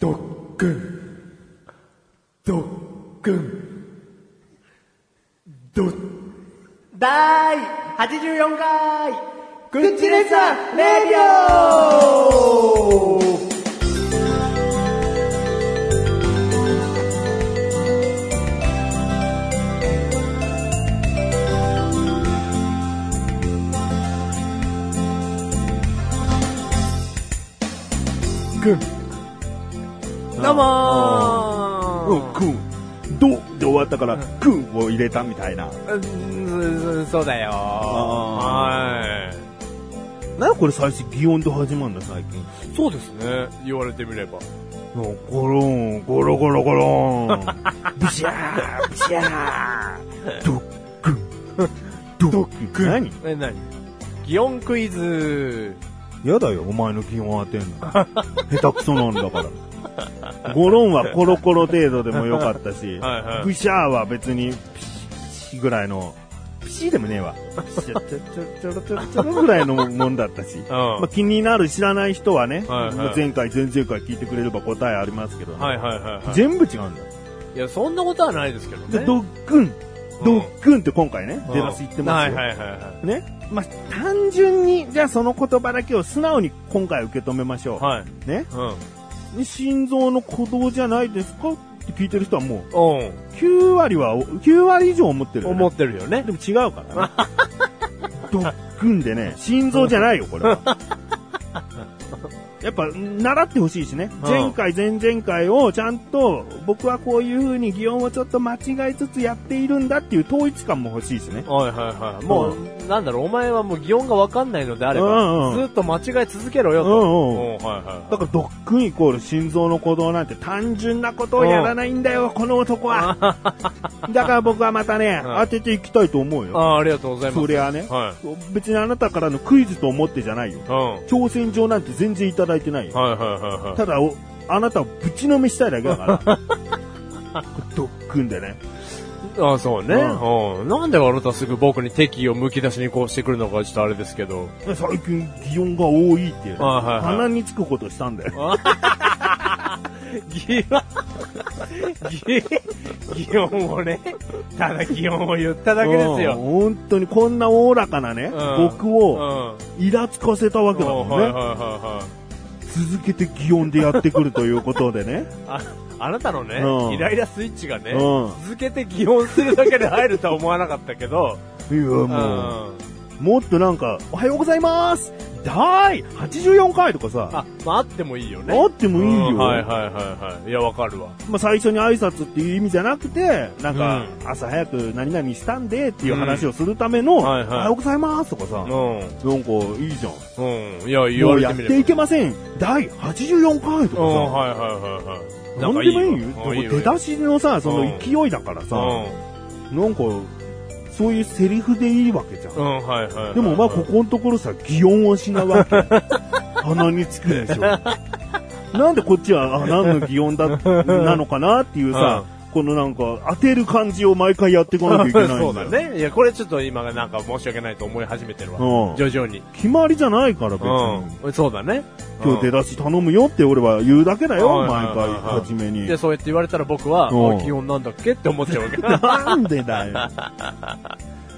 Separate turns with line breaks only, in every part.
ドッグン。ドッグン。ドッ、
第84回グッチレッサーレディオ
グン。
どうも
うん、
ー
グン。ドで終わったから、グンを入れたみたいな。
うんうんそうだよ
あ
は
なんでこれ最初、擬音で始まるんだ、最近。
いそうですね言われてみれば
うんゴロン、ゴロゴロゴロン。 ブシャー、ブシャー。ドッグン。ドッグン。何
え何擬音クイズ
やだよ、お前の気温当てんの。下手くそなんだから。ゴロンはコロコロ程度でもよかったし、
はいはい
ブシャー は別にピシピシぐらいの、ピシでもねえ わ。ピシャチャチャチャロチャロチャロぐらいのもんだったし。まあ、気になる知らない人はね、
はいはい
前回、前々回聞いてくれれば答えありますけどね、
はいはいはいは
全部違うんだ。
いいやそんなことはないですけど
で、
ね
ドッグン、ドッグンって今回ね、出だし言ってますよ。
はいはいはいは
ね。まあ、単純に、じゃあその言葉だけを素直に今回受け止めましょう。
いはい
ね。心臓の鼓動じゃないですかって聞いてる人はもう
うんうん
9割は、9割以上思ってるよね、
思ってるよね
でも違うからね。ドッグンでね、 心臓じゃないよ、これは。 やっぱ、習ってほしいしね。
うん
前回、前々回をちゃんと、僕はこういう風に擬音をちょっと間違いつつやっているんだっていう統一感も欲しいしね。
はいはいはい。もう、なんだろう、お前はもう擬音がわかんないのであれば、
うんうん
ずっと間違い続けろよと。
うんうん
うんはいはい
だから、ドッグンイコール心臓の鼓動なんて単純なことをやらないんだよ、この男 は。だから僕はまたね、
うん
当てていきたいと思う
あ
よ。
あ、ありがとうございます。
そりゃあね。
は
別にあなたからのクイズと思ってじゃないよ。
い。うん。はい
挑戦状なんて全然いただいてないよ。
はいはいは
ただお、あなたをぶちのめしたいだけ だから。ドッグンでね。
い。ああ、そうね。
うん
うん。なんであなたすぐ僕に敵意をむき出しにこうしてくるのかちょっとあれですけ ど。
最近、擬音が多いっていうね、
はいはいはい
鼻につくことしたんだよ。
擬音、擬音をね、ただ擬音を言っただけです
うん
よ。
本当にこんなおおらかなね、
うん
僕
うん。
をイラつかせたわけだもんね。
はいはいはいはい。
続けて擬音でやってくるということ でね。
ああなたのね、
うん
イライラスイッチがね、
うん
続けて擬音するだけで入るとは思わなかったけど、
いや、も
う
う、
ん
もっとなんか、おはようございます第84回とかさ、
あ、まあ、あってもいいよね。
あってもいいよ。
うんはいはいはいはい。いや、わかるわ。
まあ、最初に挨拶っていう意味じゃなくて、なんか、
う
朝早く何々したんでっていう話をするための、
んはいはい
おはようございますとかさ、
うん。
なんかいいじゃん。
うん。いや、言
も
わ
う
れ
や
て
っ
みれば。
ていけません第84回と
うん、
か
はいはいはいはい。
さ、なんでもいいよ。
うん
でも出だしのさ、その勢いだから
う
さ、
ん。
なんか、そういうセリフでいいわけじゃん。
うん、はいはいはい。
でもお前ここのところさ、擬音をしないわ け。鼻につくでしょ。なんでこっちは、あ、何の擬音だ、なのかなっていうさ、このなんか、当てる感じを毎回やっていかなきゃいけないんだ よ。
そうだ。ね。いや、これちょっと今がなんか申し訳ないと思い始めてるわ。
うん。
徐々に。
決まりじゃないから別に。
うん。そうだね。
今日出
だ。
だし頼むよって俺は言うだけだよ、
うん
毎回
うん、
初めに
で、。そうやって言われたら僕は、
うん
あ擬音なんだっけって思っちゃう わけ。
なんでだよ。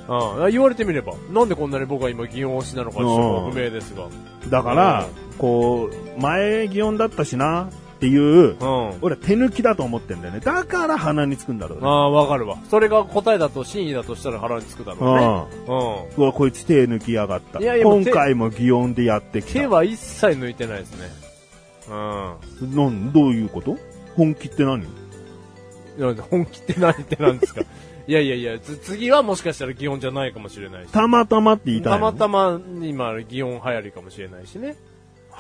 うん、言われてみれば、なんでこんなに僕は今、擬音推しなのかちょっと不明ですが。
だから、こう、前擬音だったしなっていう、
うん。
俺は手抜きだと思ってんだよね。だから鼻につくんだろう
あ
ね。
あ、わかるわ。それが答えだと、真意だとしたら腹につくだろうね。
うん。
うん。
うわ、こいつ手抜きやがった。
いやいやもう
今
手
回も擬音でやってき
手
た。
は一切抜いてないですね。うん
なん、どういうこと本気って何。
いや本気って何ってなん ですか。いやいやいや、つ次はもしかしたら擬音じゃないかもしれないし。
たまたまって言いたい
たま
の
たま今、擬音流行りかもしれないし ね。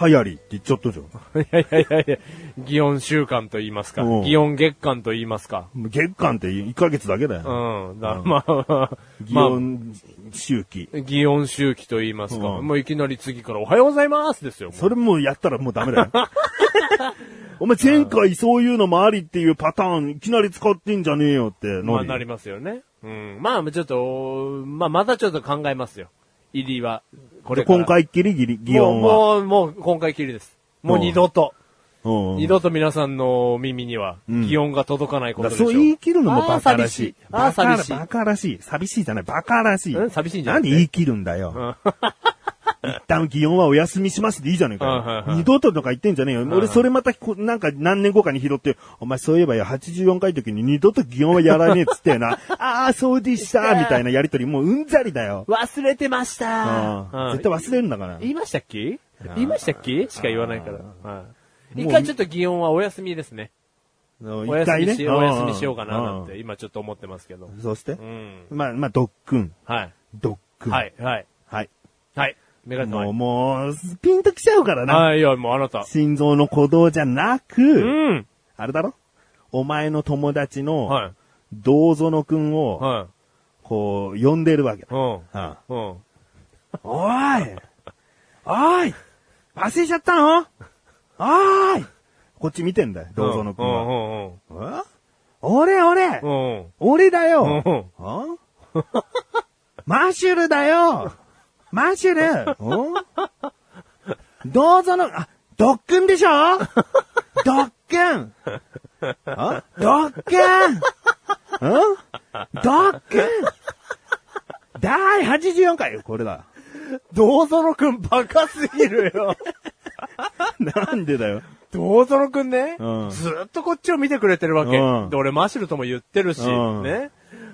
流行りって言っちゃったじゃ
いやいやいやいや、擬音週間と言いますか。
うん
擬音月間と言いますか。
ん。月間って1ヶ月だけだよ。
うん。だまあまあ、
擬音周期。
擬音周期と言いますか、
うん
もういきなり次からおはようございますですよ。もう
それもうやったらもうダメだ よ。お前前回そういうのもありっていうパターンいきなり使ってんじゃねえよって
ま
の
あ
に
なりますよね。うん。まあちょっと、まあまたちょっと考えますよ。入りは。これから
今回っきりギリ擬音は。
もう、もう、もう今回きりです。もう二度と。
うん
二度と皆さんの耳には、
うん
擬音が届かないこと
だ
でしょ。
そう言い切るのもバカらしい。
あー寂しいあー寂しい
バカらしい。寂しいじゃない、バカらしい。
うん寂しいんじゃなくて
んで言い切るんだよ。一旦祇園はお休みしますでいいじゃない
うんはい
か
は
よ。
い
二度ととか言ってんじゃねえよ。俺それまたこ、なんか何年後かに拾って、お前そういえばよ、84回の時に二度と祇園はやらねえっつって な。ああ、そうでした、みたいなやりとり、もううんざりだよ。
忘れてました
うん
うん
絶対忘れるんだから。
言いましたっけ言いましたっけしか言わないから。はい
もう
一回ちょっと擬音はお休みですね。お
お
休みし、お休みしようかななん。
ん
て、今ちょっと思ってますけど。
んそして
う、ん。
まあ、まあ、ドックン。
はい。
ドックン。
は。い、はい。
はい。
はい。メガネ
もう、
の
もう、ピンときちゃうからな。
はい、いや、もうあなた。
心臓の鼓動じゃな
う
く、
ん。
あれだろお前の友達の、
はい。
どうぞのくんを、
は
こう、呼んでるわけ
い。
だ。
うん。
は
うん。
あおいおい忘れちゃったのおーいこっち見てんだよ、どうぞのくん
う
は。
んうん
あ俺俺
うん。うん。
俺だ
う
よ
ん
あマッシュルだよマッシュ ルおどうぞの、あ、ドックン でしょドックンあドックンんドックン第84回これだ。
どうぞのくんバカすぎるよ。
なんでだよ。
どうぞのくんね、
うん
ずーっとこっちを見てくれてるわけ。
うん
で、俺マシュルとも言ってるし、
うん
ね。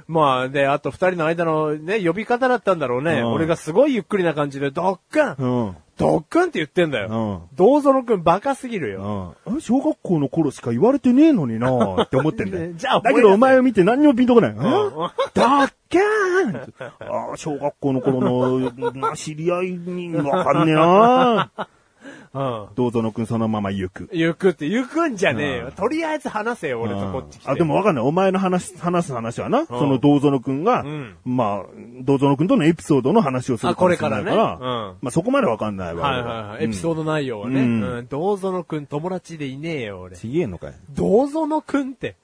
まあ、で、あと二人の間のね、呼び方だったんだろうね。
うん
俺がすごいゆっくりな感じで、ドッカン、
うん。
ドッカンって言ってんだよ。
う
どうぞのくんバカすぎる
う
よ。
ん。え小学校の頃しか言われてねえのになーって思ってんだよ。
じゃあ
だ
覚えなさい
けどお前を見て何にもピンとこない。ん
ん
だっけーんああ、小学校の頃の、な知り合いにわかんねえなー
うん。
どうぞのくんそのまま行く。
行くって、行くんじゃねえよ。
うん
とりあえず話せよ、俺とこっち来て。
あ、でもわかんない。お前の話す、話す話はな、そのどうぞのくんが、
ん
まあ、どうぞのくんとのエピソードの話をする
あこれから
もし
ね
れない
うん
まあそこまでわかんないわ。
はいはいはい。エピソー
ー
ド内容はね。う
うんん。
どうぞのくん友達でいねえよ、俺。
ちげえのかい
どうぞのくんって。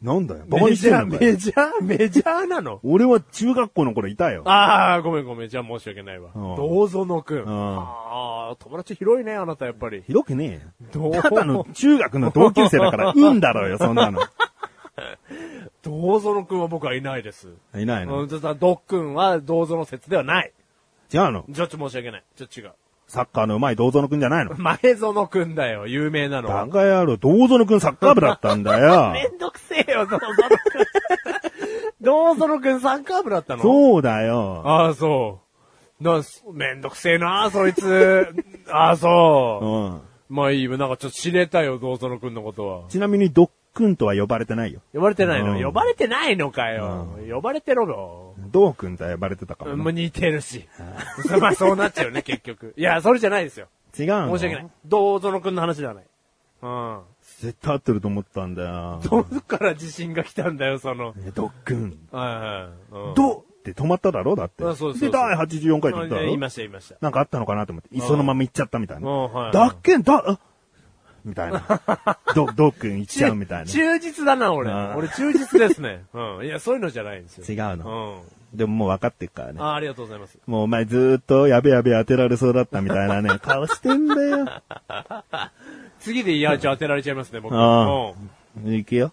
なんだよ。バカ
メ
にし
ジ
て
ャー、
んのかい
メジャー、メジャーなの。
俺は中学校の頃いたよ。
ああ、ごめんごめん。じゃあ申し訳ないわ。
うん
どうぞのくん。
ん
ああ、友達広いね、あなたやっぱり。
ひどくねえ
どう
よ。ただの中学の同級生だ から、うんだろうよ、そんなの。
どうぞのくんは僕はいないです。
いない
うん、
の。
じゃあ、ドッくんはどうぞの説ではない。
違うの。
ちょっと申し訳ない。ちょっと違う。
サッカーの上手いどうぞのくんじゃないの。
前園くんだよ、有名なのは
バ。カ野郎、どうぞのくんサッカー部だったん だよ。
めんどくせえよ、ど うぞのくん。どうぞのくんサッカー部だったの
そうだよ。
ああ、そう。な、めんどくせえな、そい つ。ああ、そう
う。ん。
まあいいよ。なんかちょっと知れたよ、どうぞのくんのことは。
ちなみにドックンとは呼ばれてないよ。
呼ばれてないの、
うん
呼ばれてないのかよ。呼ばれてろよ。
ドーくんとは呼ばれてたから
もう
ね。
似てるし。 まあそうなっちゃうね、結局。いや、それじゃないですよ。
違うの
申し訳ない。。どうぞのくんの話ではない。うん。
絶対合ってると思ったんだよ。
どこから自信が来たんだよ、その。
ねドックン。
はいはい。うん
ドーって止まっただろだって。
あそうそうそう
で、第84回って言っただ
言いま
ろ
した、言いました。
なんかあったのかなと思って、そのまま行っちゃったみたいな。
うんはい
ドックン、ドー、あみたいな。ド、ドックン行っちゃうみたいな。違
忠実だな、俺。
うん
俺忠実ですね。うん。いや、そういうのじゃないんですよ。
う
う
の。
ん。
でももう分かってるからね。
あありがとうございます。
もうお前ずーっとやべやべ当てられそうだったみたい なね、顔してんだよ。
次で、いや、じゃあ当てられちゃいますね、僕。うん。
あ
は
あ行くよ。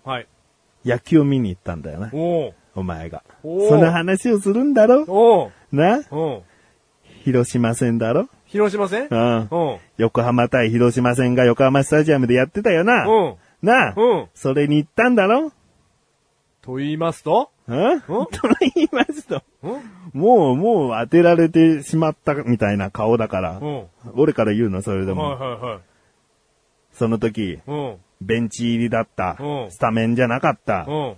い。
野球を見に行ったんだよね。
おう
お前が。
おー
その話をするんだろ
おう
な
うん。
広島戦だろ
広島戦
う
うん。
ん。
うん。
横浜対広島戦が横浜スタジアムでやってたよな。
うん。
なあ、
うん
それに行ったんだろ
と言いますと
うんと言いますと、
うん
もう、もう当てられてしまったみたいな顔だから
う、ん。
俺から言うの、それ
は
で
い
も。
は
その時、
いはい。
ベンチ入りだった
う、ん
スタメンじゃなかった
う、ん。うん。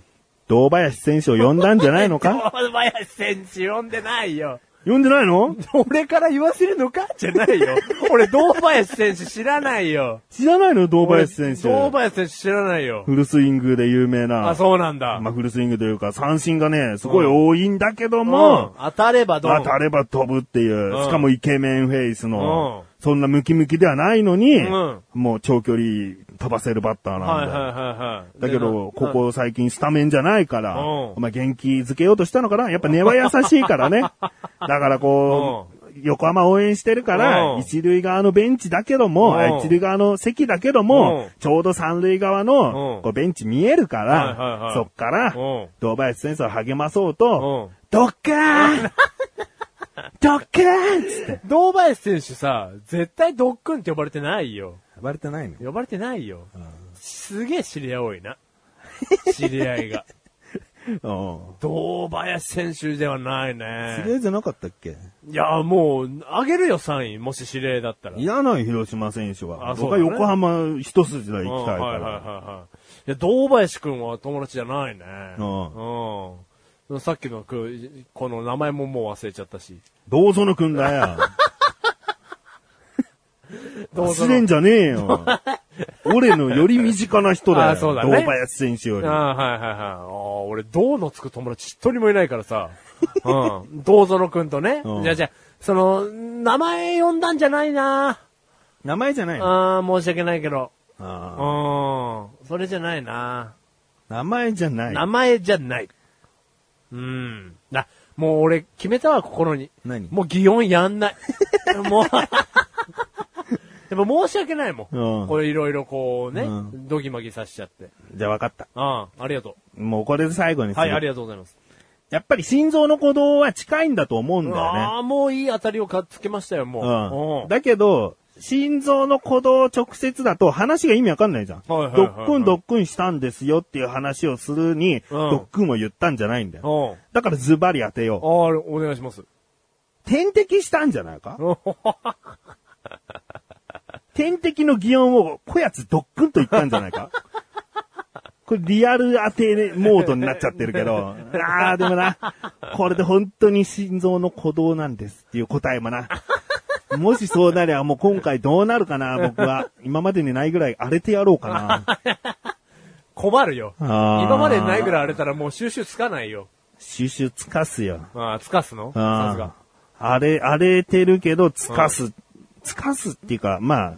堂林選手を呼んだんじゃない のか
小林選手呼んでないよ。
呼んでないの
俺から言わせるのかじゃないよ。 俺、堂林選手知らないよ。
知らないの堂
俺
林選手。
堂林選手知らないよ。
フルスイングで有名な。
あ、そうなんだ。
まあ、フルスイングというか、三振がね、すごい多いんだけど
うん
も、
当たればどう
当たれば飛ぶっていう、
うん
しかもイケメンフェイスの、
う
そんなムキムキではないのに、
うん
もう長距離飛ばせるバッター
は
ないん
は
だよ。
いはいはい。
だけ
で
ど、こ、こ最近スタメンじゃないから、
うん
お前元気づけようとしたのかなやっぱ根は優しいからね。だからこう、横浜応援してるから、
うん
一塁側のベンチだけど
うん
も、あ一塁側の席だけども、
うん
ちょうど三塁側の、
うん
こうベンチ見えるから、
はいはいはい
そっから、
うん
堂林先生を励まそうと、
うん
ドッカ ーンドッカーンつって。
堂林選手さ、絶対ドックンって呼ばれてないよ。
呼ばれてないの
呼ばれてないよ。すげえ知り合い多いな。知り合いが。
うん。
堂林選手ではない
知り合
ね。
いじゃなかったっけ
いや、もう、あげるよ、3位。もし知り合いだったら。
いらない広島選手は。
あそう
僕
だ
は
ね
横浜一筋で行きたいか
うんはいはい
ら。
はいはい。いや、堂林くんは友達じゃないね。うん。さっきのく、この名前ももう忘れちゃったし。
どうぞのくんだ よ。
どうぞ
忘れんじゃねえ よ。俺のより身近な人だよ。
あそうだね
堂林選手より。
ああー、はいはいはい。ああ、俺、銅のつく友達一人もいないからさ。うん。銅園くんとね。
うん
じゃあじゃあその、名前呼んだんじゃないな。
名前じゃないの
ああ、申し訳ないけど。う
あ
ん。それじゃないな。
あ名前じゃない。
名前じゃない。うん。あ、もう俺、決めたわ、心に。
何
もう擬音や んない。もう。でも申し訳ないもん。
うん
これいろいろこうね、
う
ドギマギさせちゃって。
じゃあ分かった。
ああ、ありがと
もうこれで最後に
う。
する。
はい、ありがとうございます。
やっぱり心臓の鼓動は近いんだと思うんだよ
ああ、もういい当たりをかっつけましたよ、も
ね。う
う。
ん。だけど、心臓の鼓動直接だと話が意味わかんないじゃん。
はいはいはい
ドックンドックンしたんですよっていう話をするに、ドックンを言ったんじゃないんだよ。
うん。うん。
だからズバリ当てよう
あ。あ、お願いします。
点滴したんじゃないか点滴の擬音を、こやつドックンと言ったんじゃないかこれリアル当てモードになっちゃってるけど。ああ、でもな、これで本当に心臓の鼓動なんですっていう答えもな。もしそうなりゃもう今回どうなるかな、僕は。今までにないぐらい荒れてやろうかな。
困るよ。
あー
今までないぐらい荒れたらもう収集つかないよ。
収集つかすよ。
ああ、つかすのさす
あ
が。
あ荒れ、荒れてるけど、つかす、つかすっていうか、まあ、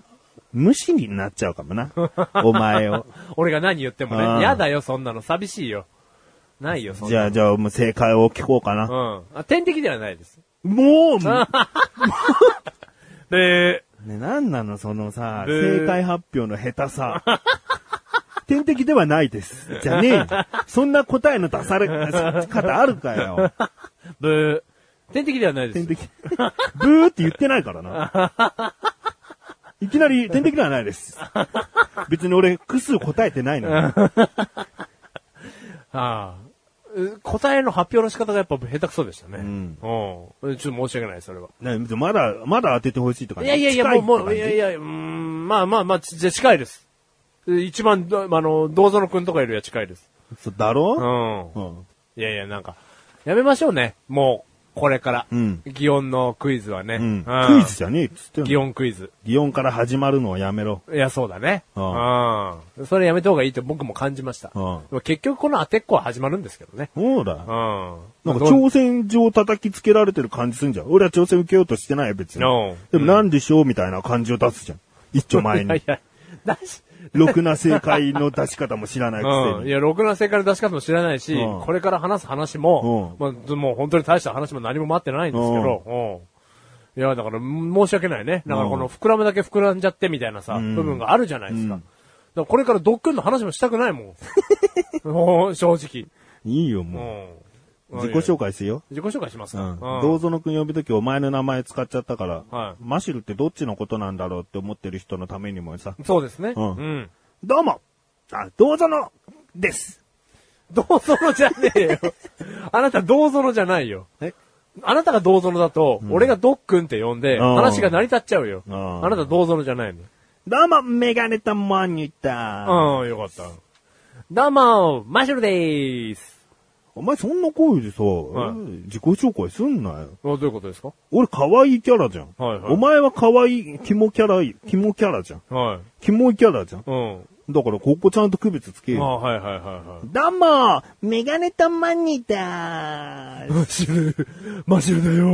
無視になっちゃうかも な。お前を。
俺が何言っても
あ
ね。
ー
やだよ、そんなの。寂しいよ。ないよ、そん
じゃ
な
あ、じゃあ、もう正解を聞こうかな。
の。うん。あ天敵ではないです。
もう、ね、
で、
なんなの、そのさ、
で
正解発表の下手さ。天敵ではないです。じゃねえよ。そんな答えの出され方あるかよ。
ブー。天敵ではないで
天
す。
敵。ブーって言ってないからな。いきなり天敵ではないです。別に俺、複数答えてないのに。
ああ。う答えの発表の仕方がやっぱ下手くそでしたね。うんん。うん。ちょっと申し訳ない、それは。
ね、まだ、まだ当ててほしいとか
い
ね
やいやいや、
近
もう、
って感
も
じ
う、いやいや、うーん、まあまあまあ、ちじゃあ近いです。え一番、どあの、道園くんとかよりは近いです。
そうだ
う
ろ
ん。
うん。
いやいや、なんか、やめましょうね。もう、これから。
うん
擬音のクイズはね。
うん。ク
うん
イズじゃねえっつってんの
擬音クイズ。
擬音から始まるのはやめろ。
いや、そうだね。
う
うん。それやめた方がいいと僕も感じました。
うん
でも結局この当てっこは始まるんですけどね。
そう
う
だ。
ん。
なん
ど
か
う
挑戦状叩きつけられてる感じすんじゃん。俺は挑戦受けようとしてないよ別に
うん。
でもなんでしょうみたいな感じを出すじゃん。一丁前
い
に。
やいや、出し、
ろくな正解の出し方も知らないく
うん。
せ
い
に。
や、ろくな正解の出し方も知らないし、
うん
これから話す話も、まあ、ずもう本当に大した話も何も待ってないんですけど、うんいや、だから、申し訳ないね。だからこの膨らむだけ膨らんじゃってみたいなさ、部分があるじゃないですか。だからこれからドックンの話もしたくないもん。もう正直。
いいよ、
う
も
ん
う。自己紹介してよ。
自己紹介します
う
か。
ん。
うん
どうぞの君呼ぶときお前の名前使っちゃったから
はい、
マシルってどっちのことなんだろうって思ってる人のためにもさ、
そうですね。う
うん
ん。
どうもあ、どうぞのです
どうぞのじゃねえ よ。あなた、どうぞのじゃないよ。
え
あなたがどうぞのだと、俺がドックンって呼んで、
うん
話が成り立っちゃうよ。
うん
あなた、どうぞのじゃないの。
どうも、メガネとモニター。
うん、よかった。どうも、マシュルでーす。
お前そんな声でさ、
い
自己紹介すんなよ。
あどういうことですか
俺可愛いキャラじゃん。
はいはい
お前は可愛い、キモキャラ、キモキャラじゃん。
はい。
キモいキャラじゃん。
うん。
だからここちゃんと区別つけ
あ
よ。
はいはいはいは
どうも、メガネとモニター。
い。 マシュル、マシュルだよ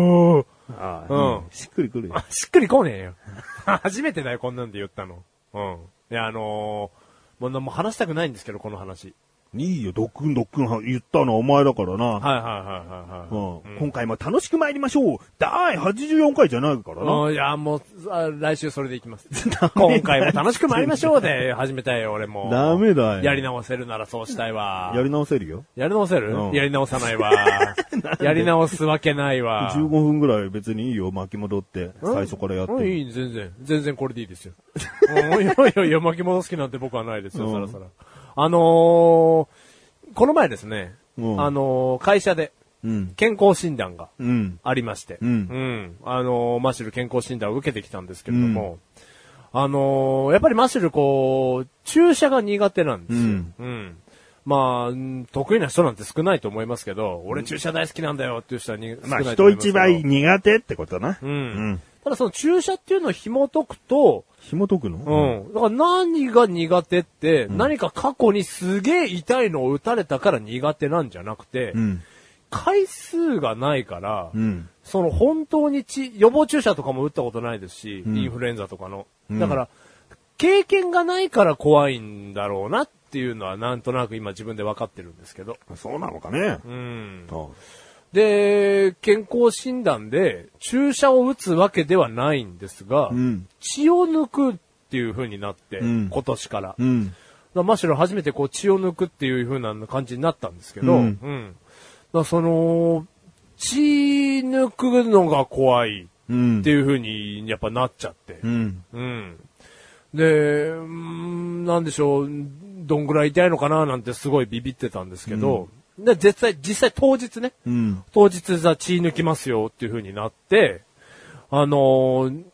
ー。
あ
うん
うんしっくりくるよ。
しっくりこねえよ。 初めてだよ、こんなんで言ったの。うん。いや、あのー、もうなもう話したくないんですけど、この話。
いいよ、ドックンドックンは言ったのはお前だからな。
はいはいはいはい、
う
はい。
ん、今回も楽しく参りましょう第84回じゃないからな。
うん、いや、もう、あ来週それでいきます。
ダメ
今回も楽しく参りましょう で始めたいよ、俺も。
ダメだよ。
やり直せるならそうしたいわ。
やり直せるよ。
やり直せる、
うん
やり直さ ないわ。やり直すわけないわ。
15分ぐらい別にいいよ、巻き戻って、
うん
最初からやっても。
うんいい、全然。全然これでいいですよ。うんいやいやいや、巻き戻す気なんて僕はないですよ、
うん
さらさら。あのー、この前ですね、
うん
あのー、会社で
うん。
健康診断が
うん。
ありまして、
うん
あのー、マシュル健康診断を受けてきたんですけれども、あのー、やっぱりマシュルこう、注射が苦手なんですよ。
うん
うんまあうん、得意な人なんて少ないと思いますけど、俺注射大好きなんだよっていう人はに少
ま
な
あ、
いと思
人
いますけ
一
ど。
倍苦手ってことな。
うん。
うん
ただその注射っていうのを紐解くと、
紐解くの
うん。だから何が苦手って、何か過去にすげえ痛いのを打たれたから苦手なんじゃなくて、
うん。
回数がないから、
うん。
その本当にち予防注射とかも打ったことないですし、インフルエンザとかの。だから、経験がないから怖いんだろうなっていうのはなんとなく今自分で分かってるんですけど。
そうなのかね。
うん。
あ
で、健康診断で注射を打つわけではないんですが、
うん
血を抜くっていう風になって、
ん
今年から。だか
うん。
らマシュル初めてこう血を抜くっていう風な感じになったんですけど、
うん
だからその、血抜くのが怖い
うん。
っていう風にやっぱなっちゃって。
うん。
うん。で、うーんなんでしょう、どんぐらい痛いのかななんてすごいビビってたんですけど、で絶対、実際当日ね、
うん。
当日さ、血抜きますよっていう風になって、あのー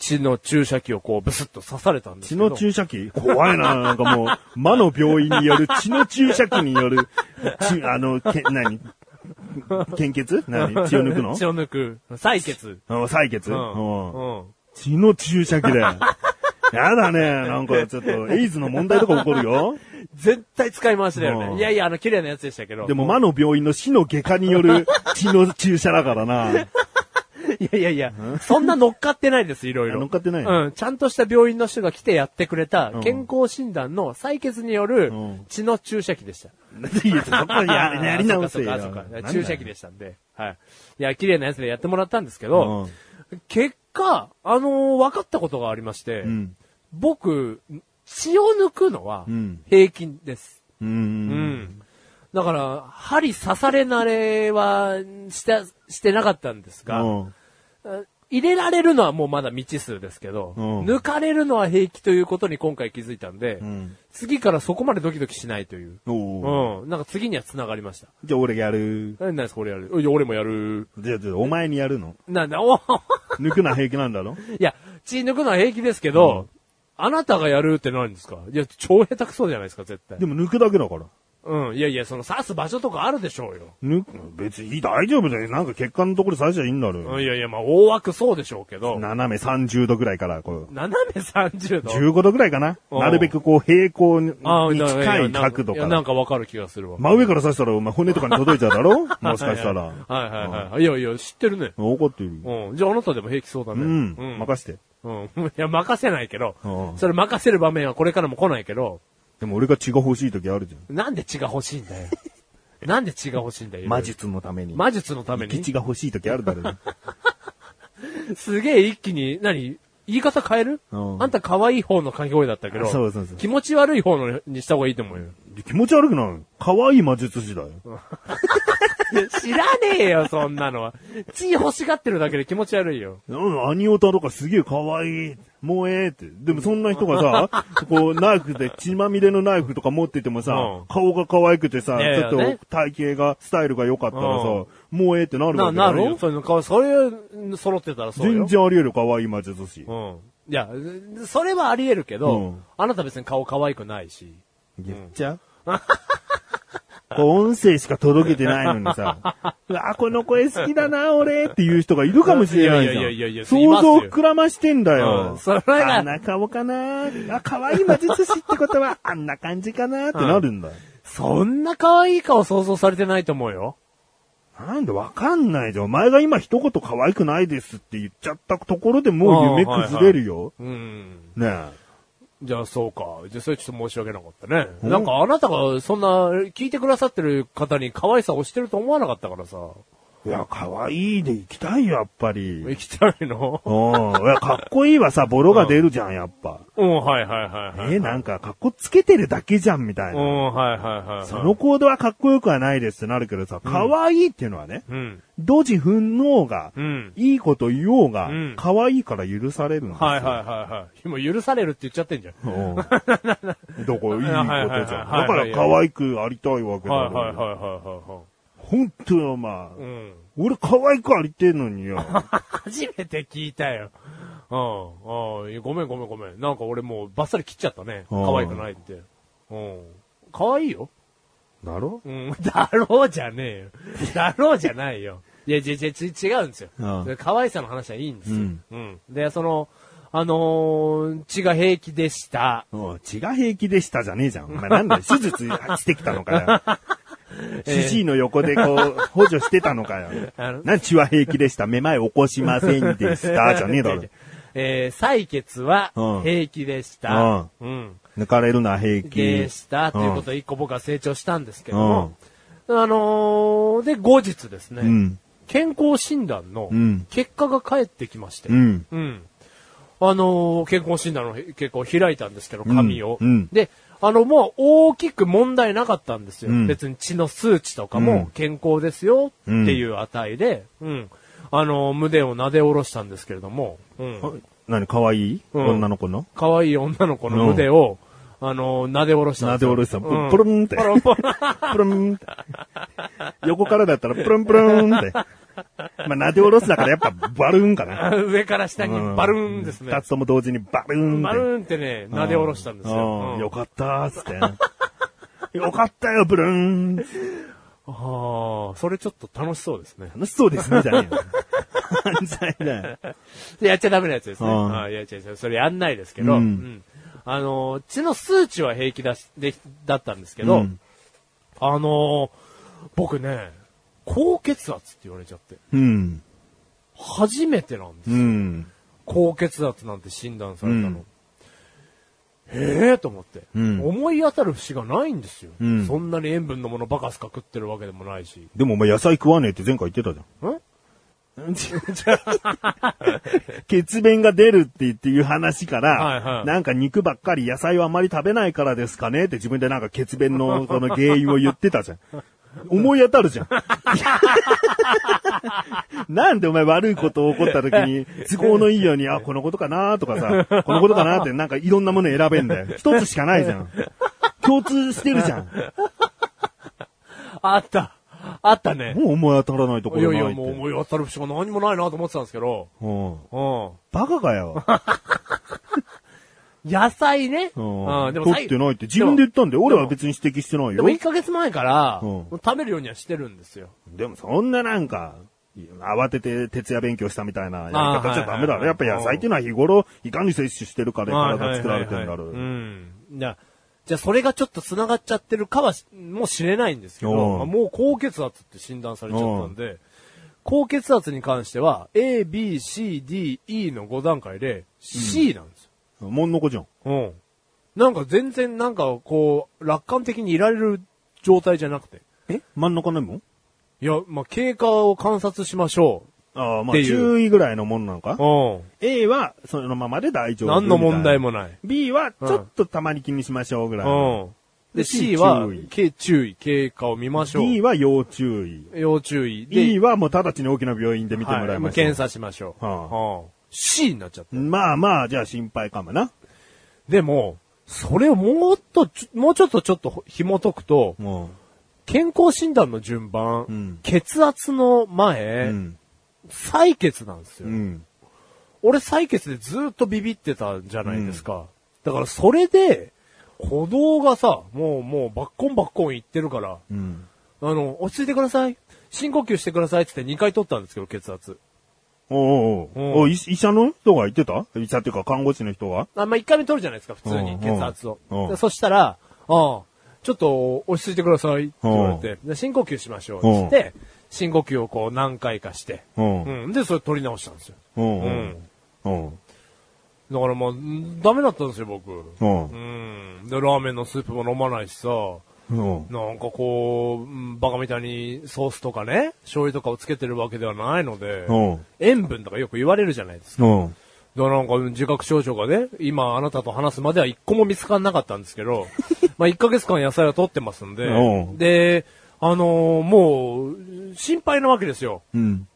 血の注射器をこうブスッと刺されたんです
血
けど。
の注射器怖いな、なんか もう、魔の病院による血の注射器による、血あの、け、何献血何血を抜くの
血を抜く。採血。
あ採血、
う
うん
ん。うん。
血の注射器だよ。やだね、なんかちょっと、エイズの問題とか起こるよ。
絶対使い回しだよ
う
ね。
ん
いやいや、あの、綺麗なやつでしたけど。
でも魔の病院の死の外科による血の注射だからな。
いやいやいや、そんな乗っかってないです、いろいろ。
乗っかってない
うん、ちゃんとした病院の人が来てやってくれた、健康診断の採血による
うん
血の注射器でした。
いや、そこはややり直せよ。
あそっかそっかそっか注射器でしたんで。はい。いや、綺麗なやつでやってもらったんですけ
う
ど
ん、
結果、あのー分かったことがありまして、
ん
僕、血を抜くのは
ん
平均です。
う。
うんん。だから、針刺され慣れはして、してなかったんですが、
うん。
入れられるのはもうまだ未知数ですけど、
うん
抜かれるのは平気ということに今回気づいたんで、
ん
次からそこまでドキドキしないという。
おー
うん。なんか次には繋がりました。
じゃあ俺やる。
え何ですか俺やる。いや、俺もやる。
じゃあじゃあお前にやるの
なんだ、おい
抜くのは平気なんだろ
や、血抜くのは平気ですけど、あなたがやるって何ですかいや、超下手くそじゃないですか、絶対
で。も抜くだけだから。
うん。いやいや、その刺す場所とかあるでしょうよ。
抜く、別にいい大丈夫だよ。なんか血管のところ最初はいいんだろ
うん
う
い
よ。
やいや、まあ、大枠そうでしょうけど、
斜め30度ぐらいから、こう、
斜め30度。
15度ぐらいかな。
うん
なるべくこう平行に
あー
に近い角度
い
か
やな
ら
ん。かわかる気がするわ。
真上から刺したらお前骨とかに届いちゃう だろもしかしたら。
はいはいはいはい。いやいや、知ってるね。
怒ってる。
うん。じゃああなたでも平気そうだ
う
ね。
ん。
うん。
任せて。
うん。いや、任せないけど
う。ん
それ任せる場面はこれからも来ないけど、
でも俺が血が欲しい時あるじゃん。
なんで血が欲しいんだ よ。なんで血が欲しいんだよ。
魔。術のために。
魔術のために。
血が欲しい時あるだ ろ。
すげえ一気に、何言い方変える
うん
あんた可愛い方の掛け声だったけど、
あそうそうそう
気持ち悪い方のにした方がいいと思うよ。
気持ち悪くない可愛い魔術師だよ。
知らねえよ、そんなのは。血欲しがってるだけで気持ち悪いよ。
うん、アニオタとかすげえ可愛い。もうええって。でもそんな人が さ、こう、ナイフで血まみれのナイフとか持っててもさ、
うん
顔が可愛くてさ、
いやいや
ちょっ
ね
と体型が、スタイルが良かったらさ、
うん
もうええってなる
な、
わけだ
な
よ
るその顔、そういう、揃ってたらそうよ。
全然あり得る可愛い魔術師。
うん。いや、それはあり得るけど、
うん
あなた別に顔可愛くないし。
言っちゃう こう音声しか届けてないのにさ、 うわ、この声好きだな、俺っていう人がいるかもしれないじゃ
いやい
ん。
やいやいやいや
想像を膨らましてんだよ。
うんそれが
あんな顔かな、あ、可愛い魔術師ってこ とは、あんな感じかなってなるんだよ。
そんな可愛い顔想像されてないと思うよ。
なんでわかんないじゃん。お前が今一言可愛くないですって言っちゃったところでもう夢崩れるよ。
うん。
ねえ。
じゃあそうか。じゃあそれちょっと申し訳なかったね。なんかあなたがそんな聞いてくださってる方に可愛さをしてると思わなかったからさ。
いや、可愛いで行きたいよ、やっぱり。うん。い
行きたいの
や、かっこいいはさ、ボロが出るじゃん、やっぱ。
うん、はいはいはいはい。
え、なんか、かっこつけてるだけじゃん、みたいうな。
ん、はいはいはいはい。
そのコードはかっこよくはないですってなるけどさ、可愛いっていうのはね、
うん。
ドジ憤怒が、
うん
いいこと言おうが
うん、
可愛いから許されるんですよ。
はいはいはいはい。もう許されるって言っちゃってんじゃん。
うんだか らいいことじゃん。
はいはいはいはい
だから可愛くありたいわけだ
はいはいはい
よ。
はいはいは
本当よ、ま
い。う
あ。
ん。
俺可愛くありてんのに よ。
初めて聞いたよ。うん。うん。ごめんごめんごめん。なんか俺もうバッサリ切っちゃったね。
うん
可愛くないって。うん。可愛いよ。
だろ
うん。だろうじゃねえよ。だろうじゃないよ。いや、じゃ、じゃ、ち違うんですよ。
うん
それ可愛さの話はいいんですよ。う
うんん。
で、その、あのー血が平気でした。
うん血が平気でしたじゃねえじゃん。お前なんだよ、手術してきたのか よ。主治医の横でこう、補助してたのかよ
あの。
何血は平気でした。めまい起こしませんでした。じゃねえ だろ。
えー採血は
うん
平気でした。うん
抜かれるのは平気
で。したということで一個僕は成長したんですけど
うん
も、。あのーで、後日ですね、
うん。
健康診断の
ん
結果が返ってきまして、
うん。
うんあのー健康診断の結果を開いたんですけど、紙を。
うんうん
で、あの、もう大きく問題なかったんですよ。
うん
別に血の数値とか
う
も
ん
健康ですよっていう値で、うんあのー胸を撫で下ろしたんですけれども、うん
あ何、可愛い
うん
女の子の
可愛い女の子の腕を、あの、撫で下ろしたん
な
です
でお
よ
ろした。プ
うん
ルンって
ポ。ロンポロン
プルンって。横からだったらプルンプルンって。まあ、なでおろすだからやっぱバルーンかな。
上から下に バルーンですね
二。つとも同時にバルーン
バ
って
ル。ーンってね、撫で下ろしたんですよ。
う
うんん
よかったーっつって。 よかったよ、ブルーン。
ああ、それちょっと楽しそうですね。
楽しそうですね、じゃねえよ。 犯罪だよ。
やっちゃダメなやつですね。
うん
ああいや、違う違う、それやんないですけど、
うん
うんあの、血の数値は平気だし、でだったんですけど、
うん
あの、僕ね、高血圧って言われちゃって、
うん。
初めてなんです
う
よ。
ん。
高血圧なんて診断されたの。
うん
へえと思って、
うん
思い当たる節がないんですよ、
うん
そんなに塩分のものばかすか食ってるわけでもないし。
でもお前野菜食わねえって前回言ってたじゃん。
ん
血便が出るって言っていう話から、
はいはい
なんか肉ばっかり野菜はあまり食べないからですかねって自分でなんか血便のその原因を言ってたじゃん。 思い当たるじゃん。 なんでお前悪いこと起こった時に都合のいいように、あ、このことかなとかさ、このことかなってなんかいろんなもの選べんだよ。一つしかないじゃん。共通してるじゃん。
あったあったね。
もう思い当たらないとこ
い
ろ
やい
ないって。
や、もう思い当たる節が何もないなと思ってたんですけど、
うん。
う
バカかよ。
ん。野菜ね。
うん。
でも
取
最
ってないって自分で言ったんだよ。俺は別に指摘してない
で
よ
も。1ヶ月前から、
うん
もう食べるようにはしてるんですよ。
でもそんななんか、慌てて徹夜勉強したみたいなやり
あー
方じゃダ
はいは
メだ
いは
ろ。
い
やっぱ野菜っていうのは日頃、いかに摂取してるかで体
は
が
い
作られてるんだろ
は
う
いはいはいうん。じゃあじゃあそれがちょっと繋がっちゃってるかはし、もう知れないんですけど、
うん
まあもう高血圧って診断されちゃったんで、高血圧に関しては、A, B, C, D, E の5段階で C なんですよ。
もんのこじゃん。
うん。なんか全然なんかこう、楽観的にいられる状態じゃなくて。
え真ん中ないもん
いや、まあ、経過を観察しましょ
ああ、ま
って
あ
いう
注意ぐらいのもんなのか
う。うん。
?A はそのままで大丈夫。
何の問題
も。
もない。
B はちょっとたまに気にしましょうぐらい。
うん。で、
で
C
C
は
注意、
け注意、経過を見ましょう。
D は要注意。
要注意。で、
E はもう直ちに大きな病院で見てもらい
は
ま
い
しょう。
検査しましょう。
はあ
うん C になっちゃった。
まあまあ、じゃあ心配かもな。
でも、それをもっとちょ、もうちょっとちょっと紐解くと、
も
健康診断の順番、
ん
血圧の
う
前、
ん。
採血なんですよ。
うん。
俺採血でずっとビビってたじゃないですか。だからそれで、鼓動がさ、もうもうバッコンバッコンいってるから、
うん。
あの、落ち着いてください。深呼吸してくださいって言って2回取ったんですけど、血圧。
おうおうおう
う
お
ん
い医者の人が言ってた医者っていうか看護師の人が
あんまあ、1回目取るじゃないですか、普通
う
に、
ん
血圧を
う。ん
でそしたら、ああ、ちょっと落ち着いてくださいって言われて、で深呼吸しましょうって言って、深呼吸をこう何回かして、
うん
うん。で、それ取り直したんですよ。
うん
うん。
うん。
だからまあ、んダメだったんですよ、僕。う
うん。
ん。で、ラーメンのスープも飲まないしさ、
うん。
なんかこううん、バカみたいにソースとかね、醤油とかをつけてるわけではないので
うん、
塩分とかよく言われるじゃないですか。
うん。
だからなんか自覚症状がね、今あなたと話すまでは一個も見つからなかったんですけど、 まあ1ヶ月間野菜は取ってますんで
う、ん
で、あのーもう、心配なわけですよ。
うん。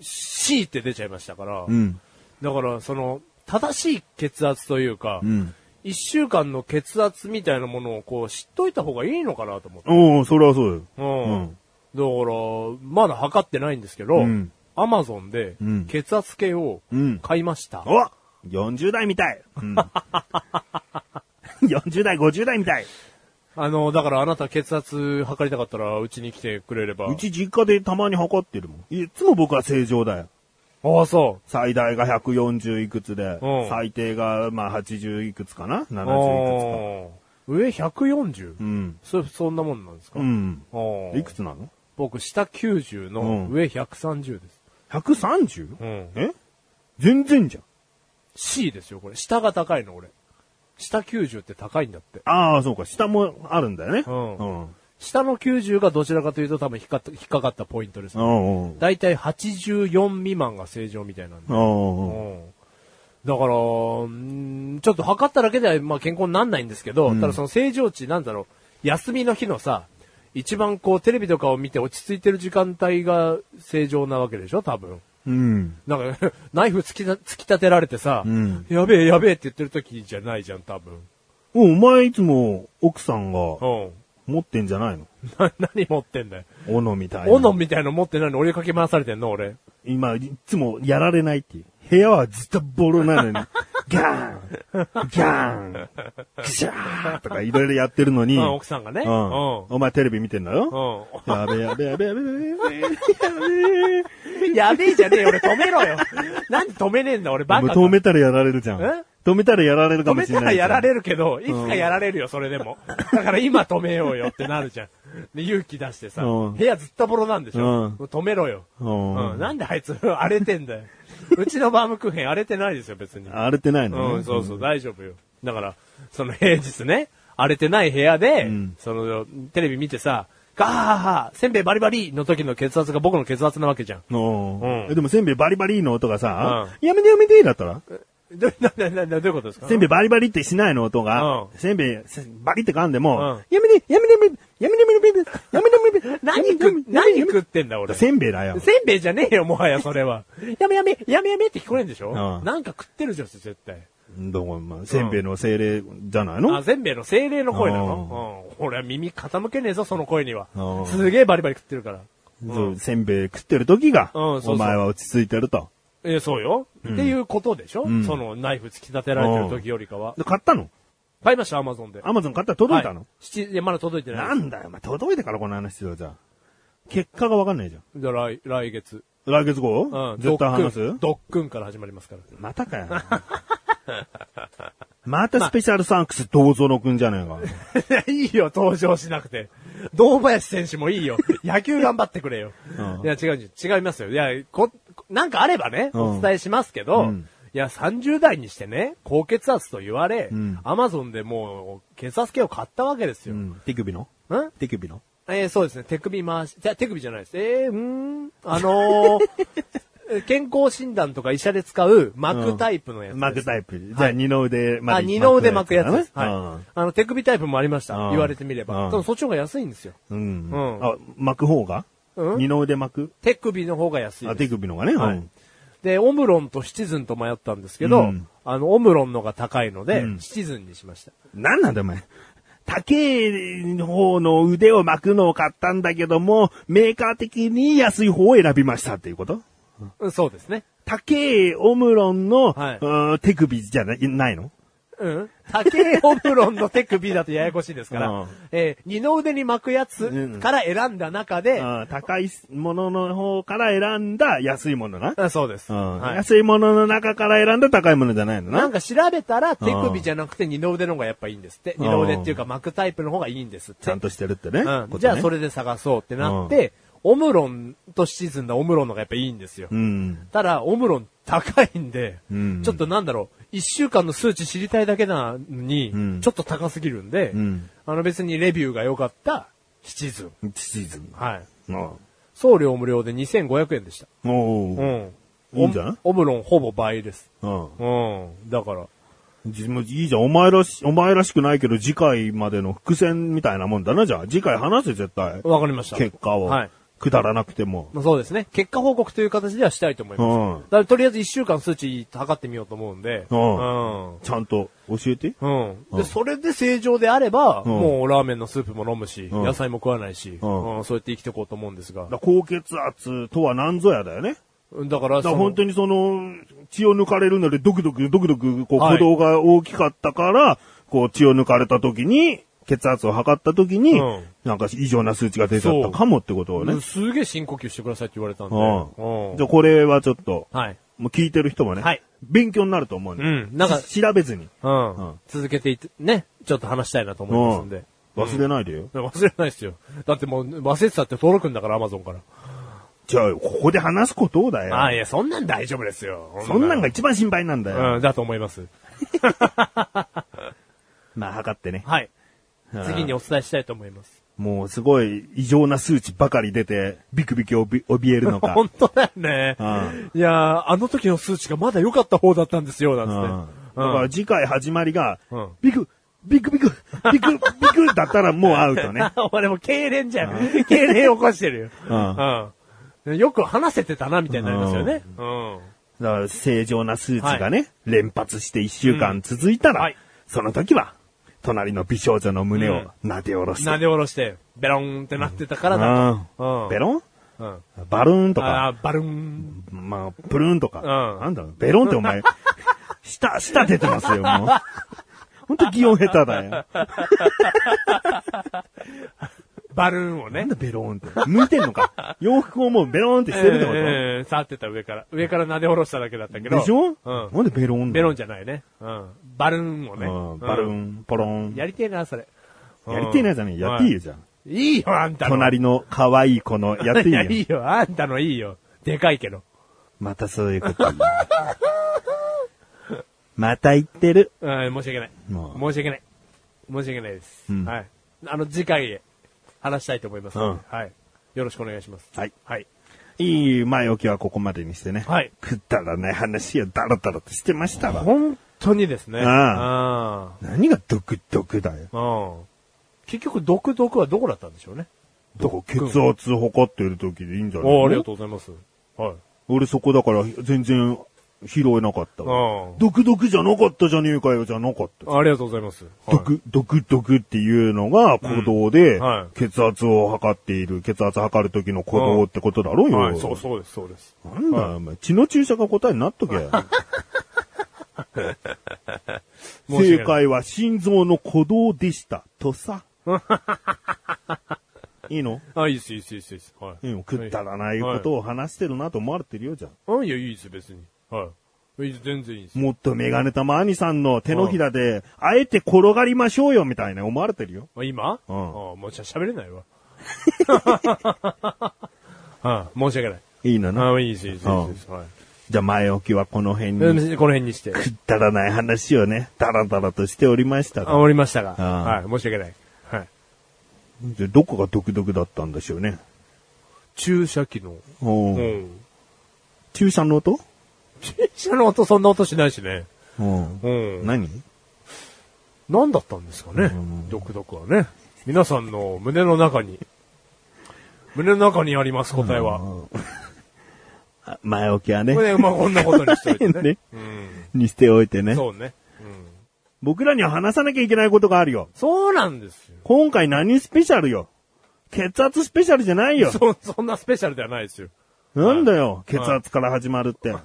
C って出ちゃいましたから、
うん。
だからその、正しい血圧というか、
うん。
一週間の血圧みたいなものをこう知っといた方がいいのかなと思って。
うん、それはそうよ。
うん。だから、まだ測ってないんですけど
ん、
アマゾンで
ん
血圧計を
うん
買いました。
お !40 代みたい、!40 代、50代みたい
あの、だからあなた血圧測りたかったらうちに来てくれれば。
うち実家でたまに測ってるもん。いつも僕は正常だよ。
ああ、そ
最大が140いくつで
うん、
最低がまあ80いくつかな
う。
?70 いく
あー上 140?、
つか。うん。
そ、そんなもんなんですか、
う
あ
ん。
ー
いくつなの
僕、下90の
うん
上130です。
?130?
うん。
え全然じゃん。
C ですよ、これ。下が高いの、俺。下90って高いんだって。
ああ、そうか。下もあるんだよね。
うん
うん。
下の90がどちらかというと多分引っかか引っかかったポイントです
う
ね。
んうん。
だいたい84未満が正常みたいなんで。
うんうん。
うんだから、うんちょっと測っただけではまあ健康になんないんですけど、ただその正常値なんだろう、休みの日のさ、一番こうテレビとかを見て落ち着いてる時間帯が正常なわけでしょ多分。
うん。
なんか、 ナイフ突きた突き立てられてさ、
ん
やべえやべえって言ってる時じゃないじゃん、多分。
お前いつも奥さんが
うん。
持ってんじゃないの
な、何持ってんだよ。
斧みたいな。
斧みたいの持ってないの追いかけ回されてんの俺。
今、いつもやられないっていう。部屋はずっとボロなのに、ガーンガーングシャーとかいろいろやってるのに、
う、
うんん
奥さんがね。うん。う
お前テレビ見てんだよ
ん。
やべえやべえやべえやべえやべ
やべえじゃねえよ、俺止めろよ。 なんで止めねえんだ、俺
え。
バ
も
カ
う
か。
止めたらやられるじゃん
え。
止めたらやられるか
止
も
め
しれ
た
な
ら
いじゃ
や
ん。
られるけど、いつかやられるよ、それでも。だから今止めようよってなるじゃん。で勇気出してさ、
うん
部屋ずっとボロなんでしょ。
うん
もう止めろよ、
うん
うんなんであいつ荒れてんだよ。うちのバームクーヘン荒れてないですよ、別に。
荒れてないの
う
ね
ん、。そうそう、大丈夫よ。だから、その平日ね、荒れてない部屋で、その、テレビ見てさ、ガーハーせんべいバリバリの時の血圧が僕の血圧なわけじゃん。
うん
うん
えでもせんべいバリバリの音がさ、やめてやめてだったら
ど、な、な、な、などういうことですか
せんべいバリバリってしないの音が
う、
せんべいせバリって噛んでも、
やめて、やめて、やめて、やめて、やめて、やめて、何食、何食ってんだ俺。せ
せんべいだよ。
んべいじゃねえよ、もはやそれは。 やめやめ、やめやめって聞こえんでしょ
うん
なんか食ってるじゃん、絶対。
どこ、まあ、せんべいの精霊じゃないの
あ、せんべいの精霊の声なのうん。俺は耳傾けねえぞ、その声には
う。ん
すげえバリバリ食ってるから。
そう、せんべい食ってる時が、
うんそうそう
お前は落ち着いてると。
え、そうよ。っていうことでしょそのナイフ突き立てられてる時よりかは。
で、買ったの
買いました、アマゾンで。
アマゾン買ったら届いたの、
はい七いや、まだ届いてない
な
です。
んだよ、お前届いてからこの話しろよじゃあ結果がわかんないじゃん。
じゃあ来、来月。
来月号、
うん。
絶対話
ドック
す
ンドックンから始まりますから。
また かよ。またスペシャルサンクス銅像くんじゃねえか。
いや、いいよ、登場しなくて。堂林選手もいい よ。野球頑張ってくれよ。いや、違う、違いますよ。いや、こ、なんかあればね、
うん
お伝えしますけど、いや、30代にしてね、高血圧と言われ、
ん
アマゾンでもう、血圧計を買ったわけですよ。ん、
手首の手首の
えーそうですね、手首回し、じゃ手首じゃないです。えー、うーん、あのー え健康診断とか医者で使う巻くタイプのやつです。
巻くタイプ。じゃあ二の腕まで
あ、二の腕巻くやつ
だ
です。はい。あの、手首タイプもありました。
うん
言われてみれば。
うん
ただそっちの方が安いんですよ。
うん。
うん
あ、巻く方が、
うん
二の腕巻く
手首の方が安い
あ、
で
手
す。
首のがね。うん
はいで、オムロンとシチズンと迷ったんですけど、
うん
あの、オムロンのが高いので、
うん
シチズンにしました。
なんなんだお前。高い方の腕を巻くのを買ったんだけども、メーカー的に安い方を選びましたっていうこと
うん、そうですね。
高いオムロンの、
はいう
ーん手首じゃないないの
うん。竹井オムロンの手首だとややこしいですから、
うん
えー二の腕に巻くや
う
つ
ん
から選んだ中で、
あー高いものの方から選んだ安いものな。
あそうです。
うん
はい
安いものの中から選んだ高いものじゃないの
な。
なん
か調べたら手首じゃなくて二の腕の方がやっぱいいんですって。
うん
二の腕っていうか巻くタイプの方がいいんですって。
ちゃんとしてるってね。
うん
ことね
じゃあそれで探そうってなって、オムロンと沈んだオムロンのがやっぱいいんですよ。
うん。
ただ、オムロン高いんで、
うん
ちょっとなんだろう、一週間の数値知りたいだけなのに、
うん
ちょっと高すぎるんで、
うん
あの別にレビューが良かったシズン。
シーズン。
はい。
あ
送料無料で2500円でした。
あ。お
う
ー
ん。
いいんじゃない
オムロンほぼ倍です。
うん。
うん。だから、
じもういいじゃん。お前らし、お前らしくないけど、次回までの伏線みたいなもんだな、じゃあ。次回話せ、絶対。
わかりました。
結果を。
はい。
くだらなくても。
まあ、そうですね。結果報告という形ではしたいと思います。
うん
だからとりあえず1週間数値測ってみようと思うんで。
うん
うん
ちゃんと教えて。
うん。
う
で、
ん
それで正常であれば、
うん
もうラーメンのスープも飲むし、
うん
野菜も食わないし、
うん
うんそうやって生きていこうと思うんですが
だ。高血圧とは何ぞやだよね。
だから、
だから本当
に、
にその、血を抜かれるので、ドクドク、ドクドク、こう、
はい
鼓動が大きかったから、こう、血を抜かれた時に、血圧を測った時に、
うん
なんか異常な数値が出ちゃったかもってことを
う
ね
ん。すげえ深呼吸してくださいって言われたんで。
うん
うん
じゃあこれはちょっと、
はい。
もう聞いてる人もね、
はい
勉強になると思うんで、
うんなんか
し調べずに、
うん。
うん
続けていって、ね、ちょっと話したいなと思いますんで。
忘れないでよ。
忘れないですよ。だってもう忘れてたって登録んだから、アマゾンから。
じゃあ、ここで話すことだよ。
ああ、いや、そんなん大丈夫ですよ。
そんなんが一番心配なんだよ。
うん、だと思います。
まあ、測ってね。
はい。
うん
次にお伝えしたいと思います。
もうすごい異常な数値ばかり出て、ビクビクおび怯える のか。
本当だよね。いやー、あの時の数値がまだ良かった方だったんですよ、
うん
なんつって。
だから次回始まりが、
うん
ビク、ビクビク、ビク、ビクだったらもうアウ トね。
俺も痙攣じゃん。痙攣起こしてるよ。
うん
うん。よく話せてたな、みたいになりますよね。うん。
だから正常な数値がね、連発して1週間続いたら、
うんはい
その時は、隣の美少女の胸を撫で下ろして、
撫で下ろして、ベロンってなってたからだと。うん。
ベロン
うん。
バルーンと
あ
か、
あ、バルーン。
まあ、プルーンとか、
うん
なんだろう、ベロンってお 前、舌、舌出てますよ、もう。ほんと擬音下手だよ。
バルーンをね
なん。だベローンって。向いてん のか。洋服をもうベローンってしてるってこと、
えー触ってた上から。上から撫で下ろしただけだったけど。
でしょ、
うん。
なんでベローン
ベロン
じ
じゃないね。うん。バルーンをね。
バルー
ン。
ン、ポロン。や
やりてえな、それ。
りてえなじゃねえ。やっていいよ、じゃん。
いいよ、あんたの。
隣の可愛い子のやって いい
や
よ。
いいよ、あんたのいいよ。でかいけど。
またそういうこと。また言ってる。
うん、申し訳ない。
もう
申し訳ない。申し訳ないです。
うん
はい。あの、次回へ話したいと思います、
うん
はい。よろしくお願いします。
はい。
はい。
いい前置きはここまでにしてね。
はい
くだらない話をダラダラとしてましたわ。
本当にですね。
うん
あ
何がドクドクだよ。
あ。うん。結局、毒毒はどこだったんでしょうね。
どこ血圧測ってる時でいいんじゃない
お
の
ありがとうございます。はい。
俺そこだから全然拾えなかった
う
わ
ん。
ドクドクじゃなかったじゃねえかよじゃなかった。
ありがとうございます。はい
ドク、ドクドクっていうのが鼓動で
うんはい、
血圧を測っている、血圧測る時の鼓動ってことだろうよ。
はい、そう、そうです、そうです。
なんだよ、お前。血の注射が答えになっとけ。 正解は心臓の鼓動でした。とさ。いいの
あ、いいです、いいです、いいですいいです。はい。
いいのくだらないことを話してるなと思われてるよ、じゃん。
はい。あ、いや、いいです、別に。はい。いいです、全然いいです。
もっとメガネたまーにさんの手のひらで、あえて転がりましょうよ、みたいな思われてるよ。
あ今
う
うんん。もうじゃ喋れない わ。はい。申し訳ない。
いいのな。
あ、いいです、いいです、いいです。はい。
じゃあ前置きはこの辺
こ
に、
の辺にして。
くだらない話をね、だらだらとしておりました
あ、終
が。
わりましたが。
あ
はい。申し訳ない。はい。
じゃあどこが独特だったんでしょうね。
注射器の。
お
う。
うん注射の音
注射の音、そんな音しないしね。
うん
うん。
何
何だったんですかね、独特はね。皆さんの胸の中に、胸の中にあります、答えは。
あ前置きは
こ
ね、
れね、まあこんなことにしといて ね。
ね
うん。
にしておいてね。
そうね。うん。
僕らには話さなきゃいけないことがあるよ。
そうなんですよ。
今回何スペシャルよ。血圧スペシャルじゃないよ。
そ、そんなスペシャルではないですよ。
なんだよ、血圧から始まるって。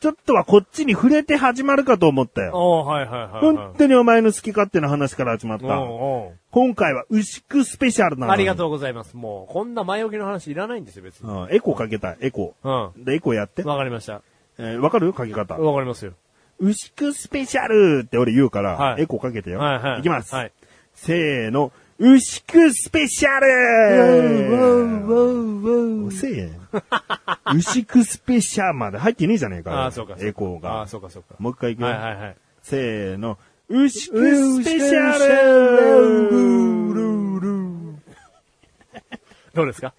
ちょっとはこっちに触れて始まるかと思ったよ。
おーはいはいはい、はい。
本当にお前の好き勝手な話から始まっ
お
た。
うお
今回は牛久スペシャル
う
なの。
ありがと
う。
うございます。もう、こんな前置きの話いらないんですよ、別に。
ん、エコかけたい、エコ。
うん。わ
で、エコやって。わ、
かりました。
えーわかるかけ方。
わかりますよ。
牛久スペシャルって俺言うから、
はい
エコかけてよ。
はいはい。
いきます。
はい。
せーの、牛久スペシャル
う
うせえ。牛久スペシャルまで入ってねえじゃねえか。
あそうかそうか
エコー
ああ、
が。
そうかそうか。
もう一回行くよ。
はいはいはい。
せーの。牛久スペシャル
ル
どうですか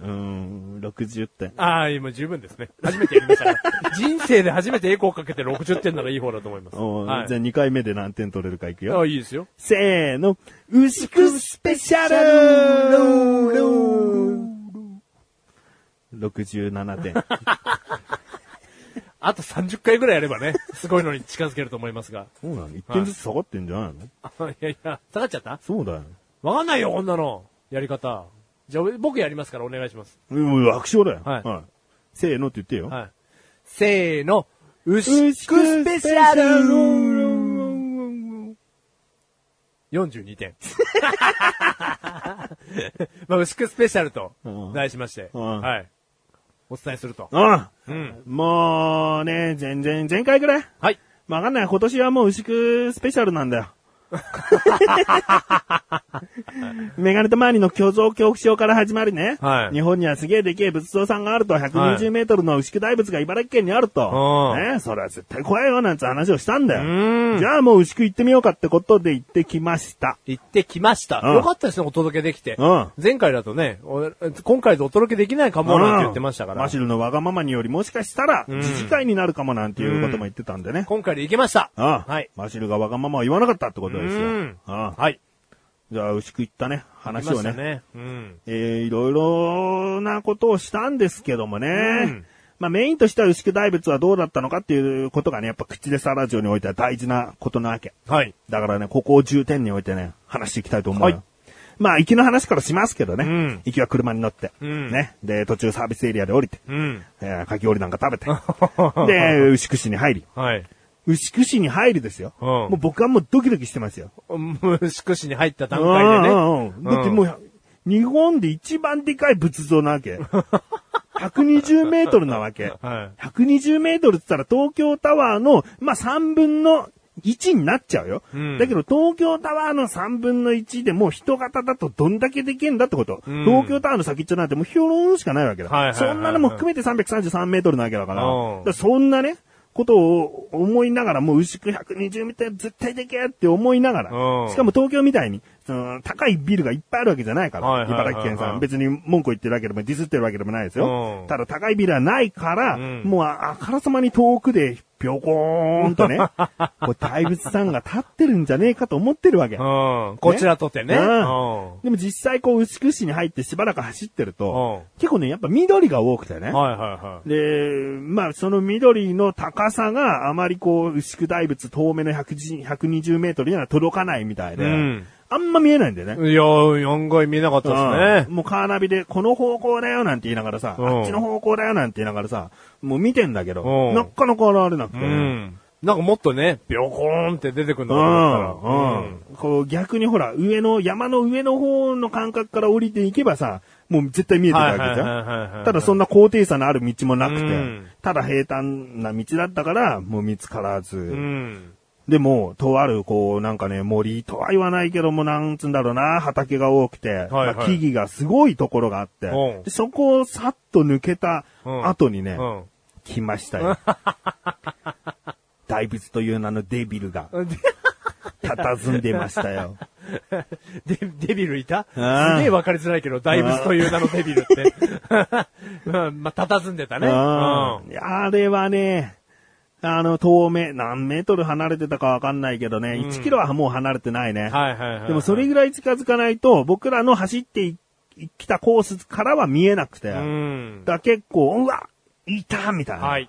うーん、60点。
ああ、今十分ですね。初めてやりましたね。 人生で初めてエコーかけて60点ならいい方だと思います。
おう
はい
じゃあ2回目で何点取れるかいく
あ
よ。
あ、いいですよ。
せーの。牛久スペシャル67点。
あと30回ぐらいやればね、すごいのに近づけると思いますが。
そうなの ?1 点ずつ下がってんじゃないの
あいやいや、下がっちゃった
そうだよ。
わかんないよ、こんなの。やり方。じゃあ、僕やりますからお願いします。
うん、楽勝だよ。
はい
せーのって言ってよ。
はい。せーの、牛
牛
久ス
久
ペシ
シ
ャ
ャ
ル
ル
!42 点。 まあ、牛久スペシャルと題しまして、
うん
はい。お伝えすると。
あ
うん。
もうね、全然、前回ぐらい
はい。
わかんない。今年はもう牛久スペシャルなん だよ。メガネと周りの巨像恐怖症から始まりね。
はい
日本にはすげえでけえ仏像さんがあると、
はい
120メートルの牛久大仏が茨城県にあると。
うん
ねそれは絶対怖いよなんて話をしたんだ
う
よ。じゃあもう牛久行ってみようかってことで行ってきました。
行ってきました。
うん
よかったですね、お届けできて。
うん
前回だとね、お今回でお届けできないかもなんて言ってましたか
マ
ら
シ。ルのわがままによりもしかしたら、自治会になるかもなんていうことも言ってたんでね。
今回で行けました。
ああ
はい。
マシルがわがままを言わなかったってことですよ。
うん
ああ
はい。
じゃあ、牛久行ったね、
行き
話
ま
を
した
ね。
ね。うん。
えー、いろいろなことをしたんですけどもね。
ん
まあメインとしては牛久大仏はどうだったのかっていうことがね、やっぱ口でさラジオにおいては大事なことなわけ。
はい。
だからね、ここを重点においてね、話していきたいと思うよ。
はい
まあ、行きの話からしますけどね。
うん
行きは車に乗って、
うん
ね。で、途中サービスエリアで降りて、
うん。
えーかき氷なん か食べて。で、牛久市に入り。
はい。
牛久市に入りですよ。
うん
もう僕はもうドキドキしてますよ。
うん宿市に入った段
うん
階
う
で
んうん
ね。
だってもう、日本で一番でかい仏像な わけ。120メートルなわけ。
はい
120メートルって言ったら東京タワーの、まあ、3分の1になっちゃうよ。
うん
だけど東京タワーの3分の1でもう人型だとどんだけできるんだってこと。
うん
東京タワーの先っちょなんてもうひょろーんしかないわけだ。
はいはいはいはい
そんなのも含めて333メートルなわけだから。
うん
だからそんなね、ことを思いながら、もう牛久120メートル絶対でけえって思いながら、
うん
しかも東京みたいに、その、高いビルがいっぱいあるわけじゃないから、
はいはいはいはい
茨城県さん。別に文句言ってるわけでも、ディスってるわけでもないですよ。
うん
ただ高いビルはないから、
うん
もうあからさまに遠くで、ぴょこーん とね、こう大仏さんが立ってるんじゃねえかと思ってるわけ。
うん。こちらとってね。
うん
うん
でも実際こう、牛久市に入ってしばらく走ってると、
う
結構ね、やっぱ緑が多くて
は
ね。
いはいはい。
で、まあ、その緑の高さがあまりこう、牛久大仏遠目の110 120メートルには届かないみたいで、
うん
あんま見えないんだよね。
いやー、案外見えなかったです
うん
ね。
もうカーナビで、この方向だよなんて言いながらさ、
うん
あっちの方向だよなんて言いながらさ、もう見てんだけど、
うん
なかなか現れなく
う
てね、
ん。なんかもっとね、ビョコーンって出てくるの
う
かと思ったら。
んうんこう逆にほら、上の、山の上の方の感覚から降りていけばさ、もう絶対見えてたわけじ
はいはいはいはいはい
ゃ
はい
ん。ただそんな高低差のある道もなくて、
うん
ただ平坦な道だったから、もう見つからず。
うん。
でも、とある、こう、なんかね、森とは言わないけども、なんつうんだろうな、畑が多くて、
はい
まあ木々がすごいところがあって、
うん
でそこをさっと抜けた
うん
後にね、
うん。
来ました よ。大仏という名のデビルが、佇んでましたよ。
デデビルいたす
うん
げえわかりづらいけど、大仏という名のデビルって。 うんまあ、佇んでたね。
あ
う
あれはね、あの、遠目、何メートル離れてたかわかんないけどね、1キロはもう離れてないね。
ん。はいはいはい。
でもそれぐらい近づかないと、僕らの走っていきたコースからは見えなくて、
うん。
だ結構、うわいたみたいな。
はい。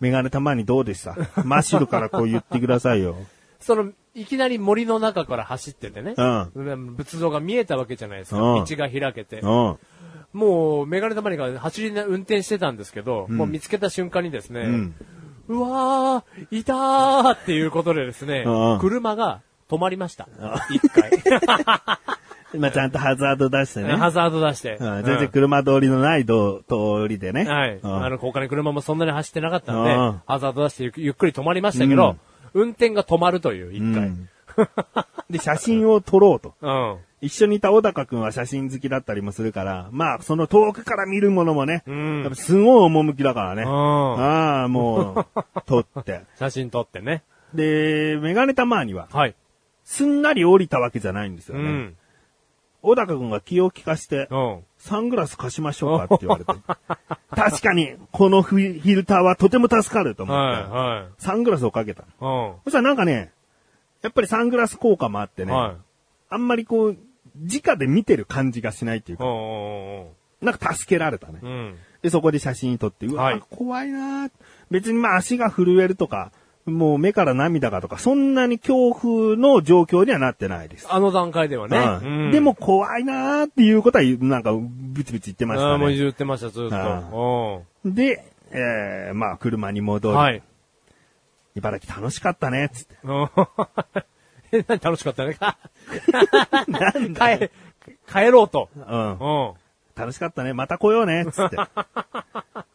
メガネたまにどう でしたマッシュルからこう言ってくださいよ。
その、いきなり森の中から走っててね。
うん
仏像が見えたわけじゃないですか。
うん
道が開けて。
うん。
もう、メガネたまりが走りな、運転してたんですけど、もう見つけた瞬間にですね、
ん
うわー、いたーっていうことでですね
うん、
車が止まりました。一 回。
今ちゃんとハザード出してね。
ハザード出して。
うん全然車通りのない道通りでね。
うんはい。
うん
あの、他に車もそんなに走ってなかったんで
うん、
ハザード出してゆっゆっくり止まりましたけど、運転が止まるという、一回。
で、写真を撮ろうと。
うん。
一緒にいた小高くんは写真好きだったりもするから、まあ、その遠くから見るものもね、
うん
やっぱすごい趣だからね。
うん
ああ、もう、撮って。
写真撮ってね。
で、メガネたまーには、
はい。
すんなり降りたわけじゃないんですよ
う
ね。
ん。
小高くんが気を利かして
う、ん。
サングラス貸しましょうかって言われて。 確かに、このフィフィルターはとても助かると思って、
は
サングラスをかけた。
い、は
そしたらなんかね、やっぱりサングラス効果もあって
い。うん。
ね、
はい。
あんまりこう、直で見てる感じがしないっていう
う
か、
ん。うん
なんか助けられたね。
うん。
で、そこで写真撮って、うわ、
はい
怖いなー別にまあ足が震えるとか、もう目から涙がとか、そんなに恐怖の状況にはなってないです。
あの段階ではね。
うん
うん
でも、怖いなーっていうことは、なんか、ブツブツ言ってまし
あ
た
あ、もう
ね。
言ってました、ずっと。
あ
う
で、えー、まあ、車に戻
ん。
り、
はい。
茨城楽しかったね、つって。
うん え、何楽しかったね。
なんだ
帰、 帰ろうと。
うん。
う
楽しかったね、また来ようね、つって。 まあ、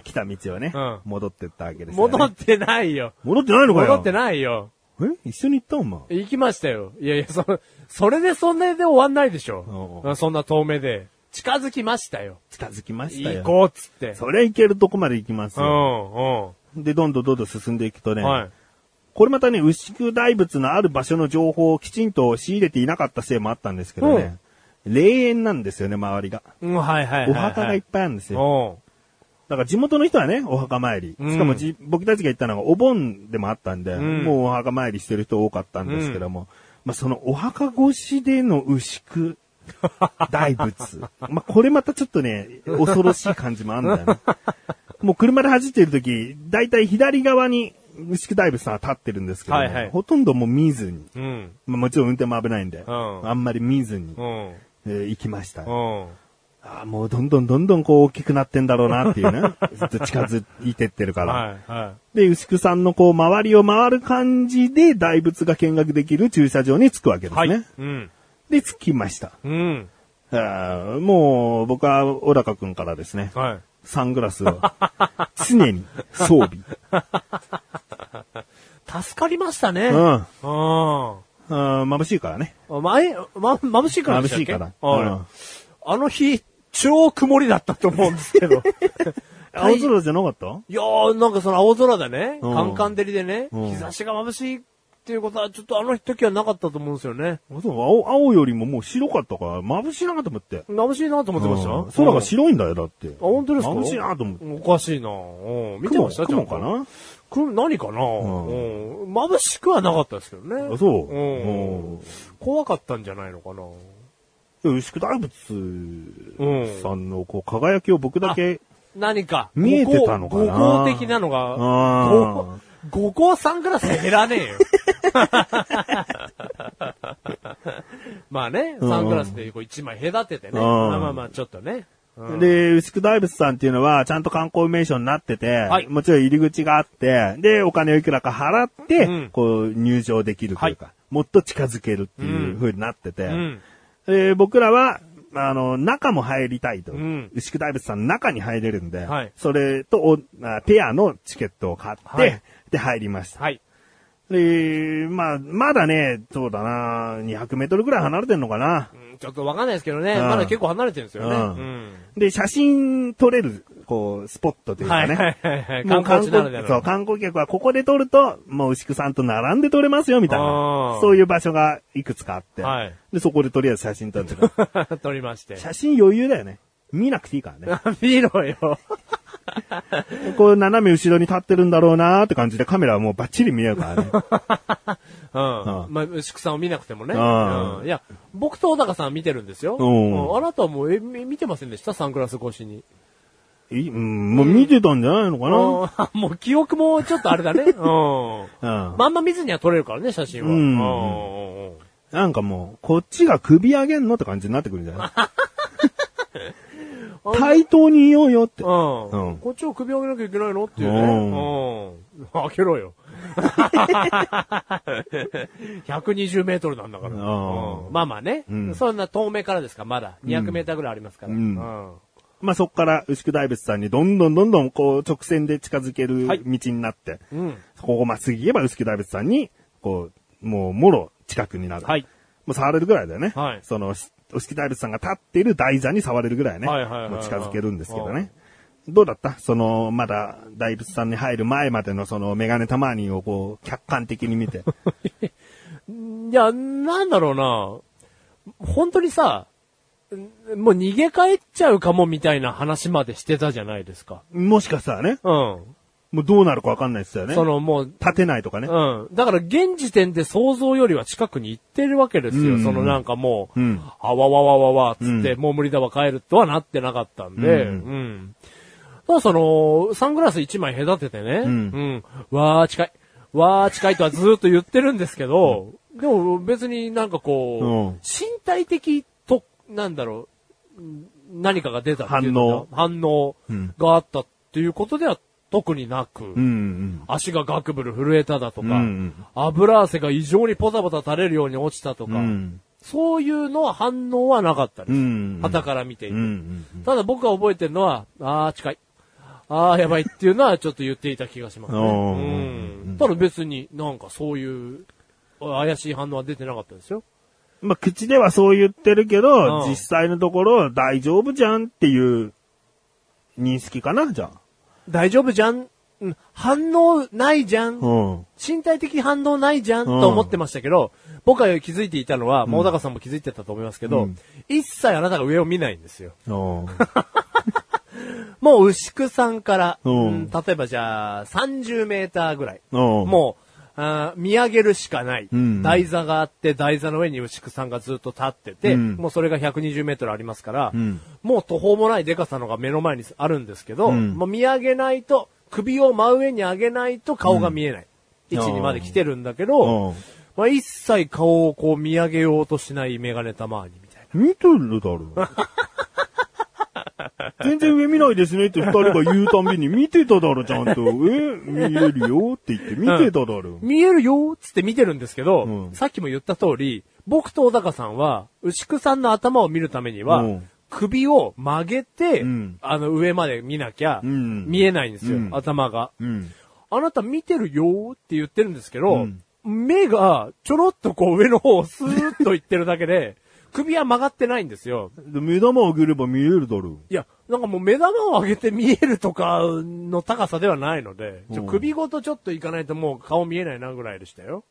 来た道をね、
うん
戻ってったわけで
ん。
すよ、ね。
戻ってないよ。
戻ってないのかよ。
戻ってないよ。
え一緒に行ったお前。
行きましたよ。いやいや、その、それでそんなで終わんないでしょ。
う
そんな遠目で。近づきましたよ。
近づきました
行
よ。
こうっつって。
そりゃ行けるとこまで行きます
う
よ。
ん、
で、どんどんどんどん進んでいくと
う
ね、
ん。はい。
これまたね、牛久大仏のある場所の情報をきちんと仕入れていなかったせいもあったんですけどね、霊園なんですよね、周りが。
うん、はいはいはい、
お墓がいっぱいあるんですよ。
よ。
だから地元の人はね、お墓参り。
うん
しかもじ、僕たちが行ったのがお盆でもあったんで、
ん
もうお墓参りしてる人多かったんですけども、まあそのお墓越しでの牛久大仏。 まあこれまたちょっとね、恐ろしい感じもあんだよ ね。もう車で走ってる時、だいたい左側に牛久大仏さんは立ってるんですけども、
はいはい
ほとんどもう見ずに。
うん。うん。
まあもちろん運転も危ないんで、
うん
あんまり見ず
う
に、
ん。
えー行きました。
うん。
ああ、もうどんどんどんどんこう大きくなってんだろうなっ ていうね。ずっと近づいてってるから。
はい、は
で、牛久さんのこう周りを回る感じで大仏が見学できる駐車場に着くわけ
い。
です
はい。
ね。
うん。
で、着きました。
うん。
ああもう僕は小高くんからですね。
はい。
サングラスを常に装 備。
助かりましたね。
うん。
うん。
ああ眩しいからね。
前、ま、眩しいから
眩
でしたっ
しい
け
から。
はい
うん
あの日、超曇りだったと思うん ですけど。
青空じゃなかった
いやー、なんかその青空だね。
うん
カンカン照りでね。
うん
日差しが眩しいっていうことは、ちょっとあの時はなかったと思うんですよね。
そう青青よりももう白かったから眩しいなと思って。
眩しいなと思ってました
うん空が白いんだよ、だって。あ、
うんあ、本当ですか
眩しいなと思って。
おかしいなうん。見てました
雲雲か
ちゃんと
な
雲何かなうん
ん。
眩しくはなかったですけどね。
あそう
う
うん
ん。怖かったんじゃないのかな
牛久大仏さんのこう輝きを僕だけ、
何か。
見えてたのかな
五光的なのが。
あ
五光サングラス減らねえよ。 まあね、サングラスでこう一枚隔ててね。
うん
まあまあまあ、ちょっとね。うん
で、牛久大仏さんっていうのはちゃんと観光名所になってて、
はい
もちろん入り口があって、で、お金をいくらか払って、
うん
こう入場できるというか、もっと近づけるっていう風になってて、
うん。
で僕らは、あの、中も入りたいと。
ん
牛久大仏さんの中に入れるんで、
はい
それとおあペアのチケットを買って、
はい
で、入りました。
はい。
で、まあ、まだね、そうだな、200メートルぐらい離れてんのかな
う。んちょっとわかんないですけどね。
うん
まだ結構離れてるんですよね。
うん
うん
で、写真撮れる、こう、スポットという
は
か
い
ね。
はいはいはい。
も
観
う
光地ならでは
そ
の
う、。観光客はここで撮ると、もう牛久さんと並んで撮れますよ、みたい
あ
な
ー。
そういう場所がいくつかあって。
はい
で、そこでとりあえず写真撮って る。
撮りまして。
写真余裕だよね。見なくていいから ね。
見ろよ。
こう、斜め後ろに立ってるんだろうなーって感じで、カメラはもうバッチリ見えるか らね。
うん。
うん
まあ、牛久さんを見なくてもね。
うん
うんいや、僕と小高さんは見てるんですよ。
うん
うんあなたはもう、え、み見てませんでしたサングラス越しに。
いうん、もう見てたんじゃないのかな
あ もう記憶もちょっとあれ だね。う
うん
ん。まんま見ずには撮れるからね、写真は。
うん
うんうんうん
なんかもう、こっちが首上げんのって感じになってくるんじゃ ない対等にいようよって。
うん。
うん
こっちを首上げなきゃいけないのっていうね。うん。開けろよ。120メートルなんだから。
うん
うんまあまあね、
うん
そんな遠目からですから、まだ。200メーターぐらいありますから。
うんまあ、そこから牛久大仏さんにどんどんどんどんこう直線で近づける
はい
道になって、
うん。
ここまっすぐ行けば牛久大仏さんに、こう、もう、もろ、近くになる。
はい。
もう触れるぐらいだよね。
はい
その、しおしき大仏さんが立っている台座に触れるぐらいね。
はいはいはいはい
もう近づけるんですけどね。どうだったその、まだ、大仏さんに入る前までのその、メガネたまにをこう、客観的に見て。
いや、なんだろうな。本当にさ、んもう逃げ帰っちゃうかもみたいな話までしてたじゃないですか。
もしかしたらね、
うん。
もうどうなるかわかんないですよね。
そのもう、
立てないとかね。
うん。だから現時点で想像よりは近くに行ってるわけですよ。
うん
そのなんかもう、
うん
あわわわわわ、つって、
う
もう無理だわ帰るとはなってなかったんで、
う
うんん。ただその、サングラス一枚隔ててね、
う
うんん。わー近い、わー近いとはずーっと言ってるんですけど、でも別になんかこ
うん
う、身体的と、なんだろう、ん何かが出たっていうのか反応
うん
があったっていうことでは特になく、
うんうん。
足がガクブル震えただとか、
うん
油汗が異常にポタポタ垂れるように落ちたと
う
か、
ん。
そういうのは反応はなかったで
う
す。
ん。
旗から見ていて、
うんうん。
ただ僕が覚えてるのは、あー近い。あーやばいっていうのはちょっと言っていた気がします ね。
おー
うんただ別になんかそういう怪しい反応は出てなかったですよ。
まあ、口ではそう言ってるけど、
うん
実際のところ大丈夫じゃんっていう認識かな、じゃあ。
大丈夫じゃんうん反応ないじゃん
うん。
身体的反応ないじゃん、と思ってましたけど、僕が気づいていたのは、もう小高さんも気づいてたと思いますけど、
うん
一切あなたが上を見ないんですよ。
うん。
もう牛久さんから、
うん
うん例えばじゃあ、30メーターぐらい。
も
もう、あー見上げるしかない、
うん
台座があって、台座の上に牛久さんがずっと立ってて、
うん
もうそれが120メートルありますから、
うん
もう途方もないデカさのが目の前にあるんですけど、
うん
もう見上げないと、首を真上に上げないと顔が見えない。位置
あ
に
ー
まで来てるんだけど、
うん
まあ、一切顔をこう見上げようとしないメガネたまにみたいな。
う、見てるだろ。全然上見ないですねって二人が言うたんびに、見てただろ、ちゃんと。え、見えるよって言って、見てただろ。
見えるよーっつって見てるんですけど、
うん
さっきも言った通り、僕と小高さんは、牛久さんの頭を見るためには、
うん
首を曲げて、
うん
あの上まで見なきゃ、
うん
見えないんですよ、
うん
頭が。
うん。
あなた見てるよーって言ってるんですけど、
うん
目がちょろっとこう上の方をスーッといってるだけで、首は曲がってないんですよ。
で目玉を上げれば見えるだろ。
いや、なんかもう目玉を上げて見えるとかの高さではないので、ちょ
うん
首ごとちょっといかないともう顔見えないなぐらいでしたよ。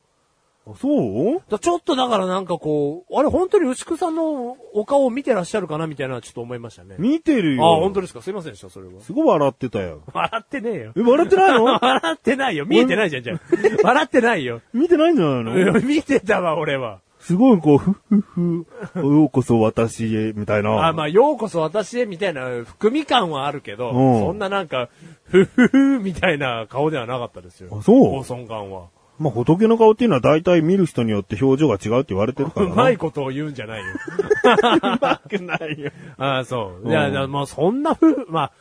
あ、そう
だちょっとだからなんかこう、あれ本当に牛久さんのお顔を見てらっしゃるかなみたいなのはちょっと思いましたね。
見てる
あ、
よ。
本当ですかすいませんでした、それは。
すごい笑ってたよ。
笑ってねえよ
え、。笑ってないの
笑ってないよ。見えてないじゃん、じゃあ笑ってないよ。
見てないんじゃないの
見てたわ、俺は。
すごいこう、ふふふ、ようこそ私へ、みたいな。
あ、まあ、ようこそ私へみたいな含み感はあるけど、
うん
そんななんか、ふふふみたいな顔ではなかったですよ。
あそう
高尊感は。
まあ、仏の顔っていうのは大体見る人によって表情が違うって言われてるから
う
な。
まいことを言うんじゃないよ。
うまくないよ。
ああ、そう。
ん
いや、いやまあ、そんなふう、まあ、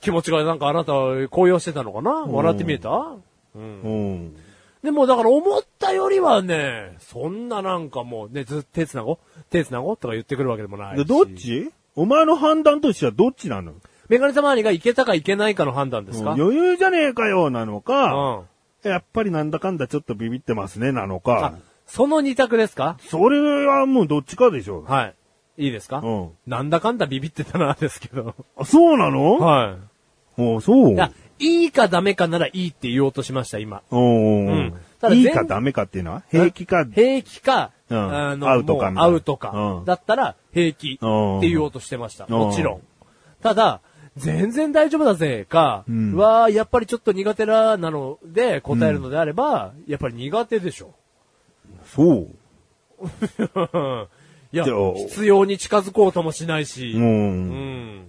気持ちがなんかあなたは高揚してたのかな笑って見えた
うん。
でもだから思ったよりはね、そんななんかもうね、ずっと手繋ご手繋ごとか言ってくるわけでもない
で、
し。
どっちお前の判断としてはどっちなの
メガネたまわりがいけたかいけないかの判断ですか
余裕じゃねえかよ、なのか、
うん。
やっぱりなんだかんだちょっとビビってますね、なのか
あ、、その二択ですか
それはもうどっちかでしょ。
はい。いいですか
うん
なんだかんだビビってたな、ですけど。
あ、そうなの
は
おそう。
いや、いいかダメかならいいって言おうとしました、今。
おう
うんただ
い
全
いかダメかっていうのは平気か。
平気か、
うん
あの、
アウトか
も
み
う
たいな
アウトか、
うん
だったら平気
うん
って言おうとしてました。
ん
もちろん。ただ、全然大丈夫だぜか、うんわーやっぱりちょっと苦手な、なので答えるのであれば、やっぱり苦手でし ょ。
そう。
いや
じゃあ、
必要に近づこうともしないし、
う。
うんん。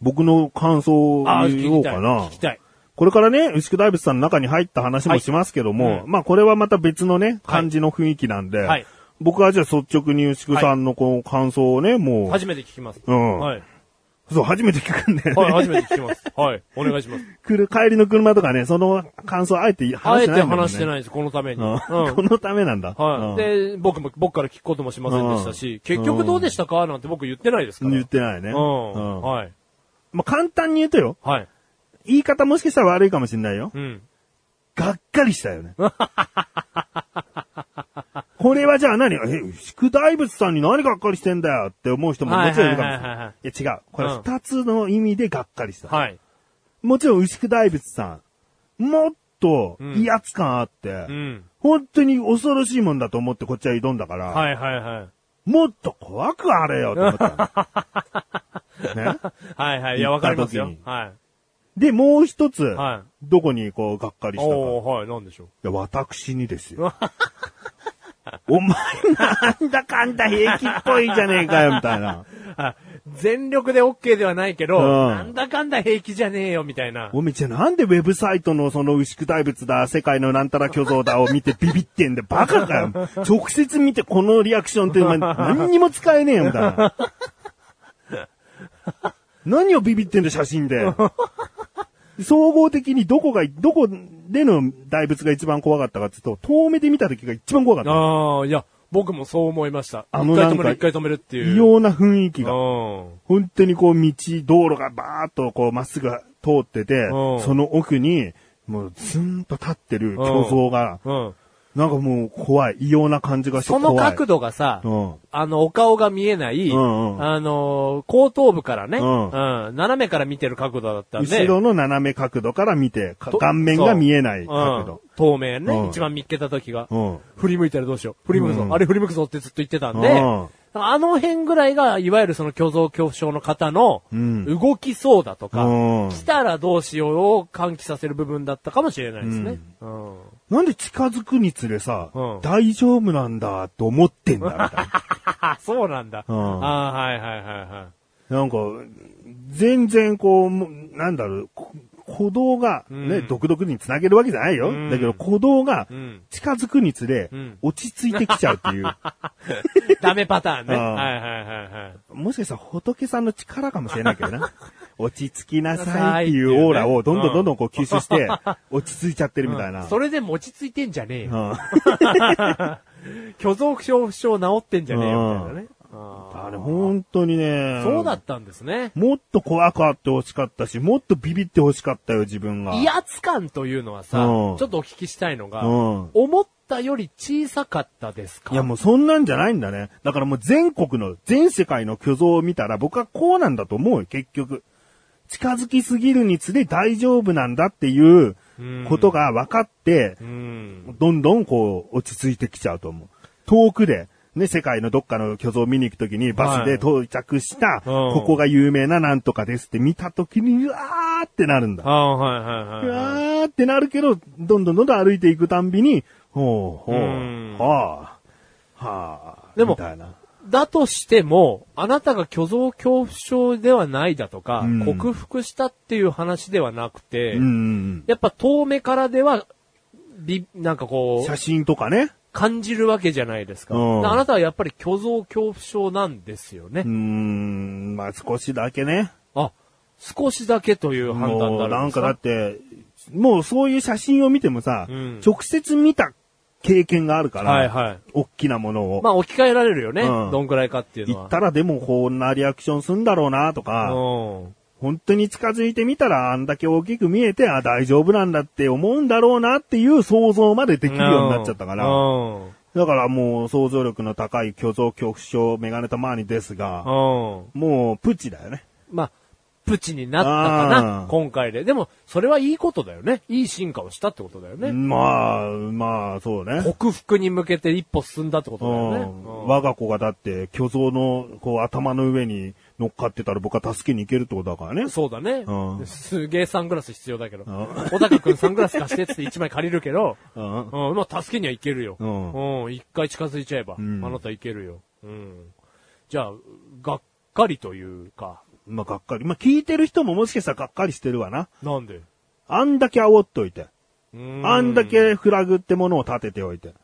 僕の感想を
あー、
言お
聞
う
きたい。
かな
聞き。たい。
これからね、牛久大仏さんの中に入った話もしますけども、
はいうん
まあこれはまた別のね、感じの雰囲気なんで、
はい
僕はじゃあ率直に牛久さんのこう感想をね、もう、
初めて聞きます。
うん
はい。
そう、初めて聞くんだよね。
はい、初めて聞きます。はい。お願いします。
来る帰りの車とかね、その感想あえて
あ
話
え
してな
て
いんだもんね。
話してないです、このために。
うん
うん
このためなんだ。
は
うん
い。で、僕も、僕から聞くこともしませんでしたし、結局どうでしたかなんて僕言ってないですから。
言ってないね。
うん。
うん
はい。
まあ簡単に言うとよ、
はい。
言い方もしかしたら悪いかもしれないよ。
うん。
がっかりしたよね。これはじゃあ何え、宿題物さんに何がっかりしてんだよって思う人ももちろんいるかも
はい
しれ
はいはいは
ない。いや違う。これ二つの意味でがっかりした。
はい。
もちろん牛久大仏さん、もっと威圧感あって、
うん。
本当に恐ろしいもんだと思ってこっちは挑んだから、
はいはいはい。
もっと怖くあれよと思ったの。 ね。
はいはい。いや、わかりますよ
行っ。
は
で、もう一つ、
い。は
どこにこう、がっか
い。
りしたか。
おー、はい、なんでしょう。
いや、私にです よ。お前なんだかんだ平気っぽいじゃねえかよ、みたいな。
あ、全力で OK ではないけど、
うん
なんだかんだ平気じゃねえよ、みたいな。
おめえちゃんなんでウェブサイトのその牛久大仏だ、世界のなんたら巨像だを見てビビってんだよバカかよ。直接見てこのリアクションってお前何にも使えねえよ、みたいな。何をビビってんだよ、写真で。総合的にどこが、どこでの大仏が一番怖かったかっていうと、遠目で見た時が一番怖かった。
ああ、いや、僕もそう思いました。
あ
一回
の
止
なん
める、
か
一回止めるっていう。
異様な雰囲気が。
う
本当にこう道、道路がバーっとこうまっすぐ通ってて
うん、
その奥に、もうずんと立ってる巨像が、
ん。うん。
なんかもう怖い、異様な感じがして
そ
怖い。
の角度がさ、
うん。
あの、お顔が見えない、
うんうん
あの、後頭部からね、
うん
うん斜めから見てる角度だったんで、
後ろの斜め角度から見て、か顔面が見えない角
そううん透明ね、
うん
一番見っけた時が、
度。うん。
振り向いたらどうしよう。振り向くぞ、
うん
あれ振り向くぞってずっと言ってたんで、
うん
あの辺ぐらいが、いわゆるその虚像恐怖症の方の
ん、
動きそうだとか、
うん
来たらどうしようを喚起させる部分だったかもしれないですね。うん
なんで近づくにつれさ、
うん
大丈夫なんだと思ってんだみたいな。
あ、そうなんだ。
う ん
あはいはいはい はい。
なんか、全然こう、もうなんだろう、こ鼓動が、ね、
うん
独特につなげるわけじゃないよ。
ん
だけど鼓動が
うん
近づくにつれ
うん、
落ち着いてきちゃうって いう。
ダメパターンね。
う
はい
ん
はいはいはい。
もしかしたら仏さんの力かもしれないけど な。落ち着きなさいっていうオーラをどんどんどんどんこう吸収して、落ち着いちゃってるみたいな。
それでも落ち着いてんじゃねえよ。
うん
虚像恐怖症治ってんじゃねえよ、みたいなね。あ
あれ本当にね
ー。そうだったんですね。
もっと怖くあってほしかったし、もっとビビってほしかったよ、自分が。
威圧感というのはさ、ち
う
ょ
ん
っとお聞きしたいのが、
うん
思ったより小さかったですか
いやもうそんなんじゃないんだね。だからもう全国の、全世界の巨像を見たら僕はこうなんだと思うよ、結局。近づきすぎるにつれ大丈夫なんだっていうことが分かって、
うん。
どんどんこう落ち着いてきちゃうと思う。遠くで、ね、世界のどっかの巨像を見に行くときにバスで到着した、
うん
ここが有名ななんとかですって見たときに、うわーってなるんだ。
ああ、はいは
う
いはいはい。
わーってなるけど、どんどんどんどん歩いていくたんびに、ほうほう、
うん
はあ、はあ、
でも
みたいな。
だとしても、あなたが虚像恐怖症ではないだとか、
うん
克服したっていう話ではなくて、
うん。
やっぱ遠目からでは、び、なんかこう
写、真とかね。
感じるわけじゃないですか。
うん
あなたはやっぱり虚像恐怖症なんですよね。
うーん、まあ少しだけね。
あ、少しだけという判断
も
だ
うなんかだ
だ
って、もうそういう写真を見てもさ、
うん
直接見た経験があるから、
はいはい。
大きなものを。
まあ置き換えられるよね。
うん
どんくらいかっていうの
行
は。
ったらでもこんなリアクションすんだろうなとか、
うん。
本当に近づいてみたらあんだけ大きく見えて、あ、大丈夫なんだって思うんだろうなっていう想像までできるようになっちゃったから、
うん。
だからもう想像力の高い巨像恐怖症メガネたまわにですが、
うん。
もうプチだよね。
まあ、プチになったか
あ
な
ー。
今回で。でも、それはいいことだよね。いい進化をしたってことだよね。
まあ、まあ、そうね。
克服に向けて一歩進んだってことだよね。
うん我が子がだって巨像のこう頭の上に乗っかってたら僕は助けに行けるってことだからね
うん。そうだね
う。ん
すげえサングラス必要だけど
ん。
小高くんサングラス貸してっつって一枚借りるけど、
うん
うん、まあ、助けにはいけるよ。
う
うん。一回近づいちゃえば、あ
ん
なたいけるよ。うん。じゃあ、がっかりというか、
まあ、がっかり。まあ、聞いてる人ももしかしたらがっかりしてるわな。
なんで
あんだけ煽っといて。あ
あ
んだ。けフラグってものを立てておいて。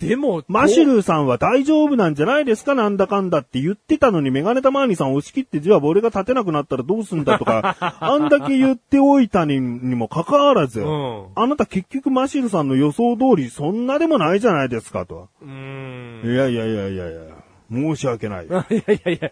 でも、
マシュルーさんは大丈夫なんじゃないですかなんだかんだって言ってたのにメガネタマーニさん押し切ってじゃあ俺が立てなくなったらどうすんだとか、 あんだけ言っておいたににもかかわらず、
うん
あなた結局マシュルーさんの予想通りそんなでもないじゃないですかと。
うーん。
いやいやいやいやいや、申し訳ない。ま
いやいやいや、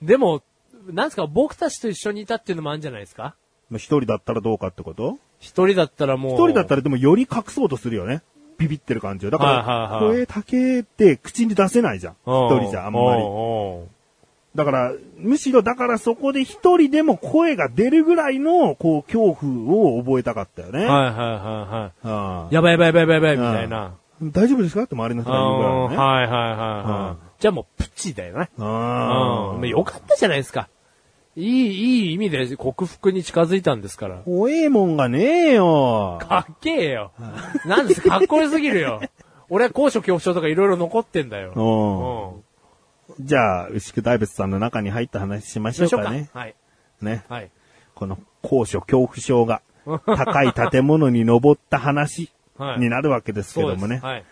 でも、なんすか、僕たちと一緒にいたっていうのもあるんじゃないですか
あ一人だったらどうかってこと
一人だったらもう。
一人だったらでもより隠そうとするよね。ビビってる感じよ。だ
はい
から、
はいはい
声竹って口に出せないじゃん。一人じゃあんまり。
お
だから、むしろだからそこで一人でも声が出るぐらいの、こう、恐怖を覚えたかったよ
ーお
ね。
ーはいはいはいは
あ
い。やばいやばいやばいやばいみたいな。
大丈夫ですかって周りの人が言うから
うん
ね。
はいはいはいは
う
い。じゃあもうプチだよね。う
あー
ん。まあよかったじゃないですか。いい、いい意味で克服に近づいたんですから。
怖えもんがねえよ。
かっけえよ。なんですかかっこよすぎる よ。俺は高所恐怖症とかいろいろ残ってんだよ。
うん
うん。
じゃあ、牛久大仏さんの中に入った話しまし
どう
ょう
しよう
か
か。
ね。
はい。
ね。
はい。
この高所恐怖症が高い建物に登った話
はい
になるわけですけ
そう
ど
です
もね。
はい。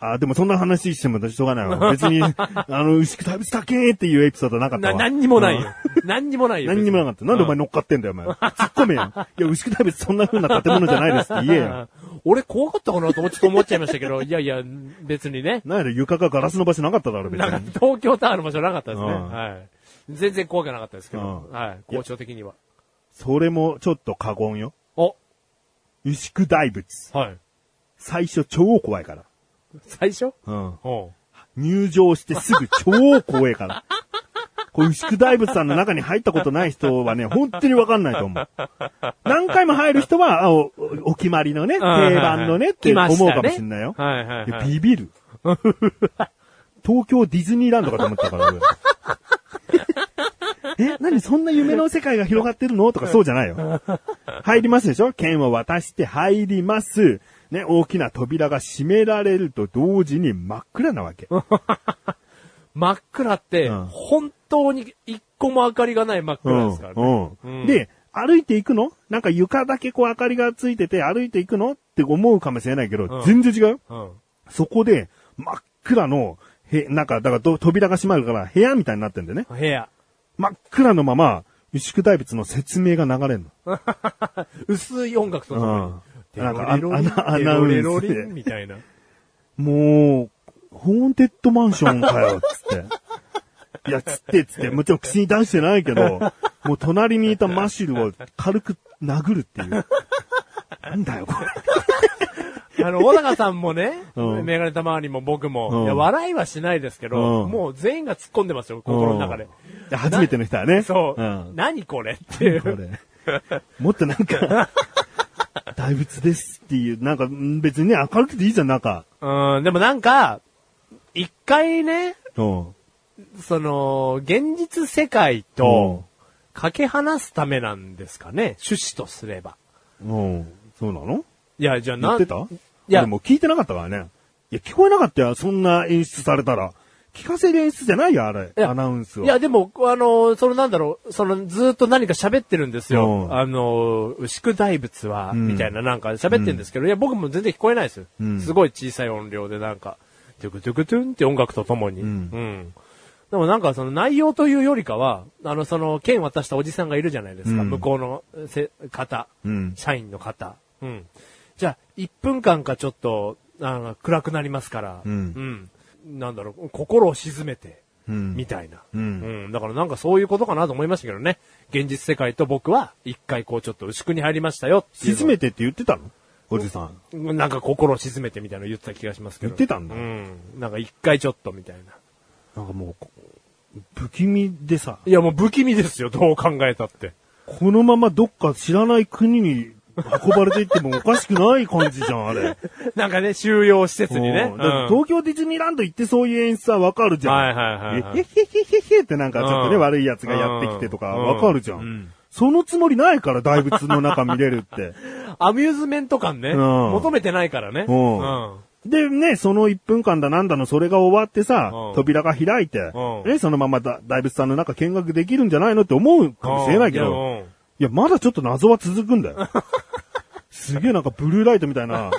あ、でもそんな話してもしょうがない わ。別に、あの、牛久大仏だけーっていうエピソードなかった
な、
わ。
何にもない
うん
よ。何にもないよ。
何にもなかった。なんでお前乗っかってんだよ、お前。突っ込めよ。 いや、牛久大仏そんな風な建物じゃないですって言えよ。
俺怖かったかなとちょっと思っちゃいましたけ ど、いやいや、別にね。
なんで床がガラスの場所なかっただろ、別
なんか
に。
東京タワーの場所なかったですね。
うん
はい。全然怖くなかったですけど、
うん
はい。校長的には。
それもちょっと過言よ。
お、
牛久大仏。
はい。
最初超怖いから。
最初
うん。
お
入場してすぐ超怖いから。これ牛久大仏さんの中に入ったことない人はね、本当にわかんないと思う。何回も入る人は、あおおお決まりのね、定番のねって思うかもしんないよ。
はいはい
い
は
や
い。
ビビる。東京ディズニーランドかと思ったから、 俺え、何そんな夢の世界が広がってるのとかそうじゃないよ。入りますでしょ剣を渡して入ります。ね、大きな扉が閉められると同時に真っ暗なわけ。
真っ暗って、
うん
本当に一個も明かりがない真っ暗ですからね。
うん
うん
で、歩いていくのなんか床だけこう明かりがついてて歩いていくのって思うかもしれないけど、
うん
全然違うよ。
うん。
そこで、真っ暗の、へ、なんか、だからど扉が閉まるから部屋みたいになってんだよね。
部屋。
真っ暗のまま、牛久大仏の説明が流れるの。
薄い音楽とともに。
うん
テロレロリン
なんかあアナウンスで
テロレロリンみたいな。
もう、ホーンテッドマンションかよ、つって。いや、つって、つって、もちろん口に出してないけど、もう隣にいたマシュルを軽く殴るっていう。なんだよ、これ。
あの、小高さんもね、
うん
メガネたまわりも僕も、
うん
いや、笑いはしないですけど、
うん
もう全員が突っ込んでますよ、心の中で。
うん初めての人はね。
そう、
ん。
何これっていう。
これ。もっとなんか、大仏ですっていう、なんか、ん別にね、明るくていいじゃん、なんか。
うん、でもなんか、一回ね、
うん。
その、現実世界と、かけ離すためなんですかね、趣旨とすれば。
うん。そうなの
いや、じゃあ
言
な
っ
ん、
てたい
や
や。でも聞いてなかったからね。いや、聞こえなかったよ。そんな演出されたら。聞かせる演出じゃないよ、あれ。
や
アナウンスは。
いや、でも、あの、そのなんだろう、そのずっと何か喋ってるんです
う
よ。
ん
あの、牛久大仏は、
ん
みたいななんか喋ってるんですけど、いや、僕も全然聞こえないですよ。
うん
すごい小さい音量でなんか、トゥクトゥクトゥンって音楽とともに。うんん。でもなんかその内容というよりかは、あの、その、剣渡したおじさんがいるじゃないですか。
うん
向こうのせ方、
うん。
社員の方。うん。じゃあ、1分間かちょっと、あの、暗くなりますから、
うん
うんなんだろう、心を沈めて、
うん
みたいな。
う。
うんん、だからなんかそういうことかなと思いましたけどね。現実世界と僕は、一回こうちょっと牛久に入りましたよっていうの
沈めてって言ってたのおじさん。
なんか心を沈めてみたいなの言ってた気がしますけど。
言ってたんだ
うん。なんか一回ちょっとみたいな。
なんかもうこ、不気味でさ、
いやもう不気味ですよ、どう考えたって。
このままどっか知らない国に運ばれていってもおかしくない感じじゃん、あ れ。
なんかね、収容施設にね。
う
うんん
だって東京ディズニーランド行ってそういう演出はわかるじゃん。
はいはいはいはい
えへへへへへってなんかちょっとね、
うん
悪い奴がやってきてとかわかるじゃん。
うん
そのつもりないから大仏の中見れるって。
アミューズメント感ね、
うん
求めてないからね。
うんでね、その1分間だなんだのそれが終わってさ、
うん
扉が開いて、
うん
ね、そのままだ大仏さんの中見学できるんじゃないのって思うかもしれないけ
う
ど、
んやうん
いや、まだちょっと謎は続くん だよ。すげえなんかブルーライトみたいな、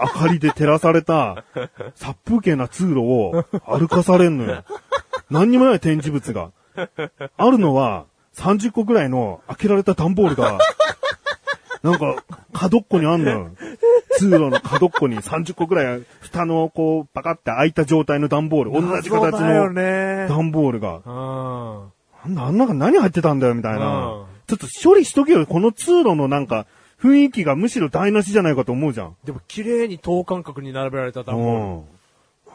明かりで照らされた、殺風景な通路を歩かされんのよ。何にもない展示物が。あるのは、30個ぐらいの開けられた段ボールが、なんか、角っこにあんのよ。通路の角っこに30個ぐらい、蓋のこう、パカって開いた状態の段ボール。同じ形
謎だよ
の
ね。
段ボールが。
うん。
なんだ、あん中何入ってたんだよ、みたいな。
うん
ちょっと処理しとけよ、この通路のなんか、雰囲気がむしろ台無しじゃないかと思うじゃん。
でも綺麗に等間隔に並べられた段ボー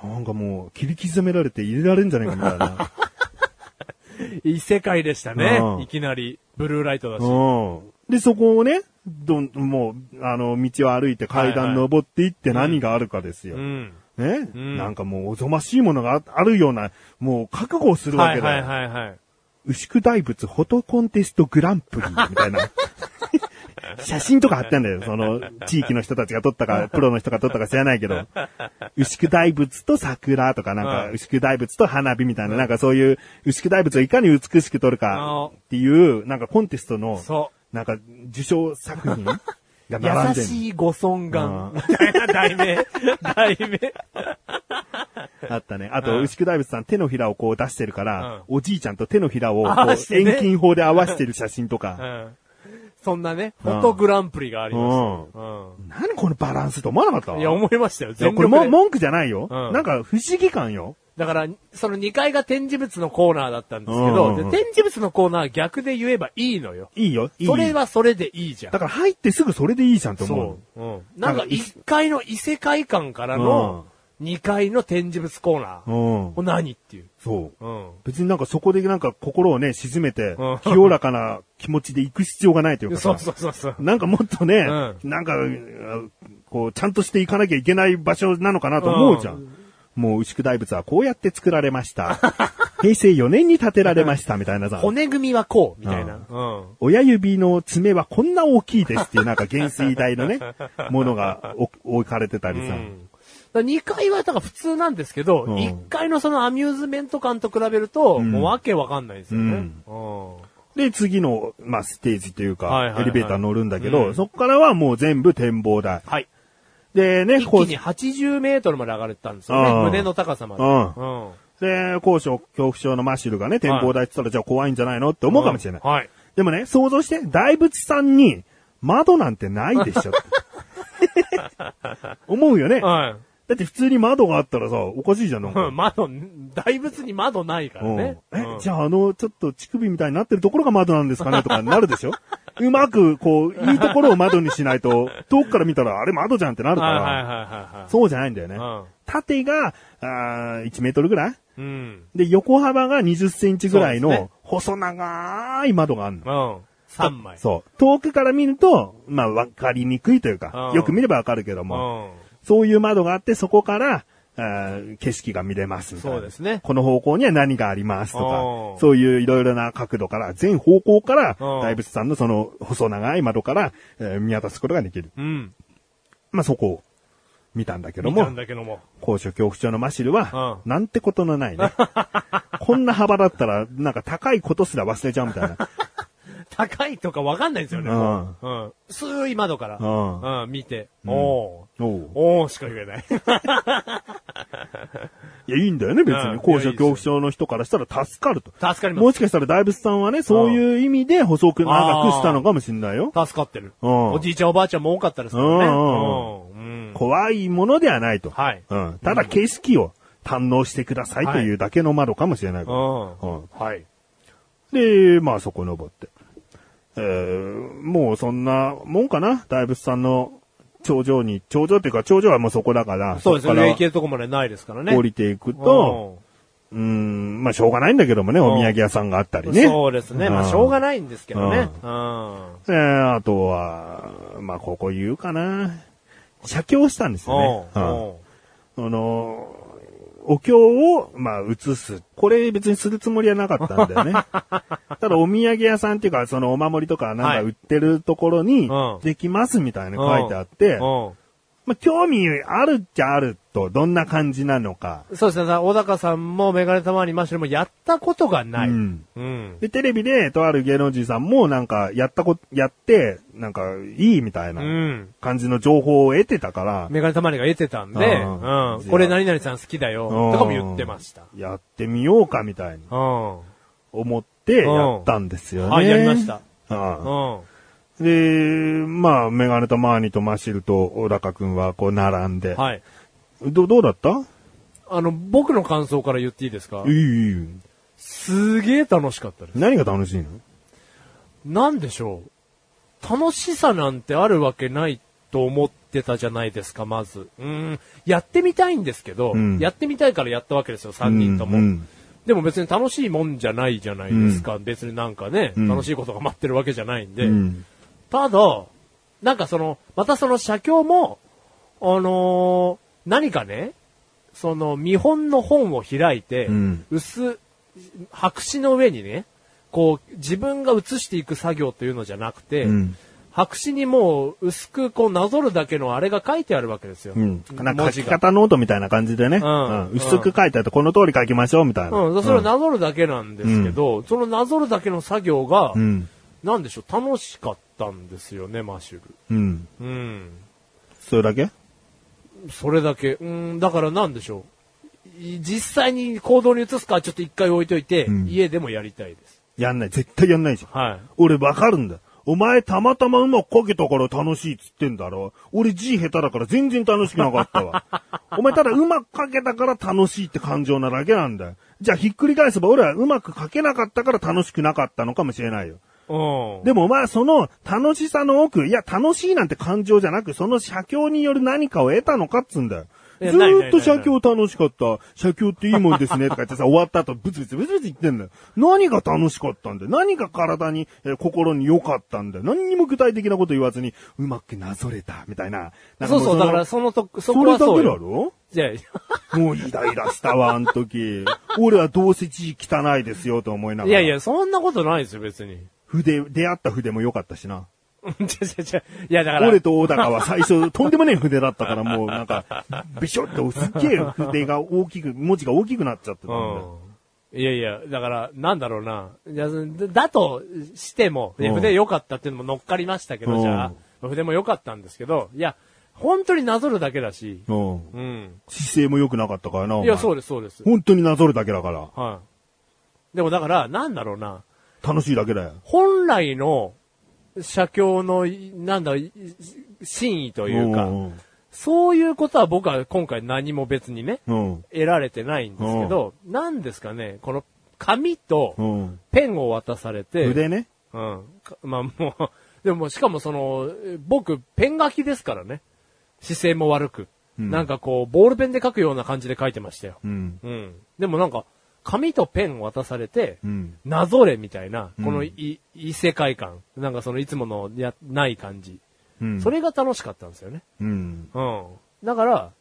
ル。
うん。なんかもう、切り刻められて入れられんじゃないかみたい な。
異世界でしたね
う。ん
いきなり。ブルーライトだし。
うん。で、そこをね、どん、もう、あの、道を歩いて階
はいは
段
い
登っていって何があるかですよ。
うん。
ね、
うん
なんかもうおぞましいものがああるような、もう覚悟をするわ
は
け
い
だよ。
はいはいはい。
牛久大仏フォトコンテストグランプリみた いな。写真とか貼ってんだよ。その、地域の人たちが撮った か、プロの人が撮ったか知らないけど。牛久大仏と桜とか、なんか、
うん
牛久大仏と花火みたいな、なんかそういう、牛久大仏をいかに美しく撮るかっていう、なんかコンテストの、
そ
なんか、受賞作品が並ん
う。
でんの
優しいご尊願。みたいな題名。題名。
あったね。あと、
うん
牛久大仏さん手のひらをこう出してるから、おじいちゃんと手のひらをこ
合わせて
う
ね
遠近法で合わせてる写真と
う
か。
ん。そんなね、フォトグランプリがありました。う
何このバランスと思わなかった
ん。いや、思いましたよ。
いや
全
これ
力
も
で。
文句じゃないよ。
うん
なんか不思議感よ。
だから、その2階が展示物のコーナーだったんですけ
うん
ど、
うんうん
で展示物のコーナーは逆で言えばいいのよ。
いいよ。いい
それはそれでいいじゃん
だ。から入ってすぐそれでいいじゃんと思う
そ。う。うん。なんか1階の異世界観からの2階の展示物コーナー。
うん
こ。れ何っていう。
そう。
うん。
別になんかそこでなんか心をね、沈めて
うん、
清らかな気持ちで行く必要がないというかさ。
そうそうそうそう。
なんかもっとね、
う
なんか、こう、ちゃんとしていかなきゃいけない場所なのかなと思うじゃん。
う
もう、牛久大仏はこうやって作られました。 平成4年に建てられました、みたいなさ。
骨組みはこう、みたいな。うん。
親指の爪はこんな大きいですっていう、なんか原水台の ね、ものがお置かれてたりさ。
2階はだから普通なんですけど、
うん
1階のそのアミューズメント感と比べると、
ん
もうわけわかんないですよね。うん。
で、次の、まあ、ステージというか、
はいはいはい
エレベーター乗るんだけど、
うん
そこからはもう全部展望台。
はい。
でね、
一気に80メートルまで上がれたんですよ
うん
ね。胸の高さまで。
う
う
ん
ん。
で、高所恐怖症のマッシュルがね、展望台って言ったらじゃあ怖いんじゃないのって思うかもしれない。
はい。
でもね、想像して、大仏さんに窓なんてないでし ょって。思うよね。だ
は
って普通に窓があったらさ、おかしいじゃん、なん
い。
か。
うん窓、大仏に窓ないから
うん
ね。
え、
うん
じゃああの、ちょっと乳首みたいになってるところが窓なんですかねとかなるでし ょうまく、こう、いいところを窓にしないと、遠くから見たら、あれ窓じゃんってなるか
はい
ら、
はいはいはいはい。
そうじゃないんだよね。
うん
縦が、あー1メートルぐらい
うん。
で、横幅が20センチぐらい
そうです
の
ね、
細長い窓がある
う
の。
ん。3枚。
そう。遠くから見ると、まあ、わかりにくいというか、
うん
よく見ればわかるけど
う
も、
ん。
そういう窓があって、そこから、あー景色が見れますみたいな。
そうですね
この方向には何がありますと
う
か
ん、
そういういろいろな角度から、全方向から、
うん
大仏さんのその細長い窓から、えー見渡すことができる。
うん。
まあ、そこを見たんだけど
見た
も
ん、だけども。
高所恐怖症のマシルは、
う
なんてことのな いね。こんな幅だったら、なんか高いことすら忘れちゃうみた いな。
高いとかわかんないんですよね。
うん
もううん。すーい窓から。
うん
うん。見て。おー。
おう
おーしか言えない。
いや、いいんだよね、別
う
に。
ん
高所恐怖症の人からしたら助かると。
助かり
も
ま
しかしたら大仏さんはね、そういう意味で細く長くしたのかもしれないよ。
す。助かってる。
うん
おじいちゃんおばあちゃんも多かったですからね。
うん
うん。うん
怖いものではないと。
はい
うん。ただ景色を堪能してくださいというだけの窓かもしれないから。
うん。はい。
で、まあそこ登って。えー、もうそんなもんかな大仏さんの頂上に、頂上っていうか頂上はもうそこだから、
そうです
こ
ね。
から
上行けるとこまでないですからね。
降りていくと、うーん、まあしょうがないんだけどもね、お土産屋さんがあった
う
り
ん
ね。
そうですね。まあ、しょうがないんですけどね。うん。
うえー、あとは、まあ、ここ言うかな。写経したんですよね。うん
お
あのー、お経を、まあ、移す。これ別にするつもりはなかったんだよ ね。ただ、お土産屋さんっていうか、そのお守りとかなん
は
か
い
売ってるところに
うん、
できますみたいなの書いてあって、まあ、興味あるっちゃあると、どんな感じなのか。
そうですね。小高さんもメガネたまにマッシュルもやったことがない。
うん
うん。。
で、テレビで、とある芸能人さんも、なんか、やったこと、やって、なんか、いいみたいうなん感じの情報を得てたから、
メガネたまりが得てたんで、
うん
うん。これ何々さん好きだよ、とかも言ってました。
やってみようかみたいに
うん。
思ってやったんですよね。
はい、やりました。
ああ。
うん。
で、まあ、メガネとマーニーとマシルと小高くんはこう並んで。
はい。
どどうだった
あの、僕の感想から言っていいですか
いいいい
すげえ楽しかったです。
何が楽しいの
なんでしょう楽しさなんてあるわけないと思ってたじゃないですか、まず。うん。やってみたいんですけど、
うん
やってみたいからやったわけですよ、3人とも。
うんうん
でも別に楽しいもんじゃないじゃないですか。別になんかね、
ん
楽しいことが待ってるわけじゃないんで。
うん
ただ、なんかその、またその写経も、あのー何かね、その見本の本を開いて、
うん
薄、白紙の上にね、こう、自分が写していく作業というのじゃなくて、
うん
白紙にもう薄くこうなぞるだけのあれが書いてあるわけですよ。
うん
なんか
文
書
字
き
が。
方ノートみたいな感じでね。うんん薄く書いてあって、この通り書きましょうみたいな。
うん、それをなぞるだけなんですけど、そのなぞるだけの作業が、
うん。
なんでしょう、楽しかったんですよね、マッシュル。
うん。
うん。
それだけ
それだけ。うん、だからなんでしょう。い実際に行動に移すかはちょっと一回置いといて、
ん
家でもやりたいです。
やんない。絶対やんないじゃん。
はい。
俺わかるんだ。お前たまたまうまく書けたから楽しいっつってんだろ。俺字下手だから全然楽しくなかったわ。お前ただうまく書けたから楽しいって感情なだけなんだよ。じゃあひっくり返せば俺はうまく書けなかったから楽しくなかったのかもしれないよ。
うん。
でもお前はその楽しさの奥、いや楽しいなんて感情じゃなく、その写経による何かを得たのかっつうんだよ。
い
ず
やないな
ーっ
い
と
ない
写経楽しかった。写経っていいもんですね。とか言ってさ、終わった後、ブツブツブツブツ言ってんだよ。何が楽しかったんだよ。何が体に、えー心に良かったんだよ。何にも具体的なこと言わずに、うまくなぞれた、みたいな。なんか
そ
も
うそう、だ
の
からそのと、そ
そ
こ
れ
は
だけ
そう
だ
よ。
ろ
じゃあいや
もうイライラしたわ、あ の時。俺はどうせ字汚いですよ、と思いなが
い
ら。
やい。や、そんなことないですよ、別に。
筆、出会った筆も良かったしな。
うんちゃちゃちゃ。いや、だから。
俺と大高は最初、とんでもねえ筆だったから、もうなんか、びしょっとすっげえ筆が大きく、文字が大きくなっちゃってたんだよ。
うん。いやいや、だから、なんだろうな。いやだだとしても、いや
うん
筆良かったっていうのも乗っかりましたけ
うん
ど、じゃあ、筆も良かったんですけど、いや、本当になぞるだけだし、
うん。
うん。
姿勢も良くなかったからな。お前
いや、そうです、そうです。
本当になぞるだけだから。
はい。でもだから、なんだろうな。
楽しいだけだよ。
本来の写経の、いなんだ、い真意というか、
うん
そういうことは僕は今回何も別にね、
うん。
得られてないんですけど、なんですかね、この紙
う
と
ん。うん
ペンを渡されて、
筆ね。
うん。かまあもう、でもしかもその、え僕、ペン書きですからね。姿勢も悪く。なんかこう、ボールペンで書くような感じで書いてましたよ。
うん。
うん。でもなんか、紙とペン渡されて、
うん。
なぞれみたいな、このい、異世界観。なんかそのいつものや、ない感じ。
うん。
それが楽しかったんですよね。
うん。
うん。だから、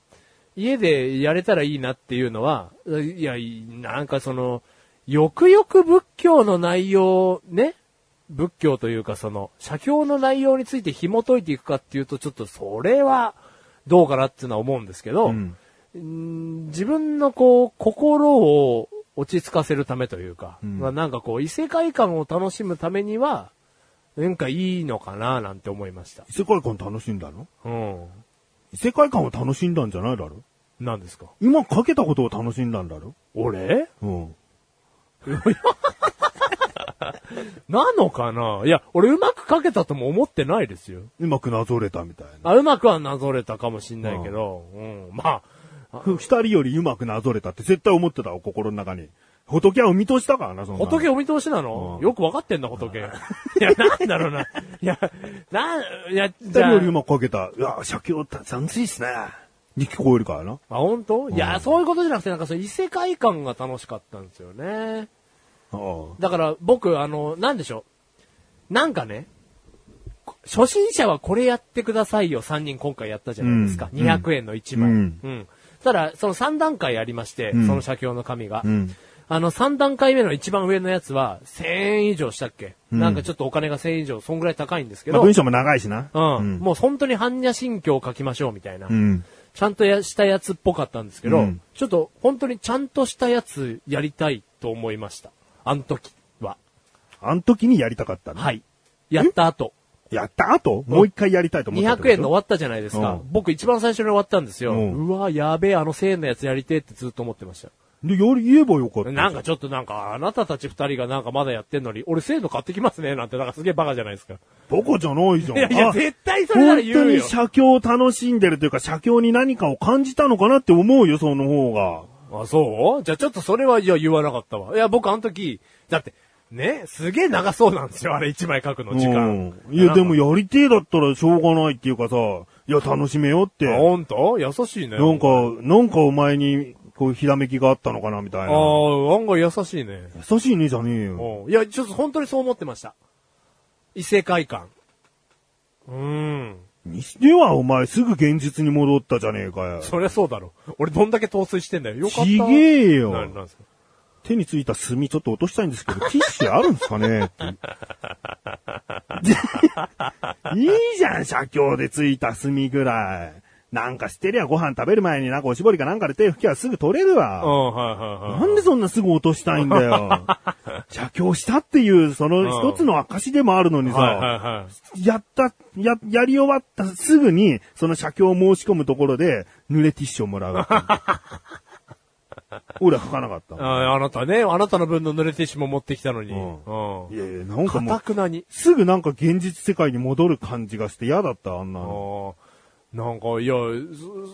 家でやれたらいいなっていうのは、いや、いなんかその、よくよく仏教の内容、ね仏教というかその、写経の内容について紐解いていくかっていうと、ちょっとそれは、どうかなっていうのは思うんですけど、
うん
うん自分のこう、心を落ち着かせるためというか、
ん
まあなんかこう、異世界観を楽しむためには、なんかいいのかななんて思いました。
異世界観楽しんだろ
うん。
異世界観を楽しんだんじゃないだろ
なんですか
うまく書けたことを楽しんだんだろ
俺
うん。
なのかないや、俺うまく書けたとも思ってないですよ。
うまくなぞれたみたいな。
あ、うまくはなぞれたかもしんないけど、うん、まあ、
二人よりうまくなぞれたって絶対思ってたわ、心の中に。仏はお見通しだからな、その。
仏お見通しなの、
うん
よくわかってんだ、仏。いや、なんだろうな。いや、なん、いや、
二
じ
人
ゃあ
より、うまくかけた。いや、写経って楽しいっすね。に聞こえるからな。
あ、本当？いや、そういうことじゃなくて、なんかその異世界観が楽しかったんですよね。
ああ。
だから僕、あの、なんでしょう。なんかね、こ初心者はこれやってくださいよ、3人今回やったじゃないですか。
うん
200円の1枚。
う
うんん。ただ、その3段階ありまして、
ん
その写経の紙が。
うん。
あの、3段階目の一番上のやつは、1000円以上したっけ、なんかちょっとお金が1000円以上、そんぐらい高いんですけ
まあ、
ど、
文章も長いしな。
うん、もう本当に般若心経を書きましょうみたいな。
うん。
ちゃんとやしたやつっぽかったんですけど、
うん
ちょっと本当にちゃんとしたやつやりたいと思いました。あの時は。
あの時にやりたかったの。
はい。やった後。
やった後、もう一回やりたいと思ったってこと。
200円の終わったじゃないですか。
うん
僕一番最初に終わったんですよ。
う
うんわ、やべえ、あの1000円のやつやりてえってずっと思ってまし。
で、より言えばよかったた。
なんかちょっとなんか、あなたたち二人がなんかまだやってんのに、俺1000円の買ってきますね、なんてなんかすげえバカじゃないですか。
バカじゃないじゃん。
いやいや、
あ
絶対それなら
本
言
当
う
に
よ。
写経を楽しんでるというか、写経に何かを感じたのかなって思うよ、その方が。
あ、そうじゃあちょっとそれは、いや、言わなかったわ。いや、僕あの時、だって、ね、すげえ長そうなんですよ、あれ一枚書くの、時間。
うんいや、でも
よ、
やりてえだったらしょうがないっていうかさ、いや、楽しめよって。
ほんと優しいね。
なんか、なんかお前に、こう、ひらめきがあったのかな、みたい
あ
な。
あ、案外優しいね。
優しいね、じゃねえよ。
おういや、ちょっと本当にそう思ってました。異世界観。うーん。
にしては、お前すぐ現実に戻ったじゃねえかよ。
そりゃそうだろ。俺どんだけ陶酔してんだよ。よかった。
ちげえよ
ななんですか
手についた炭ちょっと落としたいんです けど、ティッシュあるんですかねっていういいじゃん、写経でついた炭ぐらい。なんかしてりゃご飯食べる前になんかおしぼりかなんかで手拭きはすぐ取れるわ。
うん、はいはいはい。
なんでそんなすぐ落としたいんだ よ。写経したっていう、その一つの証でもあるのに
はいはい
さ、
はい。
やった、や、やり終わったすぐに、その写経を申し込むところで、濡れティッシュをもらうっていう。 俺は書かなかった。
ああなたね、あなたの分の濡れティッシュも持ってきたのに。
うん
うん
いやいや、なんか
か
も
た
う、
くなに。
すぐなんか現実世界に戻る感じがして嫌だった、あんな
あ
の。
ーなんか、いや、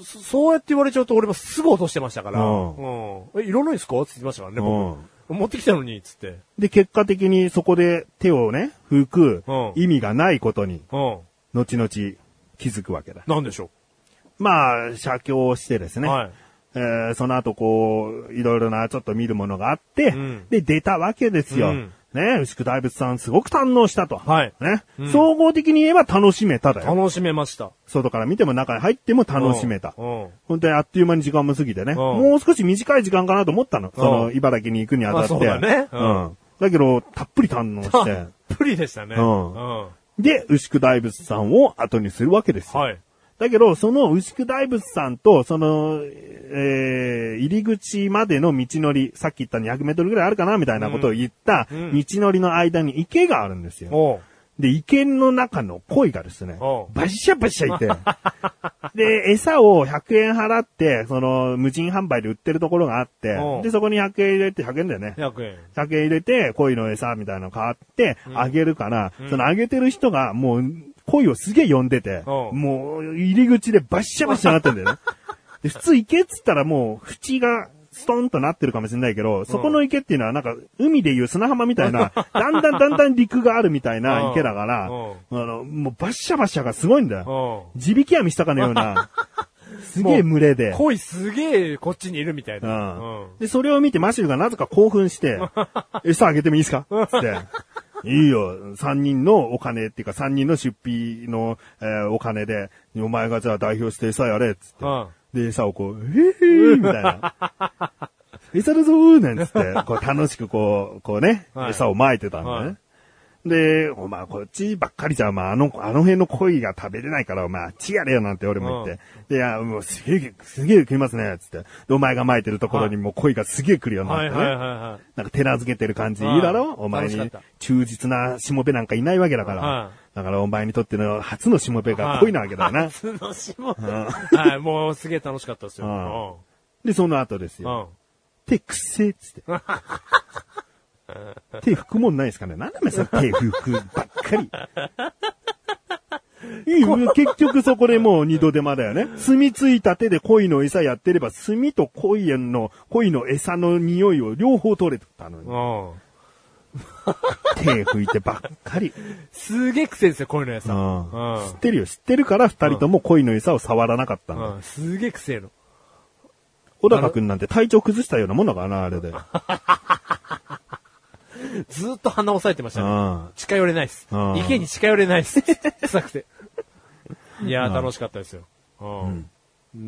そそうやって言われちゃうと俺もすぐ落としてましたから。
うん
うん。え、いらないですかって言ってましたからね、僕。持ってきたのに、つって。
で、結果的にそこで手をね、拭く
うん
意味がないことに、
うん。
後々気づくわけだ。
なんでしょ
まあ、写経をしてです
う。
ね。
はい。
えーその後こう、いろいろなちょっと見るものがあって、
うん
で、出たわけですよ。
うん
ね、牛久大仏さんすごく堪能したと。
はい
ね、総合的に言えば楽しめただよ。
楽しめました。
外から見ても中に入っても楽しめた。
うんうん
本当にあっという間に時間も過ぎてね。もう少し短い時間かなと思ったの。その、茨城に行くにあたって。
まあそうだねう
うんん。だけど、たっぷり堪能
た
して
っ。ぷりでしたね。
うんで、牛久大仏さんを後にするわけですよ。
はい。
だけど、その牛久大仏さんと、その、えー、入り口までの道のり、さっき言った200メートルぐらいあるかな、みたいなことを言った、
う
道
ん
のりの間に池があるんですよ。
おう
で、池の中の鯉がですね
お、う
バシャバシャいて、 で、餌を100円払って、その、無人販売で売ってるところがあって
おう、
で、そこに100円入れて、100円だよね。
100円。
100円入れて、鯉の餌みたいなの買って、あげるから、そのあげてる人が、もう、鯉をすげえ呼んでて、
おう
もう、入り口でバッシャバッシャなってんだ よね。で普通池っつったらもう、縁が、ストンとなってるかもしれないけど、そこの池っていうのはなんか、海でいう砂浜みた いな、だんだんだんだん陸があるみたいな池だから、あ
お
の、もうバッシャバッシャがすごいんだよ。
う
地引き網したかのよ うな、すげえ群れで
ん。。恋すげえこっちにいるみたいうな。
ん。で、それを見てマシュルがなぜか興 奮して、餌あげてもいいですかつって。いいよ、三人のお金っていうか三人の出費の、えーお金で、お前がじゃあ代表して餌やれ、つって。
うん
で、餌をこう、えー、みた いな。餌だぞーなんつって、こう楽しくこう、こうね、
はい
餌を撒いてたんだね。
はい
で、お前こっちばっかりじゃ、まあ、あの、あの辺の鯉が食べれないから、お前あっちやれよなんて俺も言って。で、いや、もうすげえ、すげえ食いますね、つって。で、お前が撒いてるところにもう鯉がすげえ来るようになっ
は
て
い
ね。
はいはいは
なんか手なずけてる感じいいだろ、
はい
お前
楽し
に
かった
忠実なしもべなんかいないわけだから。
は
だからお前にとっての初のしもべ
い。は
が
い
恋なわけだよ な。
初の下 はい、もうすげえ楽しかったですよ。
で、その後です
う
よ。
ん。うん。
手くっせーっつって。手拭くもんないですかねなんでお前その手拭くばっかり。いいよ結局そこでもう二度手間だよね。炭ついた手で鯉の餌やってれば、炭と鯉への、鯉の餌の匂いを両方取れたのに。
うん。
手拭いてばっかり。
すげえ癖ですよ、こういうのやさ。
知ってるよ、知ってるから二人とも鯉の餌を触らなかった
う
の。
ん。うん。すげえ癖の。
小高くんなんて体調崩したようなもんだからな、あれで。
ずーっと鼻押さえてましたね。
あ
近寄れないっす
うん。
池に近寄れないっ す。臭くて。いやー、楽しかったですよ。うん。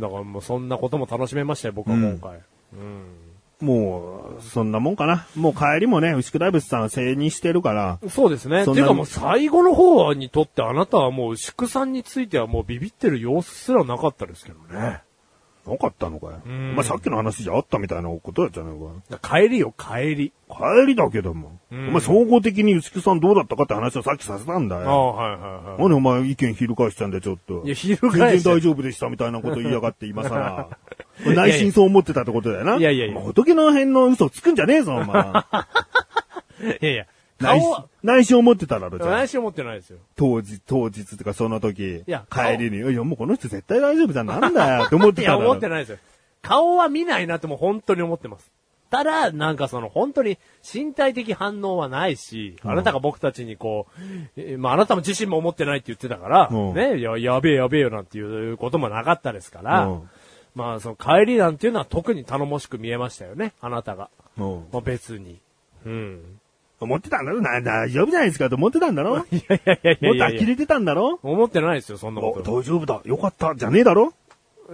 だからもうそんなことも楽しめましたよ、僕は今回。
あもう、そんなもんかな。もう帰りもね、牛久大仏さんは正にしてるから、
そうですね。て
そんな
いうかもう最後の方にとってあなたはもう牛久さんについてはもうビビってる様子すらなかったですけどね。
なかったのかよ。お
ん
前さっきの話じゃあったみたいなことやっちゃね
帰りよ、帰り。
えかよ。帰りだけども。お前総合的に牛久さんどうだったかって話をさっきさせたんだ
ああ、
よ。
はいはいは
何お前意見翻したんだよ、ちょっと。
いや翻し
全然大丈夫でしたみたいなこと言いやがって、今さ ら。内心そう思ってたってことだよな。
いやいやいや
もう仏の辺の嘘つくんじゃねえぞ、お前。
い。いやいや、
内
顔
心
は、、
内心思ってただろ、じゃあ
内心思ってないですよ。
当日、当日ってかその時、
いや
帰りに、いや、もうこの人絶 対大丈夫じゃん、なんだよ、って思って
い
ただ
や、
ろ。
思ってないですよ。顔は見ないなってもう本当に思ってます。ったら、なんかその本当に身体的反応はないし、あなたが僕たちにこう、えまああなたも自身も思ってないって言ってたから、
うん
ね、や、やべえやべえよなんていうこともなかったですから、
うん
まあその帰りなんていうのは特に頼もしく見えましたよね、あなたが。
うん。
まあ別に。うん。
思ってたんだろな、大丈夫 じゃないですかと思ってたんだろもっ
いやいやいやい
と呆れてたんだろ
思ってないですよ、そんなこ
お
と。
大丈夫だ、よかった、じゃねえだろ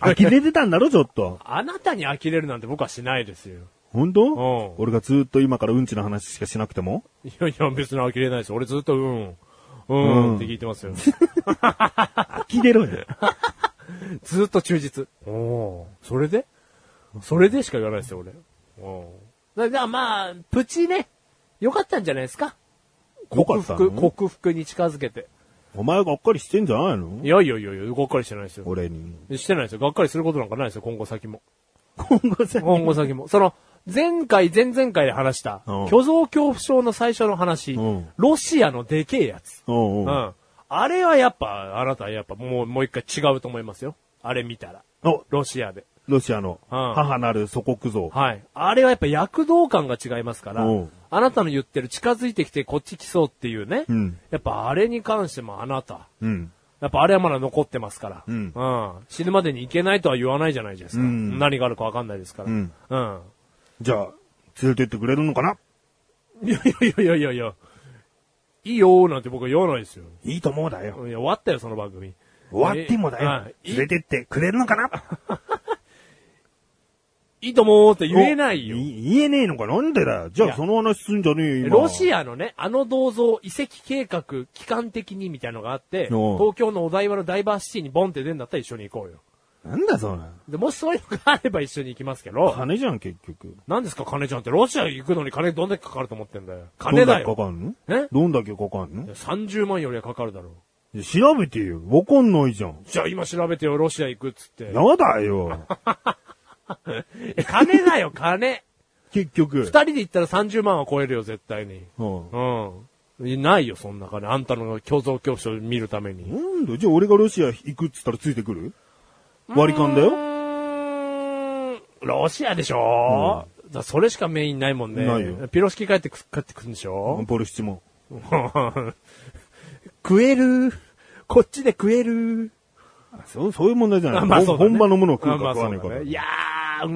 呆れてたんだろ、ちょっと。
あなたに呆れるなんて僕はしないですよ。
本
ん
当俺がずっと今からうんちの話しかしなくても
いやいや、別に呆れないです。俺ずっと、うん。うん、って聞いてますよ。
呆れろ よ。
ずっと忠実。おお。それでそれでしか言わないですよ、俺。おお。だからまあ、プチね、良かったんじゃないですか。
よか
克
った
服、
の
克服に近づけて。
お前がっかりしてんじゃないの
いやいやいやいや、がっかりしてないですよ。
俺に。
してないですよ。がっかりすることなんかないですよ、今後先も。
今後さ、
今後先も。その、前回、前々回で話した、
うん
虚像恐怖症の最初の話
うん、
ロシアのでけえやつ。
おうおう
うん。あれはやっぱ、あなたはやっぱもう、もう一回違うと思いますよ。あれ見たら。
お
ロシアで。
ロシアの
うん
母なる祖国像。
はい。あれはやっぱ躍動感が違いますから
おう、
あなたの言ってる近づいてきてこっち来そうっていうね。
うん
やっぱあれに関してもあなた。
うん。
やっぱあれはまだ残ってますから。
うん
死ぬまでに行けないとは言わないじゃないですか。
うん
何があるかわかんないですから。
うん
うん。
じゃあ、連れてってくれるのかない
やいやいやいやいや。いいよーなんて僕は言わないですよ。
いいと思うだよ。
いや、終わったよ、その番組。
終わってもだ
えは
よ。
い
連れてってくれるのかない
いともーって言えないよ。
言えねえのかなんでだよ。じゃ
い
あ
や
その話すんじゃねえよ、今。
ロシ
ア
アのね、あの銅像遺跡計画、期間的にみたいのがあって、
おう
東京のお台場のダイバーシティにボンって出るんだったら一緒に行こうよ。
なんだそれ。
で、もしそういうのがあれば一緒に行きますけど、
金じゃん、結局。
何ですか金ちゃんって、ロシア行くのに金どんだけかかると思ってんだよ。金だ
どんだけか
よ。
かんの
え
どんだけかかんの
いや30万よりはかかるだろう。
いや調べてよ。わかんないじゃん。
じゃあ今調べてよ、ロシア行くっつって。
やだ よ。
え金だよ、金。
結局。
二人で行ったら30万は超えるよ、絶対に。
うん
うん。いないよ、そんな金。あんたの虚像教師を見るために。
なんだ、じゃあ俺がロシア行くっつったらついてくる割り勘だ
う
よ。
ーんロシアでしょ、だからそれしかメインないもんね。
ないよ
ピロシキ帰ってく、帰ってくるんでしょ、
ボルシチも。
食えるこっちで食える
そう、そういう問題じゃない。
あまあそうだね
本場のものを食う
ま
か
あ
食
まあそ
わないうか
だ
ら。
ね。い
いや
やー、うー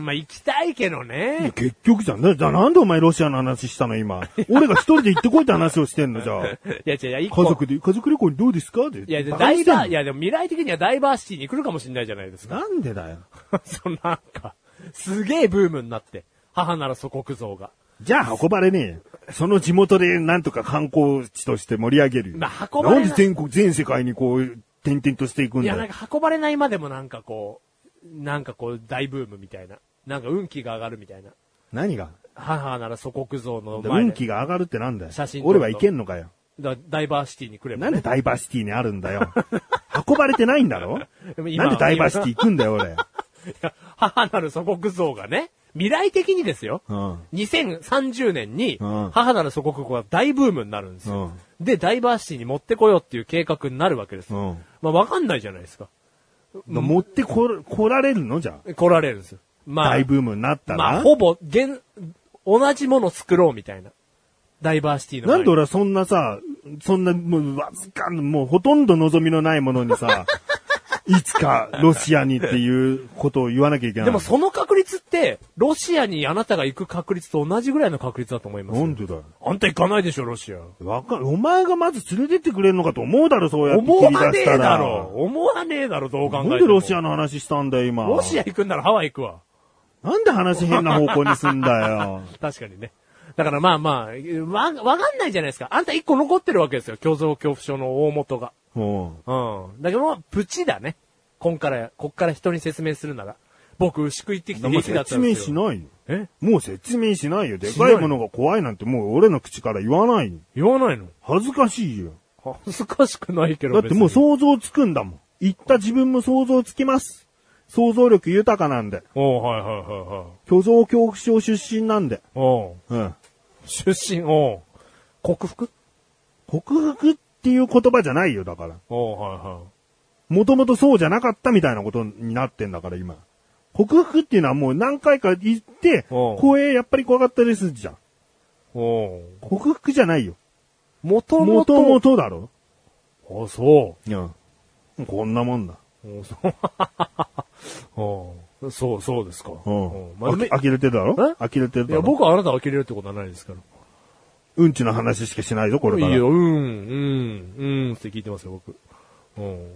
ん、まあ行きたいけどね。
結局じゃん。なじゃあなんでお前ロシアの話したの今。 俺が一人で行ってこいって話をしてんのじゃ あ。
いや違う、いや、一個
家族で、家族旅行にどうですかって。
いや、で
バ
ダ
カに
イ
してん
バ
の
ー、いやでも未来的にはダイバーシティに来るかもしれないじゃないですか。
なんでだよ。
そうなんか、すげえブームになって。母なら祖国像が。
じゃあ運ばれねえ。その地元でなんとか観光地として盛り上げるよ。
まあ運ばれない
なんで全国、全世界にこう、転々としていくん
い
だ
や、
よ。
なんか運ばれないまでもなんかこう、なんかこう大ブームみたいな。なんか運気が上がるみたいな。
何が
母なら祖国像の前で。
運気が上がるってなんだよ
写真。撮ると
俺はいけんのかよ。
だダイバーシティに来れば
なん
ね、
でダイバーシティにあるん だよ。運ばれてないんだろ
でも今
なんでダイバーシティ行くんだよ、
い
俺。
や母なる祖国像がね、未来的にですよ。
うん
2030年に、
うん
母なる祖国語が大ブームになるんですよ。で、ダイバーシティに持ってこようっていう計画になるわけです。
うん
まあ、わかんないじゃないですか。
持ってこら、来られるのじゃあ。
来られるんですよ。まあ、
大ブームになったら。
まあ、ほぼ、現、同じもの作ろうみたいな。ダイバーシティの前
な
に。
んで俺はそんなさ、そんな、もう、わずか、もうほとんど望みのないもの にさ、いつかロシアにっていうことを言わなきゃいけない。
でもその確率って、ロシアにあなたが行く確率と同じぐらいの確率だと思いますよ。
なんでだよ。
あんた行かないでしょ、ロシア。
わかんお前がまず連れてってくれるのかと思うだろ、そうやって
思
切り
わね
出
え
したら。
だろ。思わねえだろ、どう考えても。
なんでロシアの話したんだよ、今。
ロシア行くんならハワイ行くわ。
なんで話変な方向にすん だよ。
確かにね。だからまあまあ、わ、わかんないじゃないですか。あんた一個残ってるわけですよ。虚像恐怖症の大元が。
もう
うん。だけどまあ、プチだね。今から、こっから人に説明するなら。僕、牛久行ってきて
も
平
う
気だった
説
んで
明
す
し
よ。
ないよ。
え
もう説明しないよ。で
しな
か
い
いものが怖いなんてもう俺の口から言わないよ。
言わないの
恥ずかしいよ。
恥ずかしくないけど
だってもう
う。
想像つくんだもん。言った自分も想像つきます。想像力豊かなんで。
おうはいはいはいはい。
虚像恐怖症出身なんで。
おう
うん。
出身、おう克服
克服っていう言葉じゃないよ、だから。
おうはいはい。
もともとそうじゃなかったみたいなことになってんだから、今。克服っていうのはもう何回か言って、
うん
声やっぱり怖かったですじゃん。
お
克服じゃないよ。
もと
も
も
と
と。
もとだろ
あ、そう。
うん。
こんなもんだ。
お そううんそう、そうですか。
うん。
まあめ
あき呆れてるだろ
え
呆れてる
い
だ
や、
ろ
僕はあなたを切れるってことはないですから。
うんちの話しかしないぞ、これ
い
から。
いよ、うん、うん、うんって聞いてますよ、僕。うん。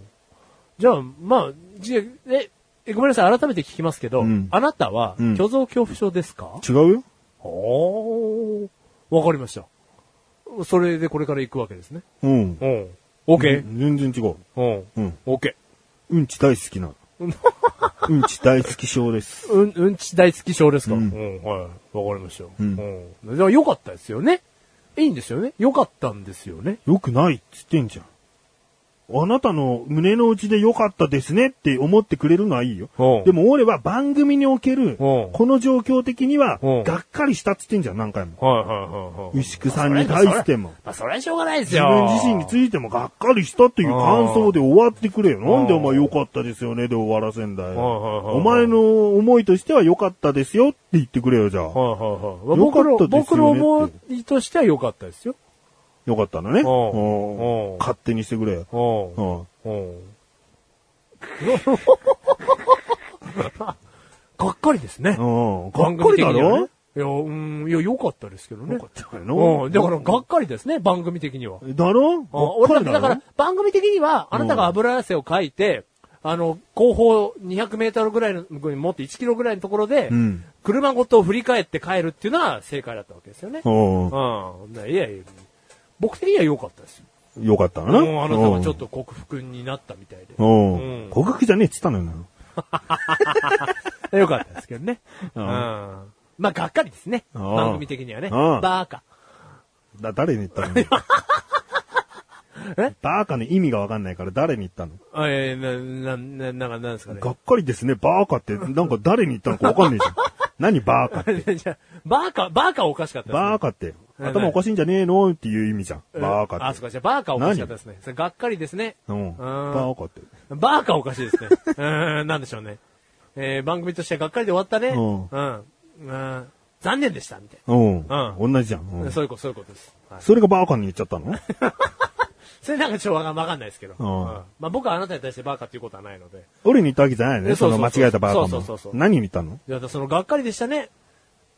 じゃあ、まあ、じゃえ、えごめんなさい、改めて聞きますけど、
うん
あなたは、
うん
虚像恐怖症ですか、
違うよ
おーわかりました。それでこれから行くわけですね。
うん。
うん。OK?
全然違う。
うん。
うん。
OK。
うんち大好 きな。うんち大好き症です。
うん、うんち大好き症ですか、う、
うんん
はい。わかりました。う
うん
ん。だから良かったですよね。いいんですよね。良かったんですよね。
よくないって言ってんじゃん。あなたの胸の内で良かったですねって思ってくれるのはいいよ。
うん
でも俺は番組における、
うん
この状況的には
うん、
がっかりしたって言ってんじゃん、何回も。
はいはいはいはい。
牛久さんに対しても。
まあ、それはしょうがないです
自
よ。
分自身についてもがっかりしたっていう感想で終わってくれよ。
ん
なんでお前良かったですよねで終わらせんだよ。
はいはいはい
お前の思いとしては良かったですよって言ってくれよ、じゃあ。
はいはいはい。僕の、
良かったですよねって
僕の思いとしては良かったですよ。
良かったのね。
ん
うん
うん
勝手にしてくれよ。
うん
う。ん
うん。がっかりですね。
うん。がっ
番
か
組
り
的
だ
にはね
ろ
いや、うん、いや、良かったですけどね。
良かったよな
うん、だから、がっかりですね、番組的には。
だろ
あ俺だ
がっ
って
り
だか
ろ
ら、番組的には、あなたが油汗をかいて、あの、後方200メートルぐらいの、持って1キロぐらいのところで、
うん
車ごと振り返って帰るっていうのは正解だったわけですよね。
う
うん。いやいや、僕的には良かったですよ。
ん。良かったの
もう
な。
あなたはちょっと克服になったみたいで。
うん。
う
うんん。克服じゃねえって言ったのよ。
良かったですけどね。う。
うんん
まあ、がっかりですね。
うん
番組的にはね。
うん
バーカ。
だ、誰に言った の
え
バーカの意味がわかんないから誰に言ったの
あえー、な、な、な、なんかなんですかね。
がっかりですね、バーカって、なんか誰に言ったのかわかんねえじ ゃん。何バーカって。
じゃあバーカ、バーカおかしかったですね。
バーカって、頭おかしいんじゃねえのっていう意味じゃん。バーカ
あ、
っ
そう
て。
か、じゃあバーカおかしかったですね。それがっかりですね。
うん。バーカって。
バーカおかしいですね。うーん、なんでしょうね。えー、番組としてはがっかりで終わったね。
うん
うん。うん。残念でした、みたい
うん。同じじゃん。う
な。
ん
そういうこと、そういうことです。はい。
それがバーカに言っちゃったの
それなんかちょっとわかわかんないですけど。うん
ん。
まあ僕はあなたに対してバーカっていうことはないので。
俺に言ったわけじゃないよ
え
ね。
そ
そう
そう
の
そう
間違えたバーカ
そうそうそうそ
も
う。
何に言ったの
いや、だからそのがっかりでしたね。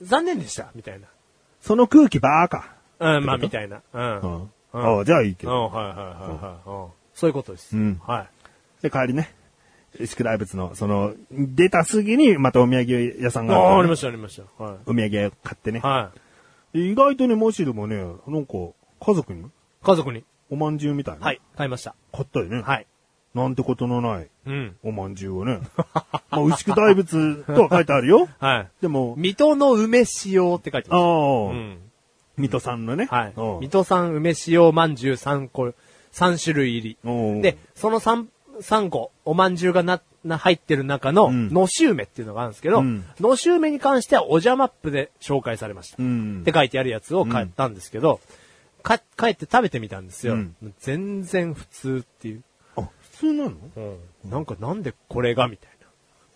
残念でした、みたい
その空気バーカ。
な。うん、まあみたいな。うん。
う
うん
ん。ああ、じゃあいいけ
うん、
ど。
はいはいはいはい。うん。そういうことです。
うん
はい。
で、帰りね。宿大仏の、その、出たすぎにまたお土産屋さん
あ
があるから
あ、
ね
ありました、ありました。は
お土産買ってね
い。。はい。
意外とね、もしでもね、なんか、家族に
家族に。
お饅頭みたいな。
はい。買いました。
買ったよね。
はい。
なんてことのない
うん。
お饅頭をね。 まあ、牛久大仏とは書いてあるよ。
はい。
でも、
水戸の梅塩って書いてます。
ああ、
うん。
水戸さんのね。
はい。
うん
水戸産梅塩まんじゅう3個、3種類入
お
り。
う
で、その3、三個、おまんじゅうがな、な、入ってる中の、
ん
のし梅っていうのがあるんですけど、
うん
のし梅に関してはおじゃマップで紹介されました。
うん
って書いてあるやつを買ったんですけど、か、帰って食べてみたんですよ。
うん
全然普通っていう。
あ、普通なの
なんかなんでこれがみたいな。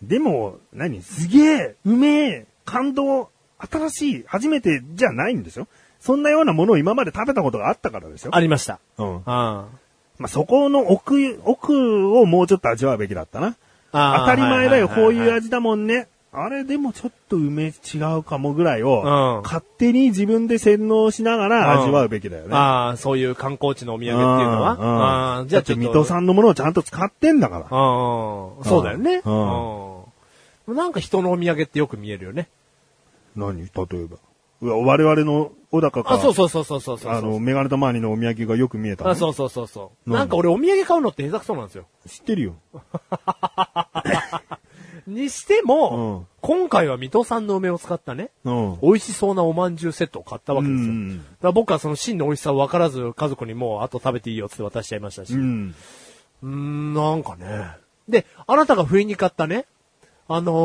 でも、何すげえ、うめえ、感動、新しい、初めてじゃないんでしょそんなようなものを今まで食べたことがあったからでしょ
ありました。
うん。
ああ。
まあ、そこの奥、奥をもうちょっと味わうべきだったな。
あー
当たり前だよ、
はいはいはいはい
こういう味だもんね。あれでもちょっと梅違うかもぐらいを、
うん
勝手に自分で洗脳しながら味わうべきだよね。あ
ああ、そういう観光地のお土産っていうのは、ああ、じ
じ
ゃ
ゃ
あ
あ
ち
ち
ょっと。
ょっと。水戸さんのものをちゃんと使ってんだから。
ああ、そうだよね。
う
うん。なんか人のお土産ってよく見えるよね。
何例えば。うわ我々の小高か
あ、そうそうそうそうそうそう。
あの、メガネたまりのお土産がよく見えたの、
あ、そうそうそうそう。
なん
なんか俺お土産買うのって下手くそなんですよ。
知ってるよ。
にしても、今回は水戸産の梅を使ったね、
うん。
美味しそうなおまんじゅうセットを買ったわけですよ。だ
うん
から僕はその真の美味しさを分からず家族にもうあと食べていいよって渡しちゃいましたし。
うん。
うーん、なんかね。で、あなたが不意に買ったね、あのー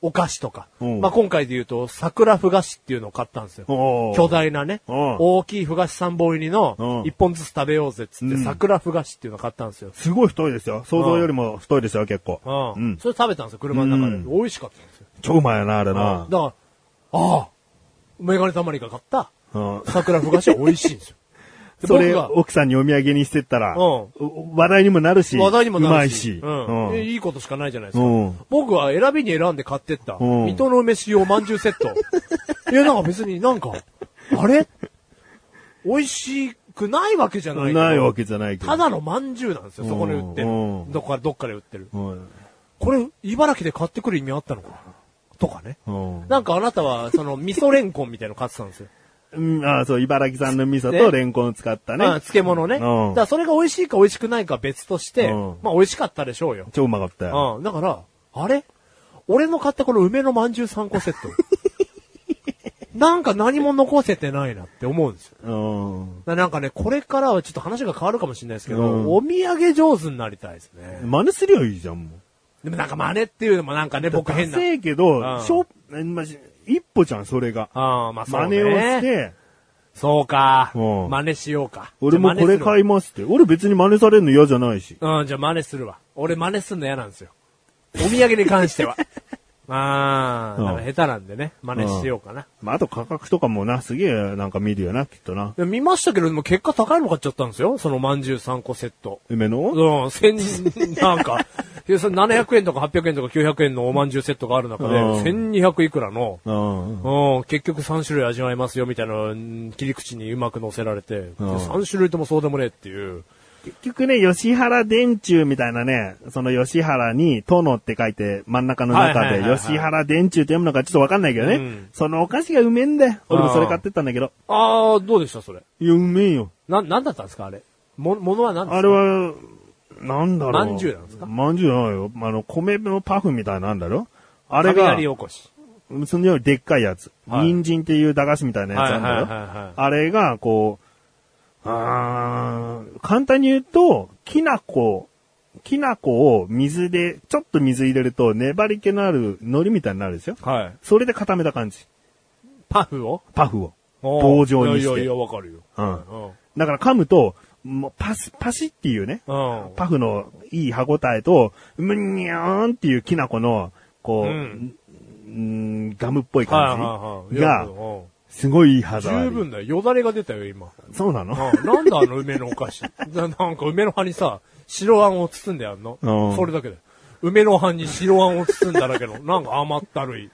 お菓子とか。
うん
まあ、今回で言うと、桜ふ菓子っていうのを買ったんですよ。
おー
巨大なね、
うん
大きいふ菓子三本入りの
う、ん
一本ずつ食べようぜっつって、
うん
桜ふ菓子っていうのを買ったんですよ。
すごい太いですよ。想像よりも太いですよ、結構。
うん。
うん。
それ食べたんですよ、車の中で。
うん
美味しかったんですよ。
超うまいよな、あれ
だ
な。
から、ああ、メガネたまりが買った
うん。
桜ふ菓子は美味しいんですよ。で
それ、
僕が
奥さんにお土産にしてった
う
ら、
ん
お話題にもなるし、
話題にもなるし。
うま
うん
い
で
し。
いいことしかないじゃないです
う
か。
ん。うん。
僕は選びに選んで買ってった、
うん
水戸の梅塩まんじゅうセッ ト。いや、なんか別になんか、あれ美味しくないわけじゃないけど
ないわけじゃないけど。
ただのまんじゅうなんですよ、そこで売ってる
うん。
どっか、どっかで売ってる。
うん、
これ、茨城で買ってくる意味あったのかなとかね。
うん。
なんかあなたは、その、味噌レンコンみたいなの買ってたんですよ。
うん、あそう、茨城産の味噌
ね
とレンコンを使った
ね、
ね。
漬物ね。
うん
だからそれが美味しいか美味しくないかは別として、
うん
まあ美味しかったでしょうよ。
超うまかったよ。
うん。だから、あれ俺の買ったこの梅のまんじゅう3個セッ ト。なんか何も残せてないなって思うんですよ。
うん。
だからなんかね、これからはちょっと話が変わるかもしれないですけど、
うん
お土産上手になりたいですね。
真似すりゃいいじゃん、も
で
う。
もなんか真似っていうのもなんかね、僕変な
せ。えけ
う
ど、
ん
しょ、まじ、一歩じゃん、それが。
ああ、まあそう
真
ね。
似をして、
そうか。
うん
真似しようか。
俺もこれ買い
い。
ますって。俺別に真似されるの嫌じゃないし。
うん、じゃあ真似するわ。俺真似すんの嫌なんですよ。お土産に関して は。ああ、なんか下手なんでね、真似しようかな。
まあ、あと価格とかもな、すげえなんか見るよな、きっとな。
でも見ましたけど、でも結果高いの買っちゃったんですよ。そのまんじゅう3個セット。
梅の
うん、千、なんか、いやそれ700円とか800円とか900円のおまんじゅうセットがある中で、
うん
1200いくらの、
うん。
うん、結局3種類味わえますよ、みたいなうん切り口にうまく乗せられて、
ん
3種類ともそうでもねえっていう。
結局ね、吉原電柱みたいなね、その吉原に、殿って書いて真ん中の
はい
中
はい
で
はいはい、
吉原電柱って読むのかちょっとわかんないけどね。
うん
そのお菓子がうめえんだよ。俺もそれ買ってったんだけど。
ああ、どうでした、それ。
いや、うめえよ。
な、なんだったんですか、あれ。も、ものは何ですか
あれは、なんだろう。
まんじゅうなんですか
まんじゅうじゃないよ。あの、米のパフみたいなんだろあれが
雷、起こし。
そのよりでっかいやつ。
はい
人参っていう駄菓子みたいなやつなんだよ。
はいはいはいはい
あれが、こう、あー簡単に言うと、きな粉、きな粉を水で、ちょっと水入れると粘り気のある海苔みたいになるんですよ。
はい。
それで固めた感じ。
パフを
パフを。
おー
棒状にして。
いやいやいや、わかるよ。
うん。
うん。
だから噛むと、もうパス、パシっていうね、
うん。
パフのいい歯応えと、むにゃーんっていうきな粉の、こう、
う
うんん、ガムっぽい
はい
感
はいはい
じ
いや
が、
うん
すごいいい歯触り。
十分だよ。よだれが出たよ、今。
そうなの
うんなんだあの梅のお菓子。 ななんか梅の葉にさ、白あんを包んであんの。
うん
それだけで。梅の葉に白あんを包んだだけの。 なんか甘ったるい。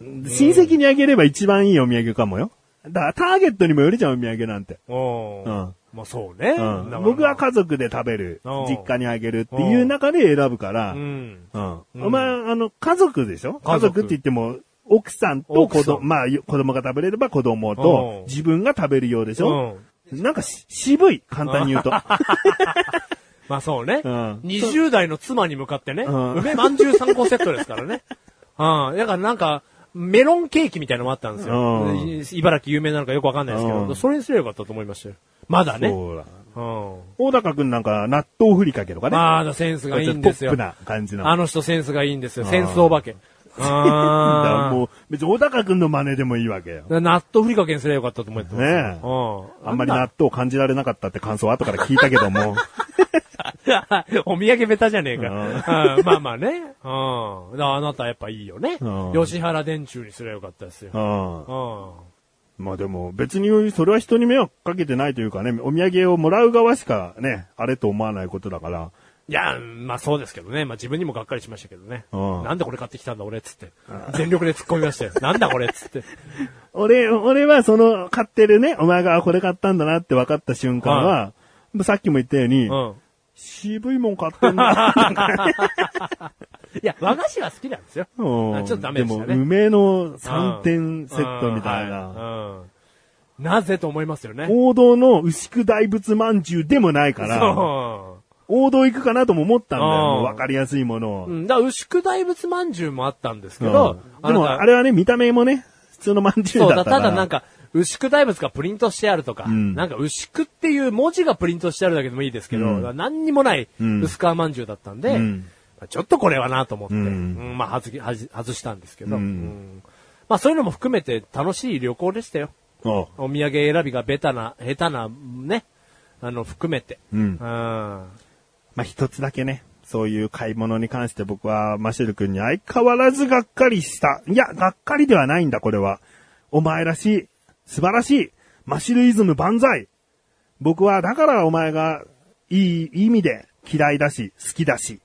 親戚にあげれば一番いいお土産かもよ。だからターゲットにもよりじゃん、お土産なんて。
うん。
うん
まあそうね。
うん
だから
僕は家族で食べる
うん、
実家にあげるっていう中で選ぶから、
う
うん
ん。
お前、あの、家族でしょ
家
家
族
族って言っても、奥さんと
奥
子
さん
供、まあ、子供が食べれれば子供
う
と
ん、
自分が食べるようでしょ、なんかし渋い、簡単 に言うと。
まあそうね。
うん
20代の妻に向かってね。
うん
梅まんじゅう3個セットですからね。うん。だからなんか、メロンケーキみたいなのもあったんですよ。
うん
い茨城有名なのかよくわかんないですけど、
うん
それにすればよかったと思いましたよ。まだね。
そうだ
うん。
大高くんなんか、納豆ふりかけとかね。
まだセンスがいいんですよ。
ちょっとポップな感じの。
あの人センスがいいんですよ。センスお化 け。
だから
あ
もう、別に大高くんの真似でもいいわけよ。
あ。納豆ふりかけにすればよかったと思ってます。
ねえ
うん。
あんまり納豆感じられなかったって感想は後から聞いたけど も。
お土産ベタじゃねえ
う
か。うんまあまあね。うん。だからあなたやっぱいいよね
うん。
吉原電柱にすればよかったですよ。
う。
うんん。
まあでも別にそれは人に迷惑かけてないというかね、お土産をもらう側しかね、あれと思わないことだから。
いや、まあそうですけどね。まあ自分にもがっかりしましたけどね。
うん
なんでこれ買ってきたんだ俺っつって。全力で突っ込みましたよ。なんだこれっ つって。
俺、俺はその買ってるね、お前がこれ買ったんだなって分かった瞬間は、さっきも言ったように、
うん。
渋いもん買ってんな。
いや、和菓子は好きなんですよ。
うん
あちょっとダメでしたね
も、梅の3点セットみたい
うん
な。
はいうんなぜと思いますよね。
王道の牛久大仏饅頭でもないから、
そ
王道行くかなとも思ったんだよ。
うん
もう分かりやすいものを
う。う。ん、だから牛久大仏饅頭もあったんですけ
うん
ど、
でも、あ
れ
れはね、見た目もね、普通の饅頭
そう
だ
だ、
ったから。
ただなんか、牛久大仏がプリントしてあるとか、
ん
なんか牛久っていう文字がプリントしてあるだけでもいいですけど、
うん
何にもない
うん
薄皮饅頭だったんで、
うん
ちょっとこれはなと思って、
うん
うんまあ外き外外したんですけど、
うん
うんまあそういうのも含めて楽しい旅行でしたよ。
あ
お土産選びがベタな、下手な、ね、あの、含めて。
うん
うん
まあ、一つだけね、そういう買い物に関して僕はマシュル君に相変わらずがっかりした。いや、がっかりではないんだ、これは。お前らしい。素晴らしい。マシュルイズム万歳。僕は、だからお前が、いいいい意味で嫌いだし、好きだし、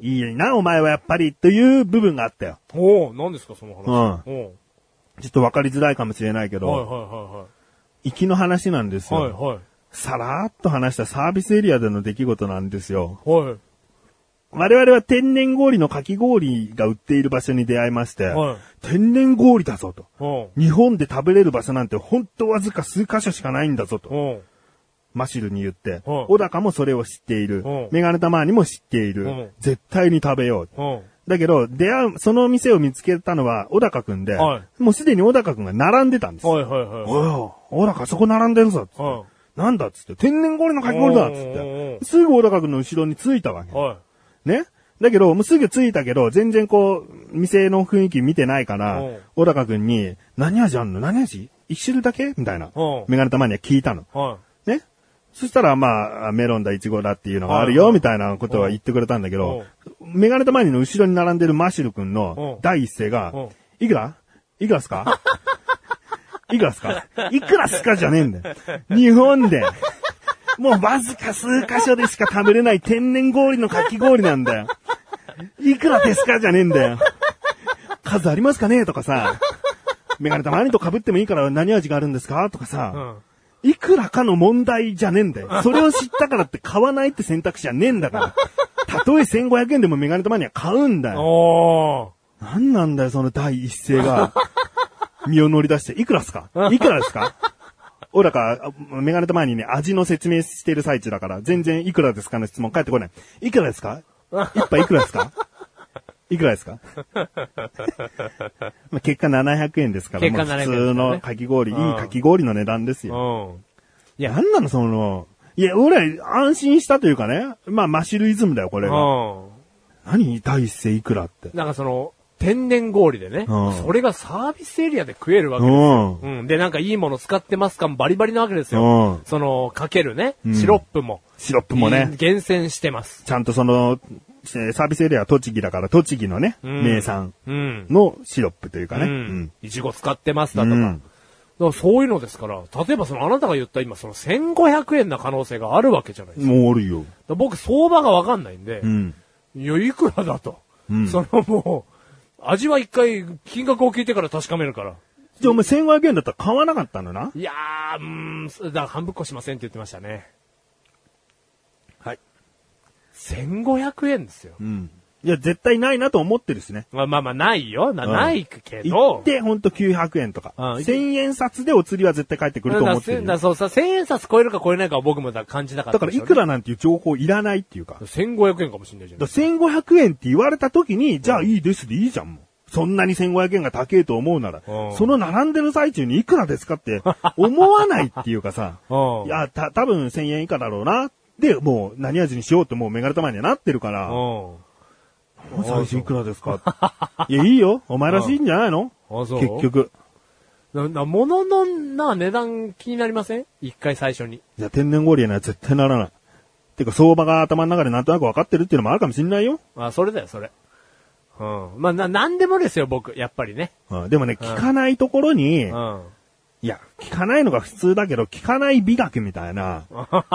いいな、お前はやっぱり、という部分があったよ。
おお何ですか、その話。うん。
ちょっとわかりづらいかもしれないけ
はいはい
ど、
は
行きの話なんです
い
よ。
はい。はい
さらーっと話したサービスエリアでの出来事なんですよ。
はい。はい。
我々は天然氷のかき氷が売っている場所に出会いまして、
はい
天然氷だぞと。
うん。
日本で食べれる場所なんてほんとわずか数箇所しかないんだぞと、
うん。
マシルに言って、
はい
小高もそれを知ってい
う
る
ん、
メガネタマーにも知っている、
うん
絶対に食べよう。
うん。
だけど、出会う、その店を見つけたのは小高くんで、
は
もうすでに小高くんが並んでたんです。
はいはいはい。
おいおい小高そこ並んでるぞっつって、
は
なんだっつって、天然氷のかき氷だっつっ
おーおーおー
て、すぐ小高くんの後ろについたわけ
い。。は
ね。だけど、もうすぐ着いたけど、全然こう、店の雰囲気見てないから
うん、
小高くんに、何味あんの何味一種類だけみたいな
うん。
メガネたまには聞いたの。
い。は
ね。そしたら、まあ、メロンだ、イチゴだっていうのがある
は
よ、
い
みたいなことは言ってくれたんだけど、メガネたまにの後ろに並んでるマシルくんの
うん
第一声が
うん、
いくらいくらっすかいくらっすかいくらっすかじゃねえんだよ。日本で。もうわずか数箇所でしか食べれない天然氷のかき氷なんだよ。いくらですかじゃねえんだよ。数ありますかねとかさ。メガネたまにと被ってもいいから何味があるんですかとか
い。うん
さ。。いくらかの問題じゃねえん だよ。それを知ったからって買わないって選択肢はねえんだから。たとえ1500円でもメガネたまには買うんだよ。
おー。
なんなんだよ、その第一声 が。身を乗り出して、いくらっすかいくらですかおらか、あメガネたまにね、味の説明してる最中だから、全然いくらですかの質問返ってこない。いくらですか一杯いくらですかいくら ですかまあ結果700円ですから、
結果
もう
700
普
円ですから
通
ね
のかき氷、いい
うん
かき氷の値段ですよ。
うん。
いや、なんなの、その、いや、俺、安心したというかね、まあ、マシルイズムだよ、これが。
うん。
何第一声いくらって。
なんかその、天然氷でね、
うん
それがサービスエリアで食えるわ
う
けですよ。
ん。
うん。で、なんかいいもの使ってますかバリバリなわけですよ。
うん。
その、かけるね、
ん
シロップも。
シロップもね、
厳選してます。
ちゃんとその、えーサービスエリアは栃木だから、栃木のね、
うん
名産
うん。
のシロップというか
う
ね。
ん。いちご使ってますだ
う
と
ん
か。だからそういうのですから、例えばそのあなたが言った今その1500円な可能性があるわけじゃないですか。
もうおるよ。
だから僕相場がわかんないんで、
うん。
いや、いくらだと。
ん
そのもう、味は一回金額を聞いてから確かめるから。
じゃあお前1500円だったら買わなかったのない
やー、うーん、だから半分こしませんって言ってましたね。
はい。
1500円ですよ。
うん。いや、絶対ないなと思ってるしね。
まあまあまあ、ないよ。な,、
うん
ないけ
行
ど
っ。て、ほんと900円とか。
うん
1000円札でお釣りは絶対返ってくると思って
だからだ
るよ。
からそうさ、1000円札超えるか超えないかは僕もだから感じなかった
だ
で
から、
しょ
いう
ね、
くらなんていう情報いらないっていうか。
?1500 円かもしれないじゃ
だ
ん。
1500円って言われた時に、じゃあいいですでいいじゃん、もう。そんなに1500円が高えと思うなら、
うん
その並んでる最中にいくらですかって 思わないっていうかさ、
うん
いや、た、多分1000円以下だろうな。で、もう何味にしようってもうメガネ玉にはなってるから、も
う
う最初いくらですかいや、いいよ。お前らしいんじゃないの
ん。あ、そう。
結。局。
な、な、物のな、値段気になりません一回最初に。
じゃあ天然氷には絶対ならない。てか相場が頭の中でなんとなく分かってるっていうのもあるかもしんないよ。
あ、それだよ、それ。うん。まあ、な、なんでもですよ、僕。やっぱりね。
うん、でもね、聞かないところに、
うん。
いや、聞かないのが普通だけど、聞かない美学みた いな、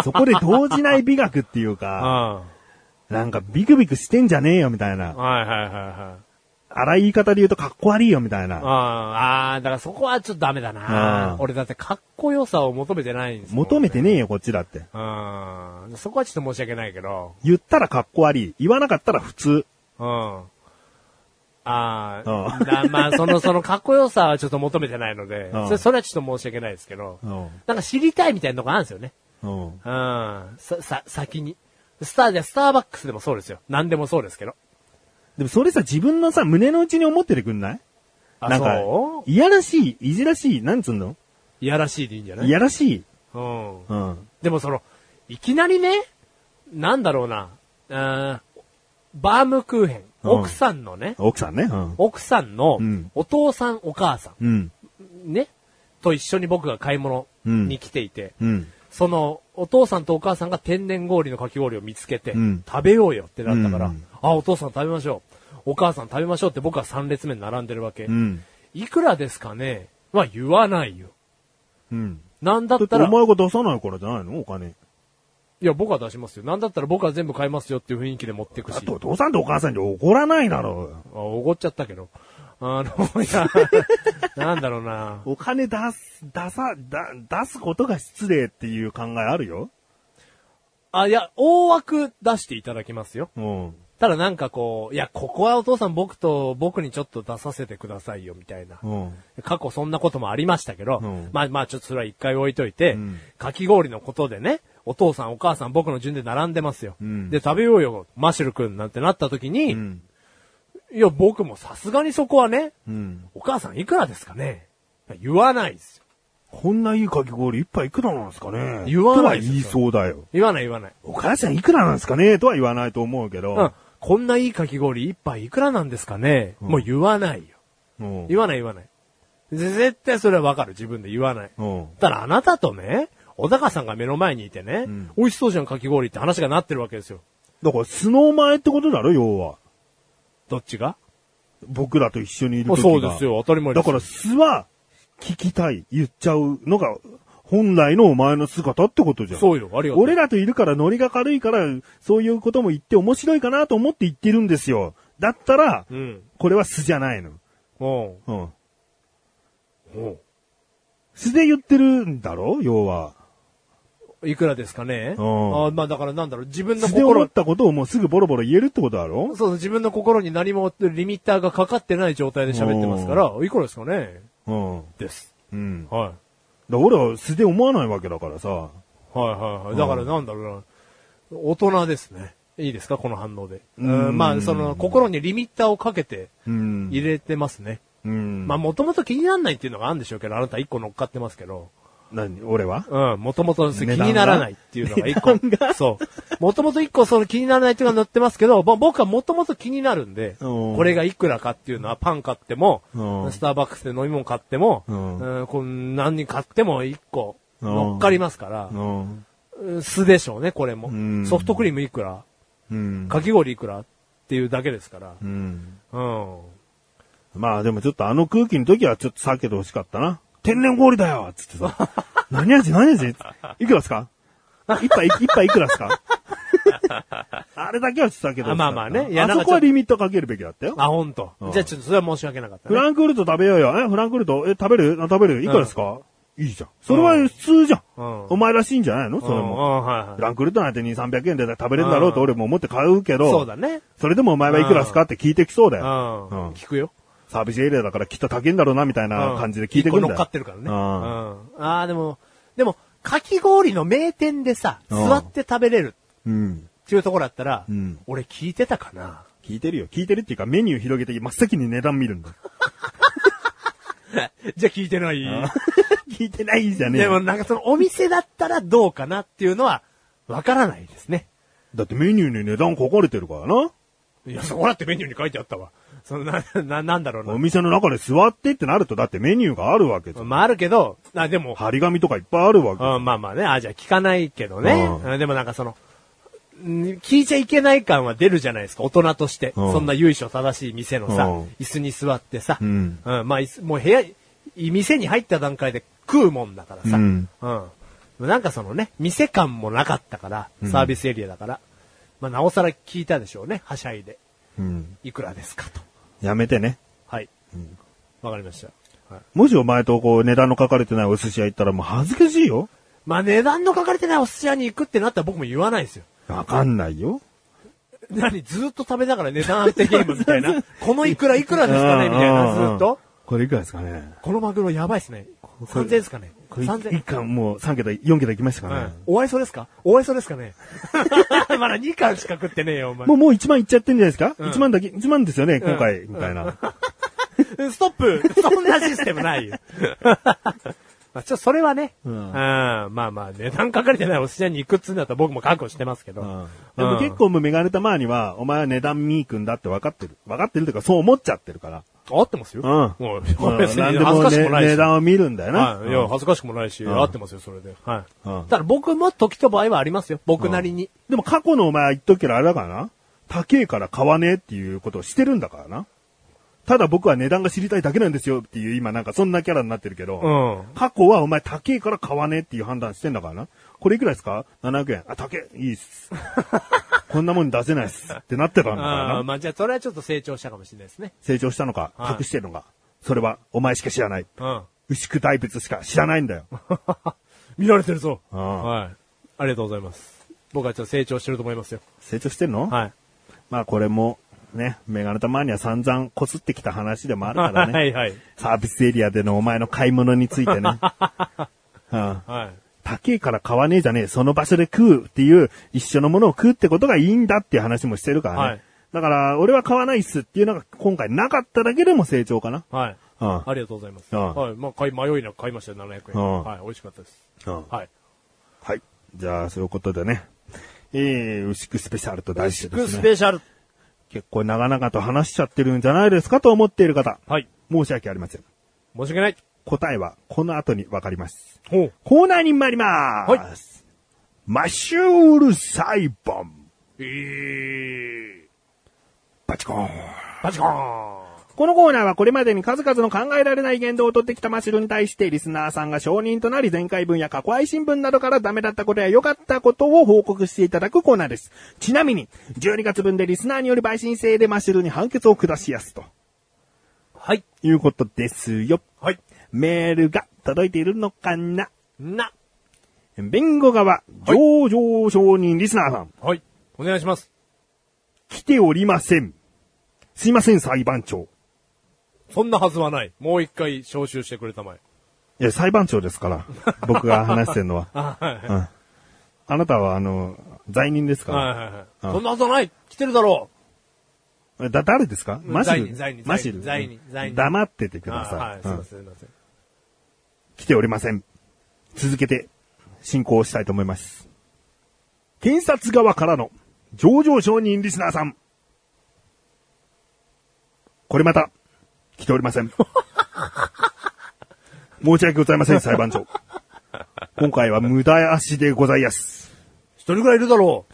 そこで動じない美学っていう
うん。
か、
は
なんかビクビクしてんじゃねえよみたい
い
な、
はいはいはい。
荒い言い方で言うとかっこ悪いよみたいな、
ああー、だからそこはちょっとダメだな。
うん
俺だってかっこよさを求めてないんですもん
求めてねえよこっちだって。
うん。そこはちょっと申し訳ないけど。
言ったらかっこ悪い、言わなかったら普通。
うん。あ
う
あ
ん、
だまあ、その、そのかっこよさはちょっと求めてないので、
うん
それそれはちょっと申し訳ないですけど、
うん
なんか知りたいみたいなとこあるんですよね。
うん
うん。さ、さ、先に。スターで、スターバックスでもそうですよ。何でもそうですけど。
でもそれさ、自分のさ、胸の内に思っててくんない
あ
なんか
そ、
いやらしい、いじらしい、なんつうんの
いやらしいでいいんじゃない
いやらしい。
うん。
うん。
でもその、いきなりね、なんだろうな、うーんバームクーヘン、
うん
奥さんのね、
奥さんね。うん。
奥さんの
うん
お父さんお母さ
うん。
ん、ね、と一緒に僕が買い物に来ていて、
うん。
その、お父さんとお母さんが天然氷のかき氷を見つけて、
うん
食べようよってなったから、
うん
あ、お父さん食べましょう。お母さん食べましょうって僕は3列目に並んでるわけ。
うん。
いくらですかねは言わないよ。
うん。
なんだ
だ
っ
って
た
お
ら、
前が出さないからじゃないのお金。
いや、僕は出しますよ。なんだったら僕は全部買いますよっていう雰囲気で持ってく
だっ。
して
お父さんとお母さんに怒らないだろうよ。
あおごっちゃったけど。あの、い や、なんだろうな。
お金出す、出さ、だ出すことが失礼っていう考えあるよ。
あ、いや、大枠出していただきますよ。
うん。
ただなんかこう、いや、ここはお父さん僕と、僕にちょっと出させてくださいよ、みたいな。
うん。
過去そんなこともありましたけど、
うん
まあまあちょっとそれは一回置いといて、
うん
かき氷のことでね、お父さんお母さん僕の順で並んでますよ。
うん
で、食べようよ、マシュル君なんてなった時に、
うん。
いや、僕もさすがにそこはね、
うん。
お母さんいくらですかね言わないですよ。
こんないいかき氷一杯いくらなんですかね
言わない
とは
ですよ
言いそうだよ。
言わない言わない。
お母さんいくらなんですかねとは言わないと思うけ
うん
ど。。
こんないいかき氷一杯いくらなんですかね、
うん
もう言わないよ。
うん。
言わない言わない。ぜ絶対それはわかる。自分で言わない。
うん。
ただあなたとね、小高さんが目の前にいてね、
うん
美味しそうじゃんかき氷って話がなってるわけですよ。
だから、スノー前ってことだろ要は。
どっちが
僕らと一緒にいる
まあ
時
そ
が。
うです。よ、当たり前で
だ
す。
から、素は、聞きたい、言っちゃうのが、本来のお前の姿ってことじゃん。
そうよ、ありがとう。
俺らといるからノリが軽いから、そういうことも言って面白いかなと思って言ってるんですよ。だったら、
うん。
これは素じゃないの。
も
うん。
う、も
素で言ってるんだろ要は。
う、いくらですかね
うん
あまあだからなんだろう、自分の
素で思
心
っ、たことをもうすぐボロボロ言えるってことだろ
そう、自分の心に何もリミッターがかかってない状態で喋ってますから、いくらですかね
うん。
です。
うん。だか
は
ら俺は素で思わないわけだからさ。
い。はいはいはい。だからなんだろうな、大人ですね。いいですかこの反応で。
うん
うんまあ、その、心にリミッターをかけて
うん。
入れてますね。
うん。
まあ、もともと気にならないっていうのがあるんでしょうけど、あなた一個乗っかってますけど。
何俺は
うん、もともと気
値段が
にならないっていうのが一個。そう。もともと一個その気にならないっていうのが載ってますけど、ぼ僕はもともと気になるんで、
うん
これがいくらかっていうのはパン買っても
う、ん
スターバックスで飲み物買っても、
うん
うんこん何に買っても一個
うん
乗っかりますから、
うん。
うん素でしょうね、これも、
うん
ソフトクリームいくら
うん。
かき氷いくらっていうだけですから。
うん。
うん。
まあでもちょっとあの空気の時はちょっと避けてほしかったな。天然氷だよっつ ってさ。何味何味いくらっすか一杯、一杯いくらっ すかあれだけはちょっと避けて
あ
ほしかったな。
まあまあねいや
あ
なんか
そこはリミットかけるべきだったよ。
あ、ほんと
う。ん
じゃあちょっとそれは申し訳なかった
フ
ね。
ランクフルト食べようよ。え、フランクフルト、え、食べるあ食べるいくらですか、いいじゃん。それは普通じゃん。
うん
お前らしいんじゃないの
う
そ
ん、う
れ
ん、
も。
はいはい
フランクフルトなんて2、300円で食べれるんだろうと俺も思って買うけど、
そうだね。
それでもお前はいくらですかって聞いてきそうだ
うん。
よ。うん
聞くよ。
サービスエリアだからきっと高いんだろうなみたいな感じで聞いてくるん
一個乗
だよ。
っかってるからね。うん。
うん
ああー、でも、でも、かき氷の名店でさ、
うん
座って食べれる
うん。
っていうところだったら、
うん
俺聞いてたか な。
聞いてるよ。聞いてるっていうかメニュー広げて真っ先に値段見 るんだ。
じゃあ聞いてない。
聞いてないじゃねえ
でも
よ。
なんかそのお店だったらどうかなっていうのは、わからないですね。
だってメニューに値段書かれてるからな。
いや、そこだってメニューに書いてあったわ。そのな、な、なんだろう
お店の中で座ってってなるとだってメニューがあるわけじゃ
な。
ん。
まああるけど、あ、でも、
張り紙とかいっぱいあるわけ。
うん、まあまあね、あ、じゃあ聞かないけどね。
うん
うんでもなんかその、ん聞いちゃいけない感は出るじゃないですか、大人として。
うん
そんな由緒正しい店のさ、
うん
椅子に座ってさ、
うん
まあ椅子、もう部屋、い店に入った段階で食うもんだからさ、
うん
うんなんかそのね、店感もなかったから、サービスエリアだから、まあなおさら聞いたでしょうね、はしゃいで。
うん。
いくらですかと。
やめてね。
はい。わ、かりました。はい
もしお前とこう値段の書かれてないお寿司屋行ったらもう恥ずかしいよ。
まあ値段の書かれてないお寿司屋に行くってなったら僕も言わないですよ。
わかんないよ。
何ずっと食べながら値段当てゲームみ たいな。このいくらいくらですかねみたいな、ずっと。
これいくらですかね
このマグロやばいっすね。3000ですかね
これい
?3000
一。巻もう3桁、4桁いきましたか
う
ね、
んお愛想ですかお愛想ですか ねまだ2巻しか食ってねえよ、お前
も。うもう1万いっちゃってんじゃないですか、
ん
?1 万だけ、1万ですよね、
ん
今回、みたいな。
ストップそんなシステムないよ。まあちょっとそれはね、
う
うんん、まあまあ、値段書かれてないお寿司屋に行くっつうんだったら僕も覚悟してますけど。
うん
でも結
構、
構もうメガネたまには、お前は値段見ーくんだって分かってる。分かってるというか、そう思っちゃってるから。
合ってますよ。
うん
もう
うん
別に 恥
何で
ず
も
かし
ね
くもないし。
値段を見るんだよな。
はい。いや、恥ずかしくもないし、合ってますよ、それで。は
うん
い。ただ僕も時と場合はありますよ。僕なりに。
でも過去のお前は言っとくけどあれだからな。高えから買わねえっていうことをしてるんだからな。ただ僕は値段が知りたいだけなんですよっていう今なんかそんなキャラになってるけど。
うん。
過去はお前高えから買わねえっていう判断してんだからな。これいくらですか ?700 円。あ、高え。いい っす。こんなもん出せないっす。ってなってたんだから
あ
な
あ、。まあじゃあそれはちょっと成長したかもしれないですね。
成長したのか、
はい
隠してるのか。それはお前しか知らない。
うん。
牛久大仏しか知らないんだよ。
見られてるぞ。
うん
はい。ありがとうございます。僕はちょっと成長してると思いますよ。
成長してんの
はい。
まあこれも、ね、メガネたまには散々こすってきた話でもあるから ね。
はいはい。
サービスエリアでのお前の買い物について ね。うん。
はい。
高えから買わねえじゃねえ、その場所で食うっていう、一緒のものを食うってことがいいんだっていう話もしてるからね。
はい
だから、俺は買わないっすっていうのが今回なかっただけでも成長かな。
はい。
うん
ありがとうございます。
うん
はい。まあ、買い、迷いなく買いましたよ、700
う
円。
ん
はい。美味しかったです。
うん
はい。
はい。じゃあ、そういうことでね。えー、牛久スペシャルと題してです
ス
ね。
ペシャル。
結構長々と話しちゃってるんじゃないですかと思っている方。
はい。
申し訳ありません。
申し訳ない。
答えはこの後にわかります。
ほう。
コーナーに参ります。
はい
マシュール裁判。
えー。
バチコーン。
バチコーン。
このコーナーはこれまでに数々の考えられない言動をとってきたマシュルに対してリスナーさんが承認となり前回分や過去配信分などからダメだったことや良かったことを報告していただくコーナーです。ちなみに、12月分でリスナーによる陪審制でマシュルに判決を下しやすと
はい。
いうことですよ。
はい。
メールが届いているのかな
な。
弁護側、上場承認リスナーさん、
はい。お願いします。
来ておりません。すいません、裁判長。
そんなはずはない。もう一回招集してくれたまえ。
いや、裁判長ですから、僕が話してるのは。
あはいはい。
あなたは、あの、罪人です
はい
か
はいはい。
うん
そんなはずはない。来てるだろ
ら。だ、誰ですか
うん
マシ
罪
ル。
人罪人
マシル。
罪人罪人
黙っててく
う。
だ
あはい。す
さ
い
い
ま
うん。
せん。すいません。
来ておりません。続けて、進行したいと思います。検察側からの、上場承認リスナーさん。これまた、来ておりませ ん。申し訳ございません、裁判長。今回は無駄足でございやす。
一人ぐらいいるだろ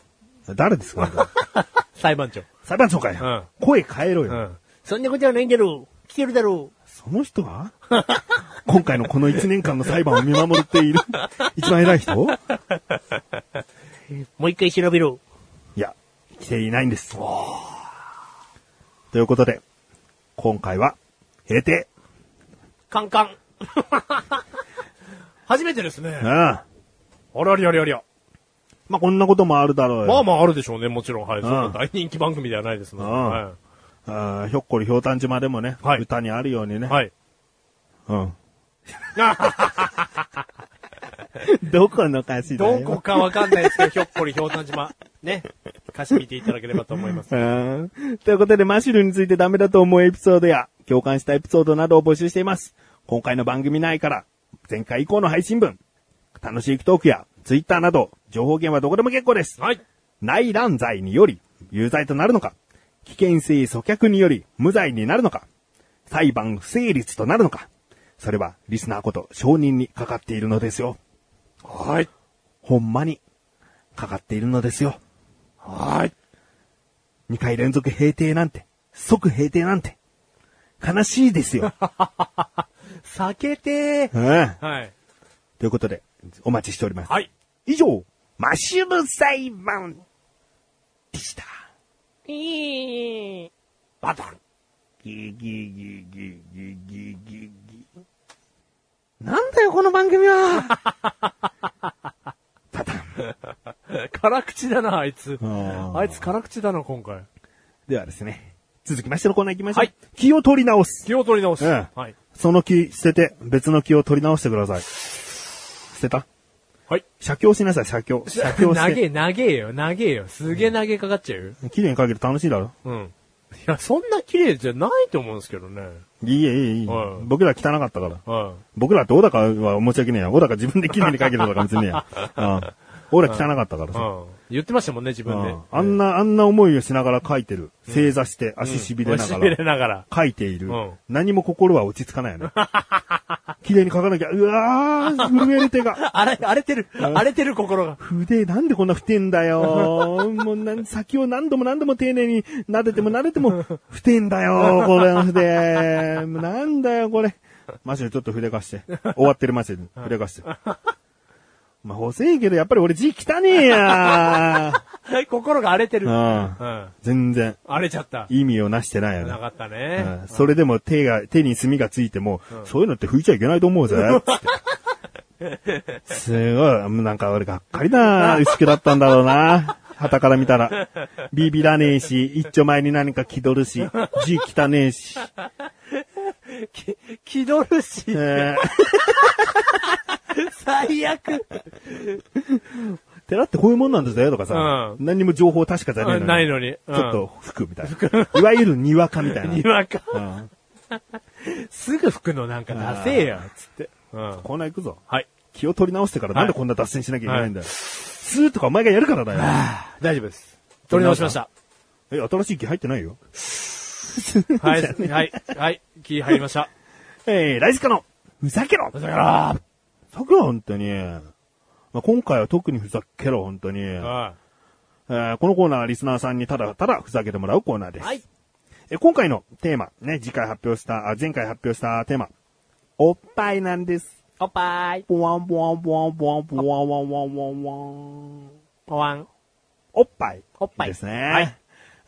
う。
誰ですかあなた
裁判長。
裁判長かよ。声変えろよ。
うん。そんなことはないけど、来てるだろう。
その人は 今回のこの1年間の裁判を見守って いる一番偉い人
もう一回調べろ。
いや、来ていないんです。ということで、今回は閉廷。
カンカン。 初めてですね。
うん。
あ
ま
らりゃりゃりゃ。
あ、こんなこともあるだろうよ。
まあまああるでしょうね、もちろん。はい。
う
そ
ん
んな大人気番組ではないですもん。
うん
は
あーひょっこりひょうたん島でもね、
はい
歌にあるようにね。
い。はい。
うん。どこの歌詞 だ
ど
よ。
こかわかんないですけど、ひょっこりひょうたん島。ね。 歌詞見ていただければと思います。
うんということで、マシュルについてダメだと思うエピソードや、共感したエピソードなどを募集しています。今回の番組内から、前回以降の配信分、楽しいトークや、ツイッターなど、情報源はどこでも結構です。
はい。
内乱罪により、有罪となるのか、危険性阻却により、無罪になるのか、裁判不成立となるのか、それは、リスナーこと、承認にかかっているのですよ。
はい。
ほんまに、かかっているのですよ。
はい。
2回連続閉廷なんて、即閉廷なんて、悲しいです よ。
避けて
うん。
はい。
ということで、お待ちしております。
はい。
以上、マシュル裁判でした。
バトル。
ギギギギギギギギ。
なんだよ、この番組 は。
パタン。
辛口だな、あいつ。
ん
あいつ辛口だな、今回。
ではですね、続きましてのコーナー行きましょ
は
う。
い
気を取り直す。
気を取り直す。
うん
はい。
その気捨てて、別の気を取り直してください。捨てた
はい。
写経しなさい、写経。写経
投
し
げ、
て。
投げよ、投げよ。すげえ投げかかっちゃうよ。
綺麗に書けると楽しいだろ
うん。いや、そんな綺麗じゃないと思うんですけどね。
いいえ、いいえ、いいえ
はい。
僕ら汚かったから。
は
僕らって小高は申し訳ねえや。小高自分で綺麗に書いてたから別にねえ や。うん俺ら汚かったか
い。
ら
う
さ。
ん。言ってましたもんね、自分で。
あんな、あんな思いをしながら書いてる。正座して、足しびれなが
しび
ら
れ。ながら。
書いている
うん。
何も心は落ち着かない よね。綺麗に書かなきゃ。うわー、震える手が。
荒れ、荒れてる。荒れてる心が。
筆、なんでこんな不てんだよ。もうなん、先を何度も何度も丁寧に撫でても撫でても、不てんだよ、これの筆。もうなんだよ、これ。マジでちょっと筆貸して。終わってるマジで。筆貸して。まあ、細いけど、やっぱり俺字汚ねえや。
心が荒れてる。
う
うん。
ん。
荒
全然、
れちゃった。
意味をなしてないよね
な。かった
う
ね
ん。それでも手が、手に墨がついても、そういうのって拭いちゃいけないと思 うぜ。つってすごい、なんか俺がっかりな薄くだったんだろうな。旗から見たら。ビビらねえし、一丁前に何か気取るし、字汚ねえし。
き、気取るし、
えー、
最 悪。
寺ってこういうもんなんだぜとかさ、
う
何にも情報確かじゃねえの
うん
に。
ないのに。
ちょっと服みたいな。いわゆるにわかみたい
うん。
な。
にわか。
うん
すぐ服のなんか出せえよ、つって。うん。
コーナー行くぞ。
はい。
気を取り直してからなんでこんな脱線しなきゃいけないんだよ。スーとかお前がやるからだよ。
大丈夫です。取り直しました。
え、新しい気入ってないよ。
はい、はい、はい、気入りました。
えー、ライスカの、ふざけろふざけろふざけろ、本当に。まあ、今回は特にふざけろ、本当に。え
は
ーこのコーナーはリスナーさんにただただふざけてもらうコーナーです。
はい
えー今回のテーマ、ね、次回発表した、あ、前回発表したテーマ、おっぱいなんです。
おっぱい。
ボワンボワンボワンボワンボワンボワンボワンボワンボワン。
ぽわん。
おっぱい。
おっぱい
ですね。はい。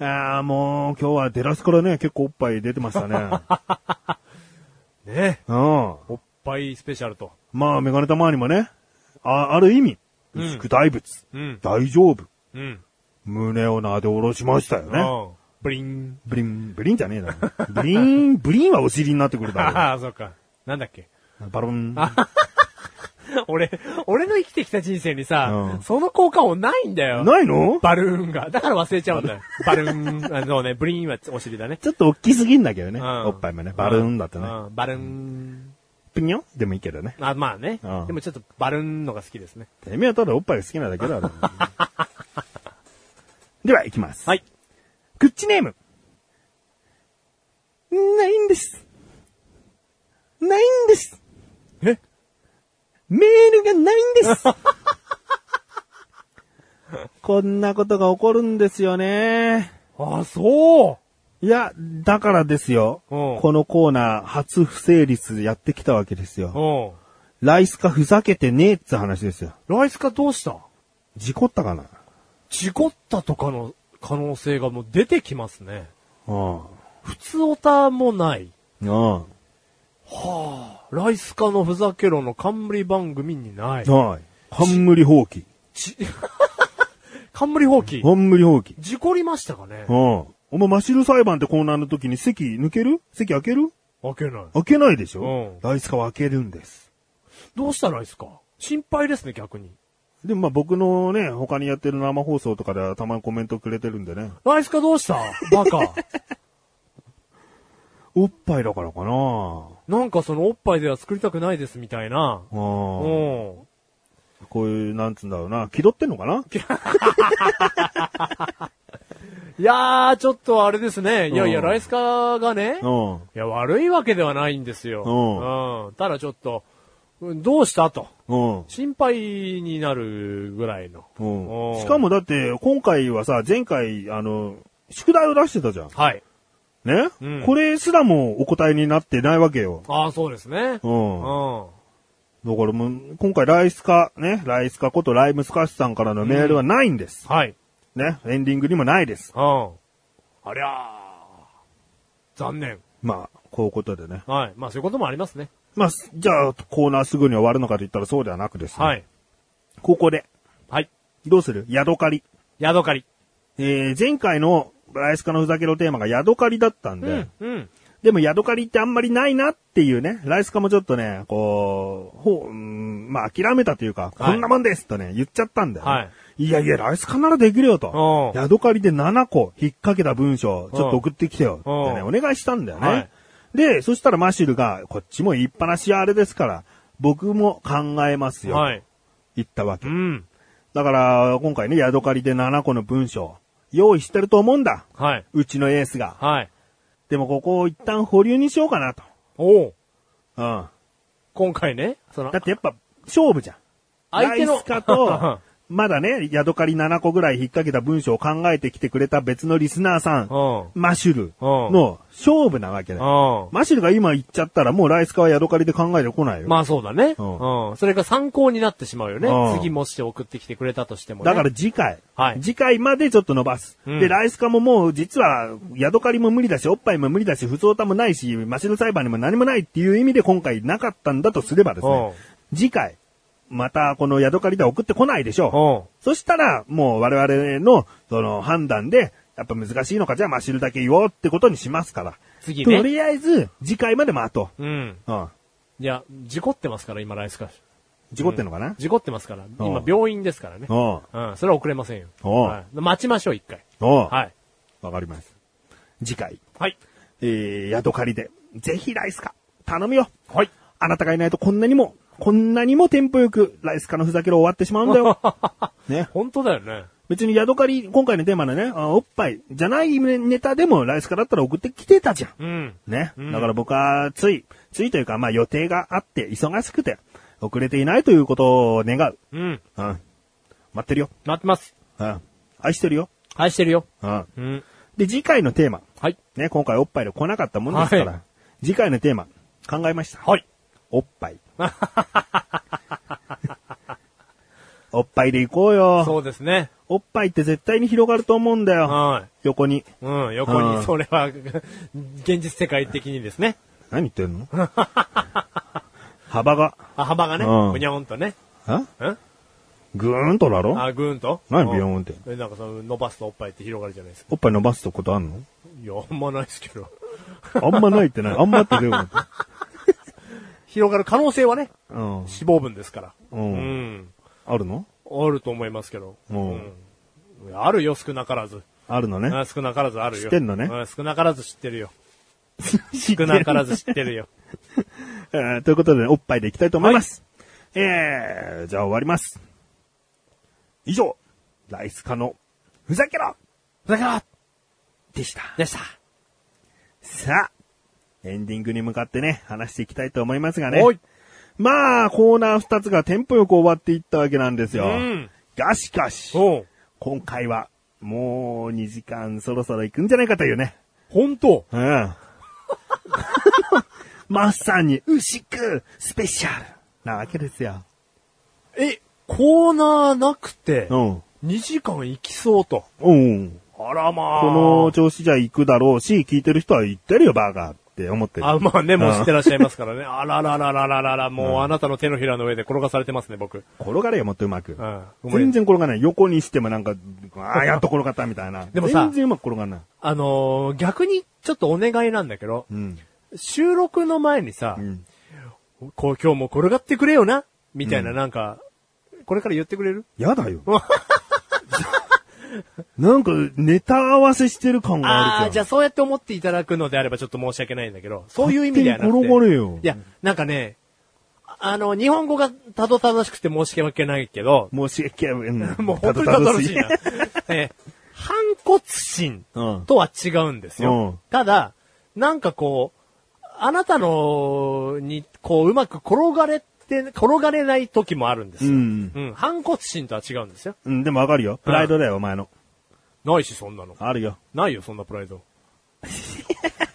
あーもう今日は出だしからね、結構おっぱい出てましたね。
い。ね
うん。
おっぱいスペシャルと。
まあ、メガネたまわりもね、あ、ある意味、
ん
宿大仏、
うん
大丈夫、
うん。
胸を撫で下ろしましたよね。
うん。ブリン。
ブリン、ブリンじゃねえな。ブリン、ブリンはお尻になってくるだ
ああ、そっか。なんだっけ。
ろう。バロン。
俺、俺の生きてきた人生にさ
う、ん
その効果音ないんだよ。
ないの
バルーンが。だから忘れちゃ うんだよ。バルーン。あそうね、ブリーンはお尻だね。
ちょっと大きすぎんだけどね。
うん
おっぱいもね。バルーンだってね。
うんバルーン。
ピニョンでもいいけどね。
あ、まあね
うん。
でもちょっとバルーンのが好きですね。
てめえはただおっぱいが好きなだけだろ。では、行きます。
はい。
クッチネーム。ないんです。ないんです。
え
メールがないん です。こんなことが起こるんですよね。
あ、そう
いや、だからですよ。
うん
このコーナー、初不成立やってきたわけですよ。
うん。
ライスカふざけてねえって話ですよ。
ライスカどうした
事故ったかな
事故ったとかの可能性がもう出てきますね。
うん。
普通オタもない。
うん。
ライスカのふざけろの冠番組にない。
はい。冠放棄。
ち 冠放棄。
冠放棄。
事故りましたかね
うん。お前、マシル裁判ってコーナーの時に席抜ける席開ける
開けない。
開けないでしょ
うん
ライスカは開けるんです。
どうしたライスカ心配ですね、逆に。
でもまあ僕のね、他にやってる生放送とかではたまにコメントくれてるんでね。
ライスカどうしたバカ。
おっぱいだからかな
なんかそのおっぱいでは作りたくないですみたいな。
う。
うんん。
こういう、なんつうんだろうな。気取ってんのかない
やー、ちょっとあれですね。いやいや、
うん
ライスカがね、
うん。
いや、悪いわけではないんですよ。
うん
うん。ただちょっと、うんどうしたと。
うん。
心配になるぐらいの。
う。
うんん
しかもだって、今回はさ、前回、あの、宿題を出してたじゃん。
はい。
ね、
うん
これすらもお答えになってないわけよ。
ああ、そうですね。
う。
うんん。
だからもう、今回ライスカ、ね、ライスカことライムスカッシュさんからのメールはないんです。
はい。
ね、エンディングにもないです。
うん。ありゃー。残念。
まあ、こういうことでね。
はい。まあ、そういうこともありますね。
まあ、すじゃあ、コーナーすぐに終わるのかと言ったらそうではなくですね。
はい。
ここで、
はい。
どうするヤドカリ。
ヤドカリ。
えー、前回のライスカのふざけろテーマがヤドカリだったんで、
うん。うん。
でもヤドカリってあんまりないなっていうね、ライスカもちょっとね、こう、ほう、うんまあ諦めたというか、
はい
こんなもんですとね、言っちゃったんだよ、ね。
はい
いやいや、ライスカならできるよと。
うん
ヤドカリで7個引っ掛けた文章、ちょっと送ってきてよってね、
う
お願いしたんだよね。
はい
で、そしたらマシュルが、こっちも言いっぱなしはあれですから、僕も考えますよ。
はい。
言ったわけ
う。ん。
だから、今回ね、ヤドカリで7個の文章、用意してると思うんだ。
はい。
うちのエースが。
はい。
でもここを一旦保留にしようかなと。
おう
うん。
今回ね、その
だっ、てやっぱ、勝負じゃん。
相手の
ライス カと、まだね、ヤドカリ7個ぐらい引っ掛けた文章を考えてきてくれた別のリスナーさん、
うん。
マシュル
うん
の勝負なわけだよ。
うん。
マシュルが今言っちゃったらもうライスカはヤドカリで考えてこないよ。
まあそうだね。
うん
うん。それが参考になってしまうよね
う。ん
次もし送ってきてくれたとしてもね。
だから次回、
はい
次回までちょっと伸ばす。
うん
で、ライスカももう実は、ヤドカリも無理だし、おっぱいも無理だし、不相たもないし、マシュル裁判にも何もないっていう意味で今回なかったんだとすればですね、次回、またこのヤドカリでは送ってこないでしょう。
う
そしたら、もう我々の、その判断で、やっぱ難しいのか、じゃあマシルだけ言おうってことにしますから。
次ね
とりあえず、次回まで待と
ん。うん。
う。うん。
いや、事故ってますから、今、ライスカッシ
事故ってんのかな、
ュ。事故ってますから。今、病院ですからね。
おう
うん。それは遅れませんよ。
おう
はい待ちましょう、一回。
おうわ、
はい。
かります。次回、
はい。
えー、宿借りで、ぜひライスカ、頼むよ。
はい。
あなたがいないとこんなにも、こんなにもテンポよく、ライスカのふざけろ終わってしまうん だよ。ね。
本当だよね。
別に宿借り、今回のテーマのね、あおっぱいじゃないネタでもライスカだったら送ってきてたじゃん。
うん。
ね。
うん
だから僕は、つい、ついというか、まあ予定があって、忙しくて、遅れていないということを願う。
うん。
うん。待ってるよ。
待ってます。
うん。愛してるよ。
愛してるよ。
うん。
うん。
で、次回のテーマ。
はい。
ね、今回おっぱいで来なかったもんですから。
はい
次回のテーマ、考えました。
はい。
おっ ぱい。おっぱいで行こうよ。
そうですね。
おっぱいって絶対に広がると思うんだよ。
は
横に。
い。うん。横
う
に、
ん
それは、 現実世界的にですね。
何言っ てんの幅が、
あ、幅がね、
うん
ぐにゃーんとね。
ん
うん
ぐーんとだろ
あ、ぐーんと。
何ビヨーンって
うんえなんかその、伸ばすとおっぱいって広がるじゃないですか。
おっぱい伸ばすとことあんの
いや、あんまないですけど。
あんまないってない。あんまってどういうこ
広がる可能性はね、
とうん。
脂肪分ですから。
うん
うん。
あるの
あると思いますけど。
うん
うんあるよ、少なからず。
あるのね。
あ少なからずあるよ。
知ってんのね
うん少なからず知ってるよ。少なからず知ってるよ。
えーということでね、おっぱいでいきたいと思います。えー、じゃあ終わります。以上、ライスカのふざけろ
だから
でした。
でした。
さあ、エンディングに向かってね、話していきたいと思いますがね。
おい。
まあ、コーナー2つがテンポよく終わっていったわけなんですよ。
うん
がしかし、
おう
今回は、もう2時間そろそろ行くんじゃないかというね。
本当
うん。まさに、牛久スペシャルなわけですよ。
え、コーナーなくて、
うん。
2時間行きそうと。
うん。
あらまあ。
この調子じゃ行くだろうし、聞いてる人は行ってるよ、バーガーって思ってる。
あ、まあね、もう知ってらっしゃいます からね。あららららららら、もうあなたの手のひらの上で転がされてますね、僕。
転がれよ、もっとうまく。
うん
全然転がらない。横にしてもなんか、ああ、やっと転がったみたいな。
でもさ
全然うまく転がらない。
あのー逆にちょっとお願いなんだけど、
うん。
収録の前にさ、
うん。
こう今日も転がってくれよな、みたいな、
うん
なんか、これから言ってくれる
やだよ。 なんか、ネタ合わせしてる感が
あ
あ
あー、
る
じ
じ
ゃ
ゃ
あ
ん。
そうやって思っていただくのであればちょっと申し訳ないんだけど、そういう意味ではなくて。
勝手に転がれよ
いや、なんかね、あの、日本語がたどたどしくて申し訳ないけど、
申し訳ない。ん
もう本当にたどたどしいな。えー反骨心
うん
とは違うんですよ。
うん
ただ、なんかこう、あなたのに、こう、うまく転がれて、転がれない時もあるんですよ。
うん
反骨心とは違うんですよ。
うん、でもわかるよ。プライドだよ、お前の。
ないし、そんなの。
あるよ。
ないよ、そんなプライ ド。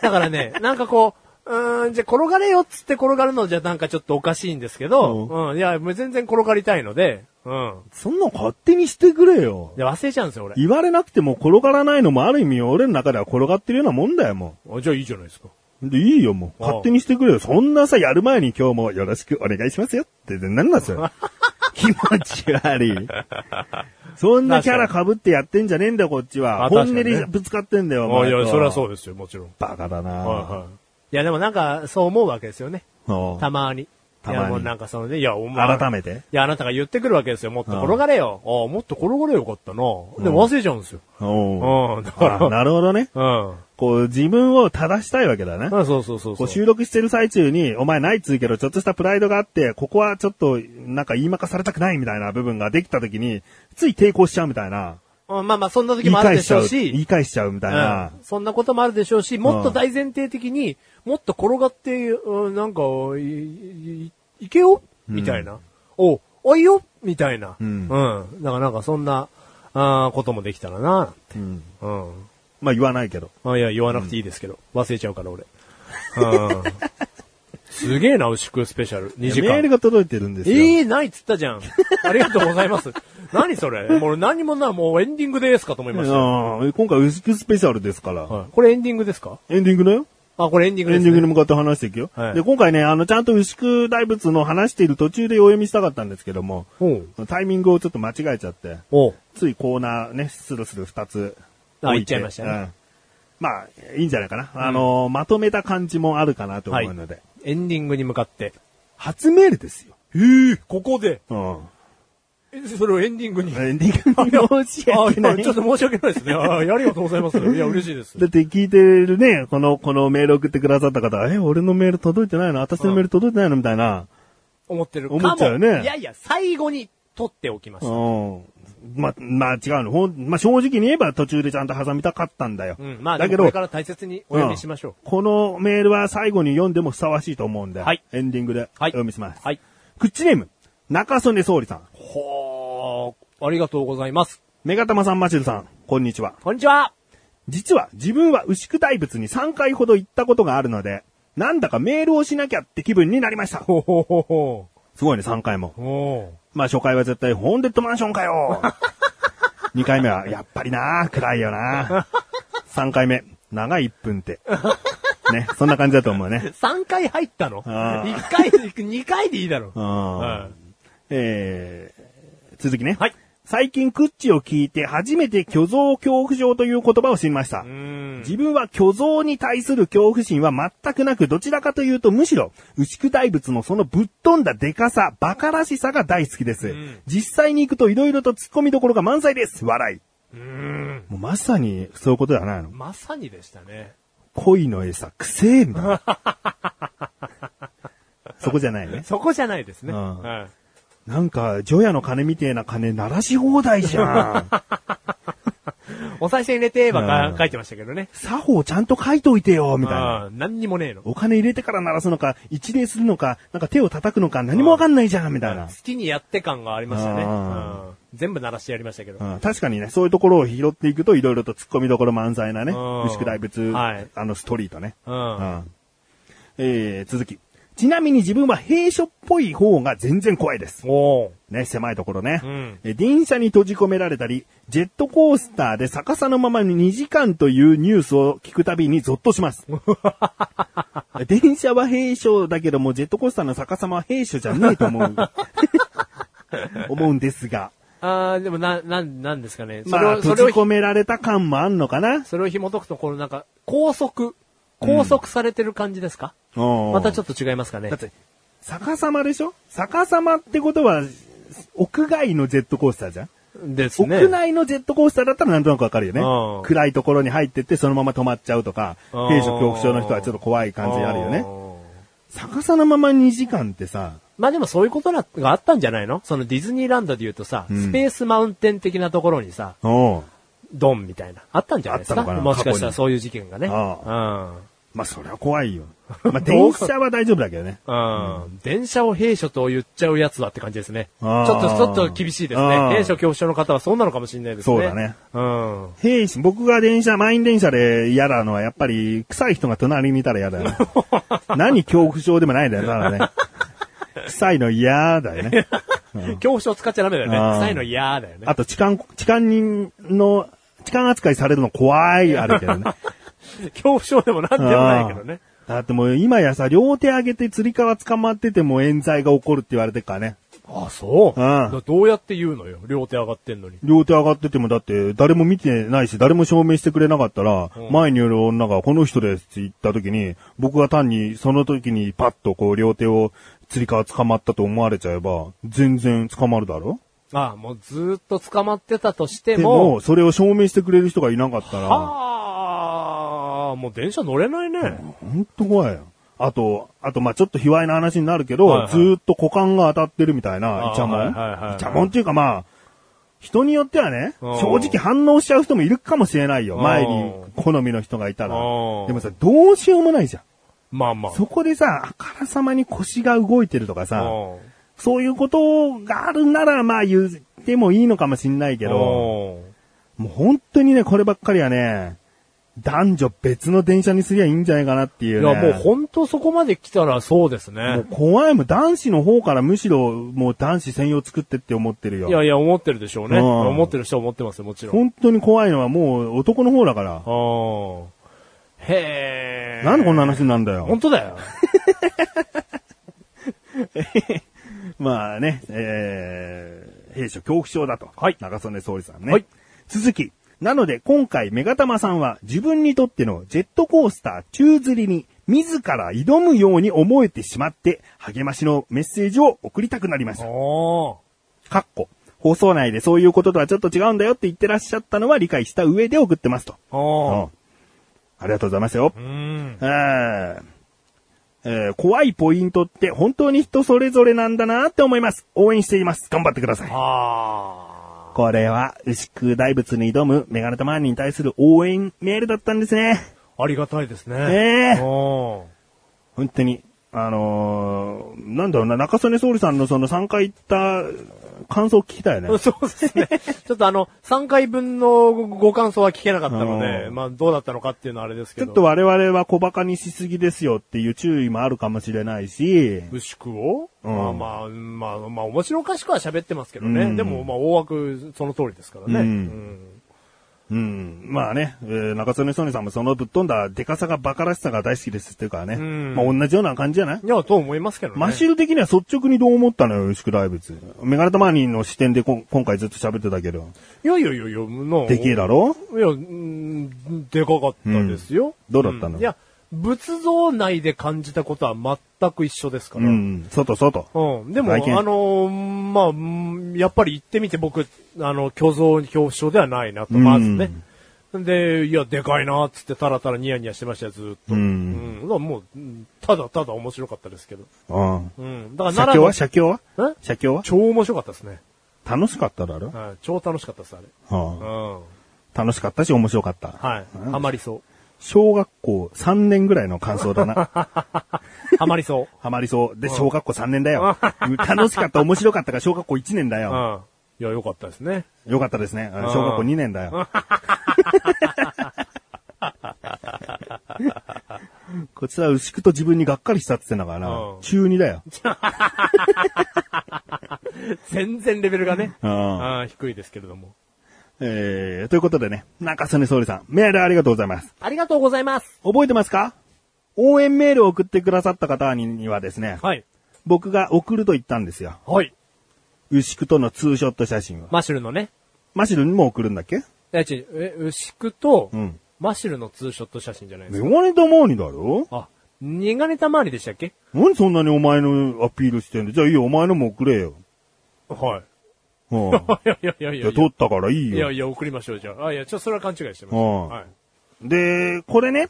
だからね、なんかこう、うーん、じゃあ転がれよっつって転がるのじゃなんかちょっとおかしいんですけど、
う
うん、いや、もう全然転がりたいので、うん。
そんなの勝手にしてくれよ。
で、忘れちゃうんですよ、俺。
言われなくても転がらないのもある意味俺の中では転がってるようなもんだよ、も
あじゃあいいじゃないですか。
う。で、いいよ、もう。
ああ
勝手にしてくれよ。そんなさ、やる前に今日もよろしくお願いしますよってなんなんす よ。気持ち悪い。そんなキャラ被ってやってんじゃねえんだよ、こっちは。
あ確
本音
かにね
でぶつかってんだよ、お
あ
前
い
と
や、そりゃそうですよ、もちろん。
バカだな
はい。いや、でもなんか、そう思うわけですよね。
おう
たまに。
たま
い
に
や、もうなんかそのね、いや、お前。
改めて。
いや、あなたが言ってくるわけですよ。もっと転がれよ。ああ、もっと転がれよかったな。で、
うん
忘れちゃうんですよ。
おう
うん、だから
あなるほどね。
うん。
こう、自分を正したいわけだね。
あそうそうそう
こ
そうう。
収録してる最中に、お前ないっつうけど、ちょっとしたプライドがあって、ここはちょっと、なんか言いまかされたくないみたいな部分ができた時に、つい抵抗しちゃうみたいな。
うんまあまあ、そんな時
言い
もある
返
で
し
し
ち
ょ
ゃう。
う
言
し、
い返しちゃうみたいな。
うんそんなこともあるでしょうし、もっと大前提的に、もっと転がって、うんなんか、いいいいけよみたいな。お、おいよみたいな。う
う
んん。だからなんかそんな、あーこともできたらな。
うん
うん。
まあ言わないけど。
あいや、言わなくていいですけど。忘れちゃうから、俺。 うんすげえな、牛久スペシャル。2時
メール
間。
が届いてるんですよ。
ええないっつったじゃん。ありがとうございます。 何それもう何もない、もうエンディングですかと思いましたよ。
うん今回薄くスペシャルですから。
はいこれエンディングですか
エンディングだよ。
あ、これエンディング
エ
です、
ン
ね。
ディングに向かって話していくよ。
はい
で、今回ね、あの、ちゃんと牛久大仏の話している途中でお読みしたかったんですけども、
おう
タイミングをちょっと間違えちゃって、
おう
ついコーナーね、スルスル2つ
あ言っ
置て。
ちゃいましたね
うんまあ、いいんじゃないかな。あの、まとめた感じもあるかなと思うので。
エンディングに向かって。
初メールですよ。
ええここで。
う
えそれをエンディング に。
ん。エンディングに申し
あ、
訳
いや
ない
ちょっと申し訳ない ですね。あありがとうございます。いや、嬉しいです。
だって聞いてるね、この、このメール送ってくださった方は、え、俺のメール届いてないの私のメール届いてないのみたいな。
思ってるかも。
思っちゃうね
いやいや、最後に撮っておきまし
う
た。
ん。ま、まあ違うの。ほん、まあ正直に言えば途中でちゃんと挟みたかったんだよ。
うん。まあ、だ
だけ
け
ど
ど、これから大切にお呼びしましょう。
このメールは最後に読んでもふさわしいと思うんで、
はい
エンディングでお
はい
読みします。
はい。
クッチネーム、中曽根総理さん、
ほー、ありがとうございます。
メガタマさん、マシルさん、こんにちは。
こんにちは。
実は自分は牛久大仏に3回ほど行ったことがあるので、なんだかメールをしなきゃって気分になりました。
ほほほほ
すごいね、3回も。
ほ
まあ初回は絶対、ホーンデッドマンションかよ !2 回目は、やっぱりな暗いよな3回目、長い1分って。ね、そんな感じだと思うね。
3回入ったの
あー
?1 回、2回でいいだろ
う。
は
ん
い。
えー、続きね。
はい。
最近クッチを聞いて初めて虚像恐怖症という言葉を知りました
う。ん。
自分は虚像に対する恐怖心は全くなく、どちらかというとむしろ、牛久大仏のそのぶっ飛んだデカさ、馬鹿らしさが大好きです。
ん
実際に行くと色々と突っ込みどころが満載です。笑い。
うん。
もうまさに、そういうことじゃないの。
まさにでしたね。
恋の餌、くせえみた いな。そこじゃないね。
そこじゃないですね。
うん
はい
なんか、除夜の鐘みてえな鐘鳴らし放題じゃ ん。
お賽銭入れてば
うん
か書いてましたけどね。
作法ちゃんと書いといてよ、みたいな。
うん。何にもねえの。
お金入れてから鳴らすのか、一礼するのか、なんか手を叩くのか、何もわかんないじゃん、みたいな
好。きにやって感がありましたね。
う
うんん全部鳴らしてやりましたけど。
うん確かにね、そういうところを拾っていくと、いろいろと突っ込みどころ満載なね、
うん
牛久大仏、
はい
あのストリートね。
う。
うんんえー続き。ちなみに自分は閉所っぽい方が全然怖いです。
おー
ね、狭いところね。
うん
え電車に閉じ込められたり、ジェットコースターで逆さのままに2時間というニュースを聞くたびにゾッと します。電車は閉所だけども、ジェットコースターの逆さまは閉所じゃないと思 う。思うんですが。
あー、でもな、なん、なんですかね。それ
ま
を、
あ、
そ
閉
れ
じ
を
込められた感もあんのかな。
それを紐解くと、このなんか、拘束、拘束されてる感じですか、またちょ
っ
っと違いますかね
だっ。て、逆さまでしょ逆さまってことは、屋外のジェットコースターじゃん
ですね。
屋内のジェットコースターだったらなんとなくわかるよね
うん。
暗いところに入ってってそのまま止まっちゃうとか、
うん
閉所恐怖症の人はちょっと怖い感じあるよね。
ね。
逆さのまま2時間ってさ、
まあでもそういうことながあったんじゃないのそのディズニーランドで言うとさ、
うん
スペースマウンテン的なところにさ、
お
ドンみたいな。あったんじゃないです
あ
か
ったのかな
もしかしたらそういう事件がね。
あまあそりゃ 怖いよ。ま
ど
あ電
うか
車は大丈夫だけどね。
うん。うん。電車を兵所と言っちゃうやつだって感じですね。ち
あー
ょっと、ちょっと厳しいですね
あー。
兵所恐怖症の方はそうなのかもしれないですね。
そうだね。
うん。
兵士、僕が電車、満員電車で嫌なのはやっぱり臭い人が隣にいたら 嫌だよね。何恐怖症でもないんだよ、ただね。臭いの嫌だよ ね。
恐怖症使っちゃダメだよね。
あー
臭いの嫌だよね
あ。と痴漢、痴漢人の、痴漢扱いされるの怖い、あるけどね。
恐怖症でも なんでもないけどね。
だってもう今やさ、両手上げて釣り革捕まってても冤罪が起こるって言われてるからね。
あ、そう
うん
だどうやって言うのよ。両手上がってんのに。
両手上がっててもだって誰も見てないし、誰も証明してくれなかったら、
うん
前にいる女がこの人ですって言った時に、僕が単にその時にパッとこう両手を釣り革捕まったと思われちゃえば、全然捕まるだろ
あもうずーっと捕まってたとして
で
も
も、、それを証明してくれる人がいなかったら、
あああ、もう電車乗れないね。
ほんと怖いよ。あと、あと、まあちょっと卑猥な話になるけど、
はいはい
ずーっと股間が当たってるみたいな、
あー
イチャモン。
はいはいはい
イチャモンっていうかまあ、人によってはね、
うん
正直反応しちゃう人もいるかもしれないよ。
うん
前に好みの人がいたら。で
うん
もさ、どうしようもないじゃん。
まあまあ。
そこでさ、あからさまに腰が動いてるとかさ、
うん
そういうことがあるなら、まあ言ってもいいのかもしんないけど、
うん
もう本当にね、こればっかりはね、男女別の電車にすりゃいいんじゃないかなってい、
いう
ね。
や、もうほんとそこまで来たらそうです
も う
ね。
怖いもん。男子の方からむしろもう男子専用作ってって思ってるよ。
いやいや、思ってるでしょうね。
うん
思ってる人は思ってますよ、もちろん。
本当に怖いのはもう男の方だから。
ああ。へえ。
なんでこんな話になんだよ
本。当だ よ。
まあね、えー、兵所恐怖症だと。
はい
中曽根総理さんね。
はい
続き。なので今回メガタマさんは自分にとってのジェットコースター宙吊りに自ら挑むように思えてしまって励ましのメッセージを送りたくなりました。
おー
かっこ。放送内でそういうこととはちょっと違うんだよって言ってらっしゃったのは理解した上で送ってますと。
おー
うんありがとうございますよ
う。ん。
えーえー怖いポイントって本当に人それぞれなんだなって思います。応援しています。頑張ってください。
あ
これは、牛久大仏に挑むメガネタマーニに対する応援メールだったんですね。
あ。ありがたいですね。
ねえ
おー
本当に。あのー、なんだろうな、中曽根総理さんのその3回行った感想聞きたいね。
そうですね。ちょっとあの、3回分のご感想は聞けなかったので、
うん
まあどうだったのかっていうのはあれですけ
ち
ど。
ょっと我々は小馬鹿にしすぎですよっていう注意もあるかもしれないし、
牛久を、
うん
まあまあ、まあ、まあ、面白おかしくは喋ってますけどね。
うん
でも、まあ、大枠、その通りですからね。
うん
うん
うん。まあね、えー中曽根ソニさんもそのぶっ飛んだデカさがバカらしさが大好きですっていうからね。
うん
まあ同じような感じじゃない
いや、と思いますけどね。
マシル的には率直にどう思ったのよ、牛久大仏。メガネタマーニーの視点でこん今回ずっと喋ってたけど。
いやいやいやいや、の
できえだろ
いや、うんでかかったですよ。
うんどうだったの
んいや、仏像内で感じたことは全く一緒ですか
う
ら。
ん。外外。
うん。でも、あ
外見
のーまあうん、やっぱり行ってみて僕、あの、虚像恐怖症ではないなと、
うん
まずね。で、いや、でかいな、つってたらたらニヤニヤしてましたよ、ずーっと。
うん
うん。だからもう、うんただただ面白かったですけど。
うん。
うん。だから
写経は
奈
写経は
良の、え
写経は
超面白かったですね。
楽しかっただろ、
はい。超楽しかったです、あれ。う
はあ、
ん。
楽しかったし面白かった。
はい。
うん
ハマりそ
小学校3年ぐらいの感想 だな。
う。ハマりそう。
ハマりそう。で、小学校3年 だよ。楽しかった、面白かったが小学校1年だよ。
うん。いや、良かったですね。
よかったですね。あ
う
の
ん
小学校2年 だよ。こちら、牛久と自分にがっかりしたって言ってんだからな
う。ん
中2だ よ。
全然レベルがね、
うん
うん低いですけれども。
えー、ということでね、中曽根総理さん、メールありがとうございます。
ありがとうございます。
覚えてますか応援メールを送ってくださった方ににはですね、
はい。
僕が送ると言ったんですよ。
はい。牛
牛久とのツーショット写真を。
マシュルのね。
マシルにも送るんだっけ
いや、違うえ、牛久と
うん、
マシュルのツーショット写真じゃないです
メ
か。
ガネたまにだろ
あ、ニガネタ周りでしたっけ
何そんなにお前のアピールしてんだじゃあいいよ、お前のも送れよ。
はい。
うん。
いやいやいやいやい
いや、
や
撮。ったからいい
いや
よ。
いや、送りましょう、じゃあ。あ、いや、ちょっとそれは勘違いしてました。
うん
はい。
で、これね、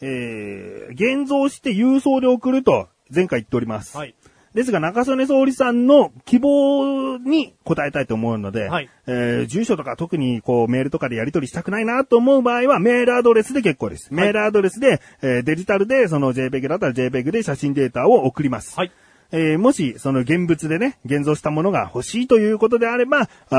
えー、現像して郵送で送ると前回言っております。
はい。
ですが、中曽根総理さんの希望に応えたいと思うので、
はい
えー、住所とか特にこうメールとかでやり取りしたくないなと思う場合はメールアドレスで結構です。メールアドレスで、えー、デジタルでその JPEG だったら JPEG で写真データを送ります。
はい。
えーもし、その現物でね、現像したものが欲しいということであれば、あ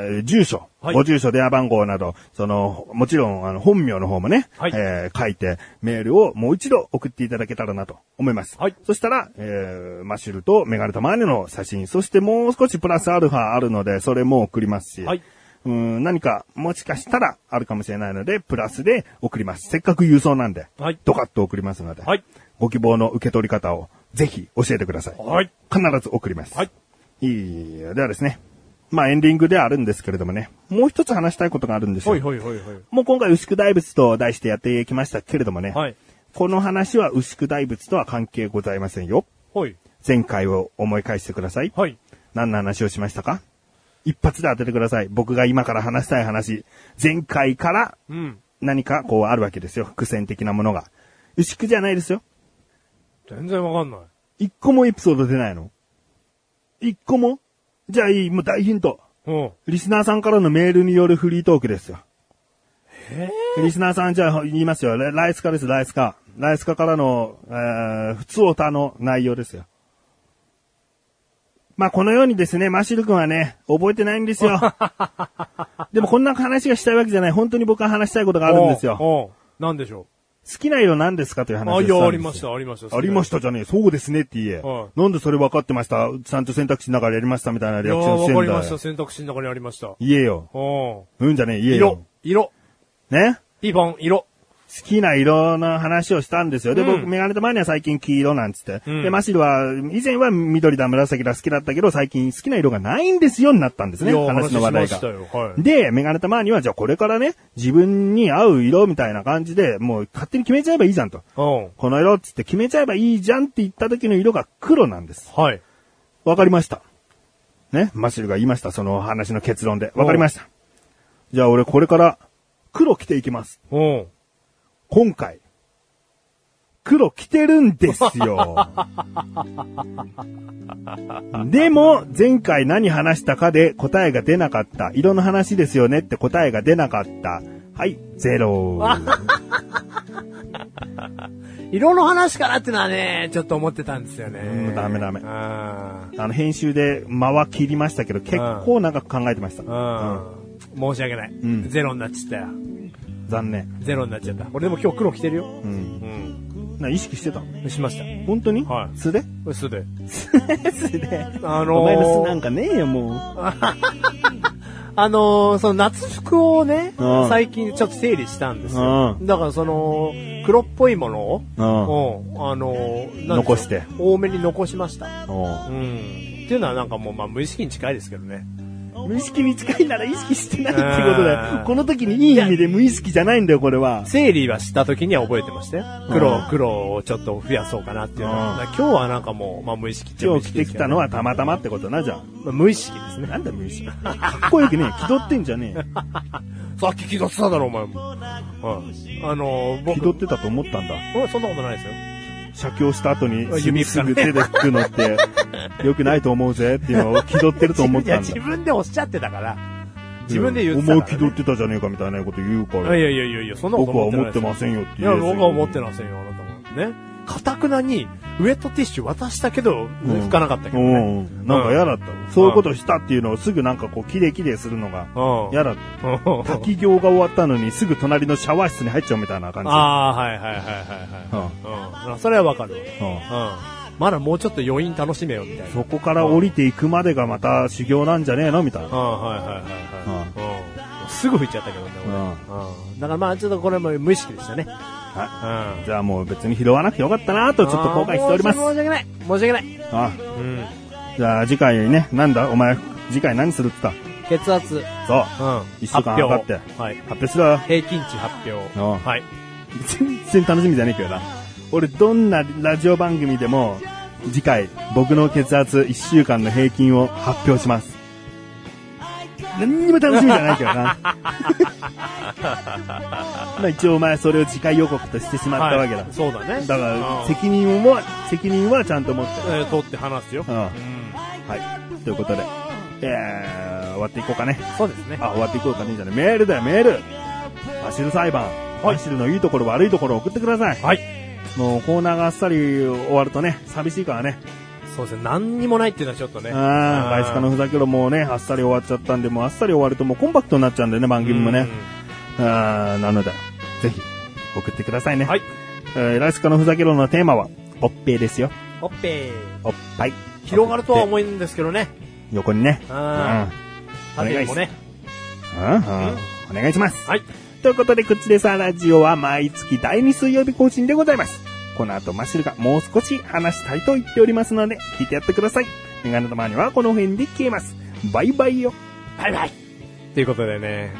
ー住所、
はい
ご住所、電話番号など、その、もちろん、あの、本名の方もね、
はい
えー書いて、メールをもう一度送っていただけたらなと思います。
はい
そしたら、えーマッシュルとメガネタマーネの写真、そしてもう少しプラスアルファあるので、それも送りますし、
はい
うん、何か、もしかしたら、あるかもしれないので、プラスで送ります。せっかく郵送なんで、
はい
ドカッと送りますので、
はい
ご希望の受け取り方を、ぜひ教えてください。
はい。
必ず送ります。
はい。
いいではですね。まあエンディングではあるんですけれどもね。もう一つ話したいことがあるんですよ。
ほいほいほいほい。
もう今回牛久大仏と題してやってきましたけれどもね。
はい
この話は牛久大仏とは関係ございませんよ。
ほい。
前回を思い返してください。
はい。
何の話をしましたか一発で当ててください。僕が今から話したい話。前回から
うん。
何かこうあるわけですよ。伏線的なものが。牛久じゃないですよ。
全然わかんない。
一個もエピソード出ないの。一個もじゃあいい、もう大ヒント。
うん。
リスナーさんからのメールによるフリートークですよ。
え
リスナーさん、じゃあ言いますよ。ラライスカです、ライスカ。ライスカからの、えー、普通歌の内容ですよ。まあ、このようにですね、マシル君はね、覚えてない んですよ。でもこんな話がしたいわけじゃない。本当に僕は話したいことがあるんですよ。好
よ。うん。なんでしょ
きな色何ですかという
う。
話
あ、
をし
い
たんですよ。
や、ありました、ありました。。
ありましたたじゃねえ。そうですねって言え。
は
なんでそれ分かってましたちゃんと選択肢の中でやりましたみたいないリ
や
ア
ー、
クションし
わ
てん
か
だ
り
よ。
ました。選択肢の中にありました。
言えよ。
うん。
うんじゃねえ、言えよ
色。。色。
ね
ピボン、色。
好きな色の話をしたんですよ。で、
うん
僕、メガネと前には最近黄色なんつって。
うん
で、マシルは、以前は緑だ、紫だ好きだったけど、最近好きな色がないんですよになったんですね。
いや
話の話題
話しました
が。
よ。はい。
で、メガネと前には、じゃあこれからね、自分に合う色みたいな感じで、もう勝手に決めちゃえばいいじゃんと。
うん。
この色っつって決めちゃえばいいじゃんって言った時の色が黒なんです。
はい。
わかりました。ね、マシルが言いました、その話の結論で。わかりました。じゃあ俺これから、黒着ていきます。
うん。
今回、黒着てるんです よ。でも、前回何話したかで答えが出なかった。色の話ですよねって答えが出なかった。はい、ゼロ。
色の話かなってのはね、ちょっと思ってたんですよ
う
ね
ん。ダメダメ
うん。
あの、編集で間は切りましたけど、結構長く考えてました。
うん。申し訳ない。
ん
ゼロになっちゃったよ。
残念。
ゼロになっちゃった。俺でも今日黒着てるよ。
うん。
うん。
な、意識してたの
しました。
本当に
はい
素で
素で。
素で。
あ
お
の
前の素なん
ー、
かねえよ、もう。
あのー、その夏服をね
うん、
最近ちょっと整理したんですよ
う。
だからその、黒っぽいものを、
うん。
うん、あのー、なんでょう
残して。
多めに残しました。
お
うん。っていうのはなんかもう、まあ無意識に近いですけどね。
う無意識に近いなら意識してないってことだ
う
よ。
ん
この時にいい意味で無意識じゃないんだよ、これは。
整理はした時には覚えてましたよ。黒、
うん
黒をちょっと増やそうかなっていうのは
うん
だから今日はなんかもう、まあ無意識っちゃ無意
今日着
識
て
です
き
けど
た
ね
のはたまたまってことな、じゃん。
まあ無意識ですね。
なんだ無意識。かっこよくねえ、気取ってんじゃね
さっき気取ってただろ、お前も。はい。あのー、
え。
僕、
気取ってたと思ったんだ。
俺そんなことないですよ。
写経した後に
あ
指
指
す
す
ぐ
ぐ
手で拭くの って、よくないと思うぜっていうのを気取ってると思っ
いや、
たんだ
自。分でおっしゃってたから。自分で言って
お
た
前
か
気
ら、
取
ね。
ってたじゃねえかみたいなこと言うか
いや
ら。
いやいやいやいや、そんなこと
僕は
思
思
っ
ってて
ない
ま
です
せんよって
い
言
や、
えずに
僕は思ってませんよ、あなたも。ね。かたくなに、ウェットティッシュ渡したけど、拭かなかったけど
う
ね。
ん。なんか嫌だった。そういうことしたっていうのをすぐなんかこう、キレキレするのが
うん。
嫌だった。
うん
滝行が終わったのにすぐ隣のシャワー室に入っちゃうみたいな感じ。
ああ、はいはいはいはいはい。うん。それはわかる
うん
わ。うん。まだもうちょっと余韻楽しめよ、みたいな。
そこから降りていくまでがまた修行なんじゃねえのみたいな。
うん、はいはいはいはい。うん。すぐ拭いちゃったけどね、俺。うん。だからまあ、ちょっとこれも無意識でしたね。
は
うん。
じゃあもう別に拾わなくてよかったなとちょっと後悔しております。
あー申し訳ない。申し訳ない。
あ
うん。
じゃあ次回ね、なんだお前、次回何するって言っ
血圧。うん。
たそう。一週間
発表
測っ
はい。
発表しろよ。
平均値発表。
うん
はい。
全然楽しみじゃねえけどな。俺どんなラジオ番組でも、次回、僕の血圧一週間の平均を発表します。何にも楽しみじゃないけどな。 まあ一応お前それを次回予告としてしまったわけ
は
だ。
いそうだね。
だか
う
ら、
ん
責任は、責任はちゃんと持って。
えー取って話すよ
う。ん。は
うん。
い。ということで、えー、終わっていこうかね。
そうですね。
あ、終わっていこうかねじゃない。メールだよ、メール。マシル裁判。マシルのいいところ、悪いところを送ってください。
はい。
もうコーナーがあっさり終わるとね、寂しいからね。
そうですね。何にもないっていうのはちょっとね。
ああ、外資家のふざけろもうね、あっさり終わっちゃったんで、もうあっさり終わるともうコンパクトになっちゃうんだよね、番組もね。あーなので、ぜひ、送ってくださいね。
うん。はい。
えーライスカのふざけろのテーマは、おっぺいですよ。
ほっぺー。
おっぱい。
広がるとは思うんですけどね。
横にね。
あ
お願い
縦にもね。
うんうんお願いします。
はい。
ということで、こっちでさラジオは毎月第2水曜日更新でございます。この後、マッシュルがもう少し話したいと言っておりますので、聞いてやってください。メガネ玉にはこの辺で消えます。バイバイよ。
バイバイということでね、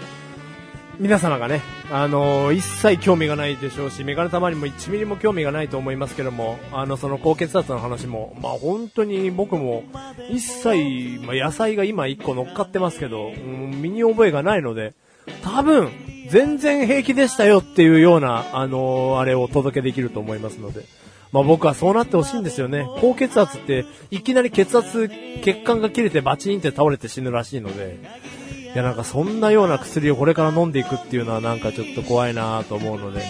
皆様がね、あのー一切興味がないでしょうし、メガネたまにも1ミリも興味がないと思いますけども、あの、その高血圧の話も、まあ本当に僕も、一切、まあ野菜が今1個乗っかってますけど、うん身に覚えがないので、多分、全然平気でしたよっていうような、あのーあれをお届けできると思いますので。まあ僕はそうなってほしいんですよね。高血圧って、いきなり血圧、血管が切れてバチンって倒れて死ぬらしいので。いやなんかそんなような薬をこれから飲んでいくっていうのはなんかちょっと怖いなと思うので、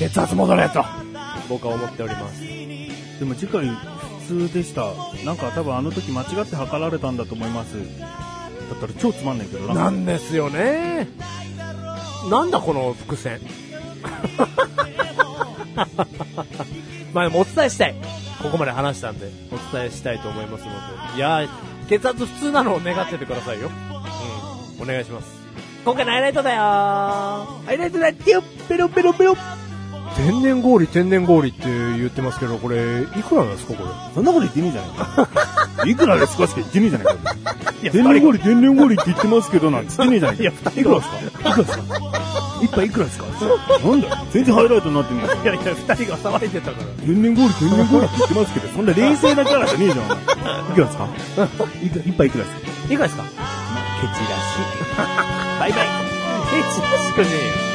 血圧戻れと、僕は思っております。
でも次回普通でした。なんか多分あの時間違って測られたんだと思います。だったら超つまんないけどな。
なんですよね。なんだこの伏 線。まあでもお伝えしたい。ここまで話したんで、お伝えしたいと思いますので。いやー、血圧普通なのを願っててくださいよ。うん。お願いします。今回のハイライトだよーハイライトだってよペロペロペロ天然氷、天然氷って言ってますけど、これ、いくらなんですかこれ。
そんなこと言ってねえじゃね えか。いくらですかしか言ってねえじゃねえか。天然氷、天然氷って言ってますけど、なんて言ってねえじゃねえか。いくらですかいくらですか一杯いくらですかなんだよ全然ハイライトになってねえじゃん
いやいや、二人が騒いでたから。
天然氷、天然氷って言ってますけど、そんな冷静なキャラじゃねえじゃん、お前いくらですか いく一杯いくらですか
いくらですか
ケチらしい。
バイバイ。え、ちっしくねえよ。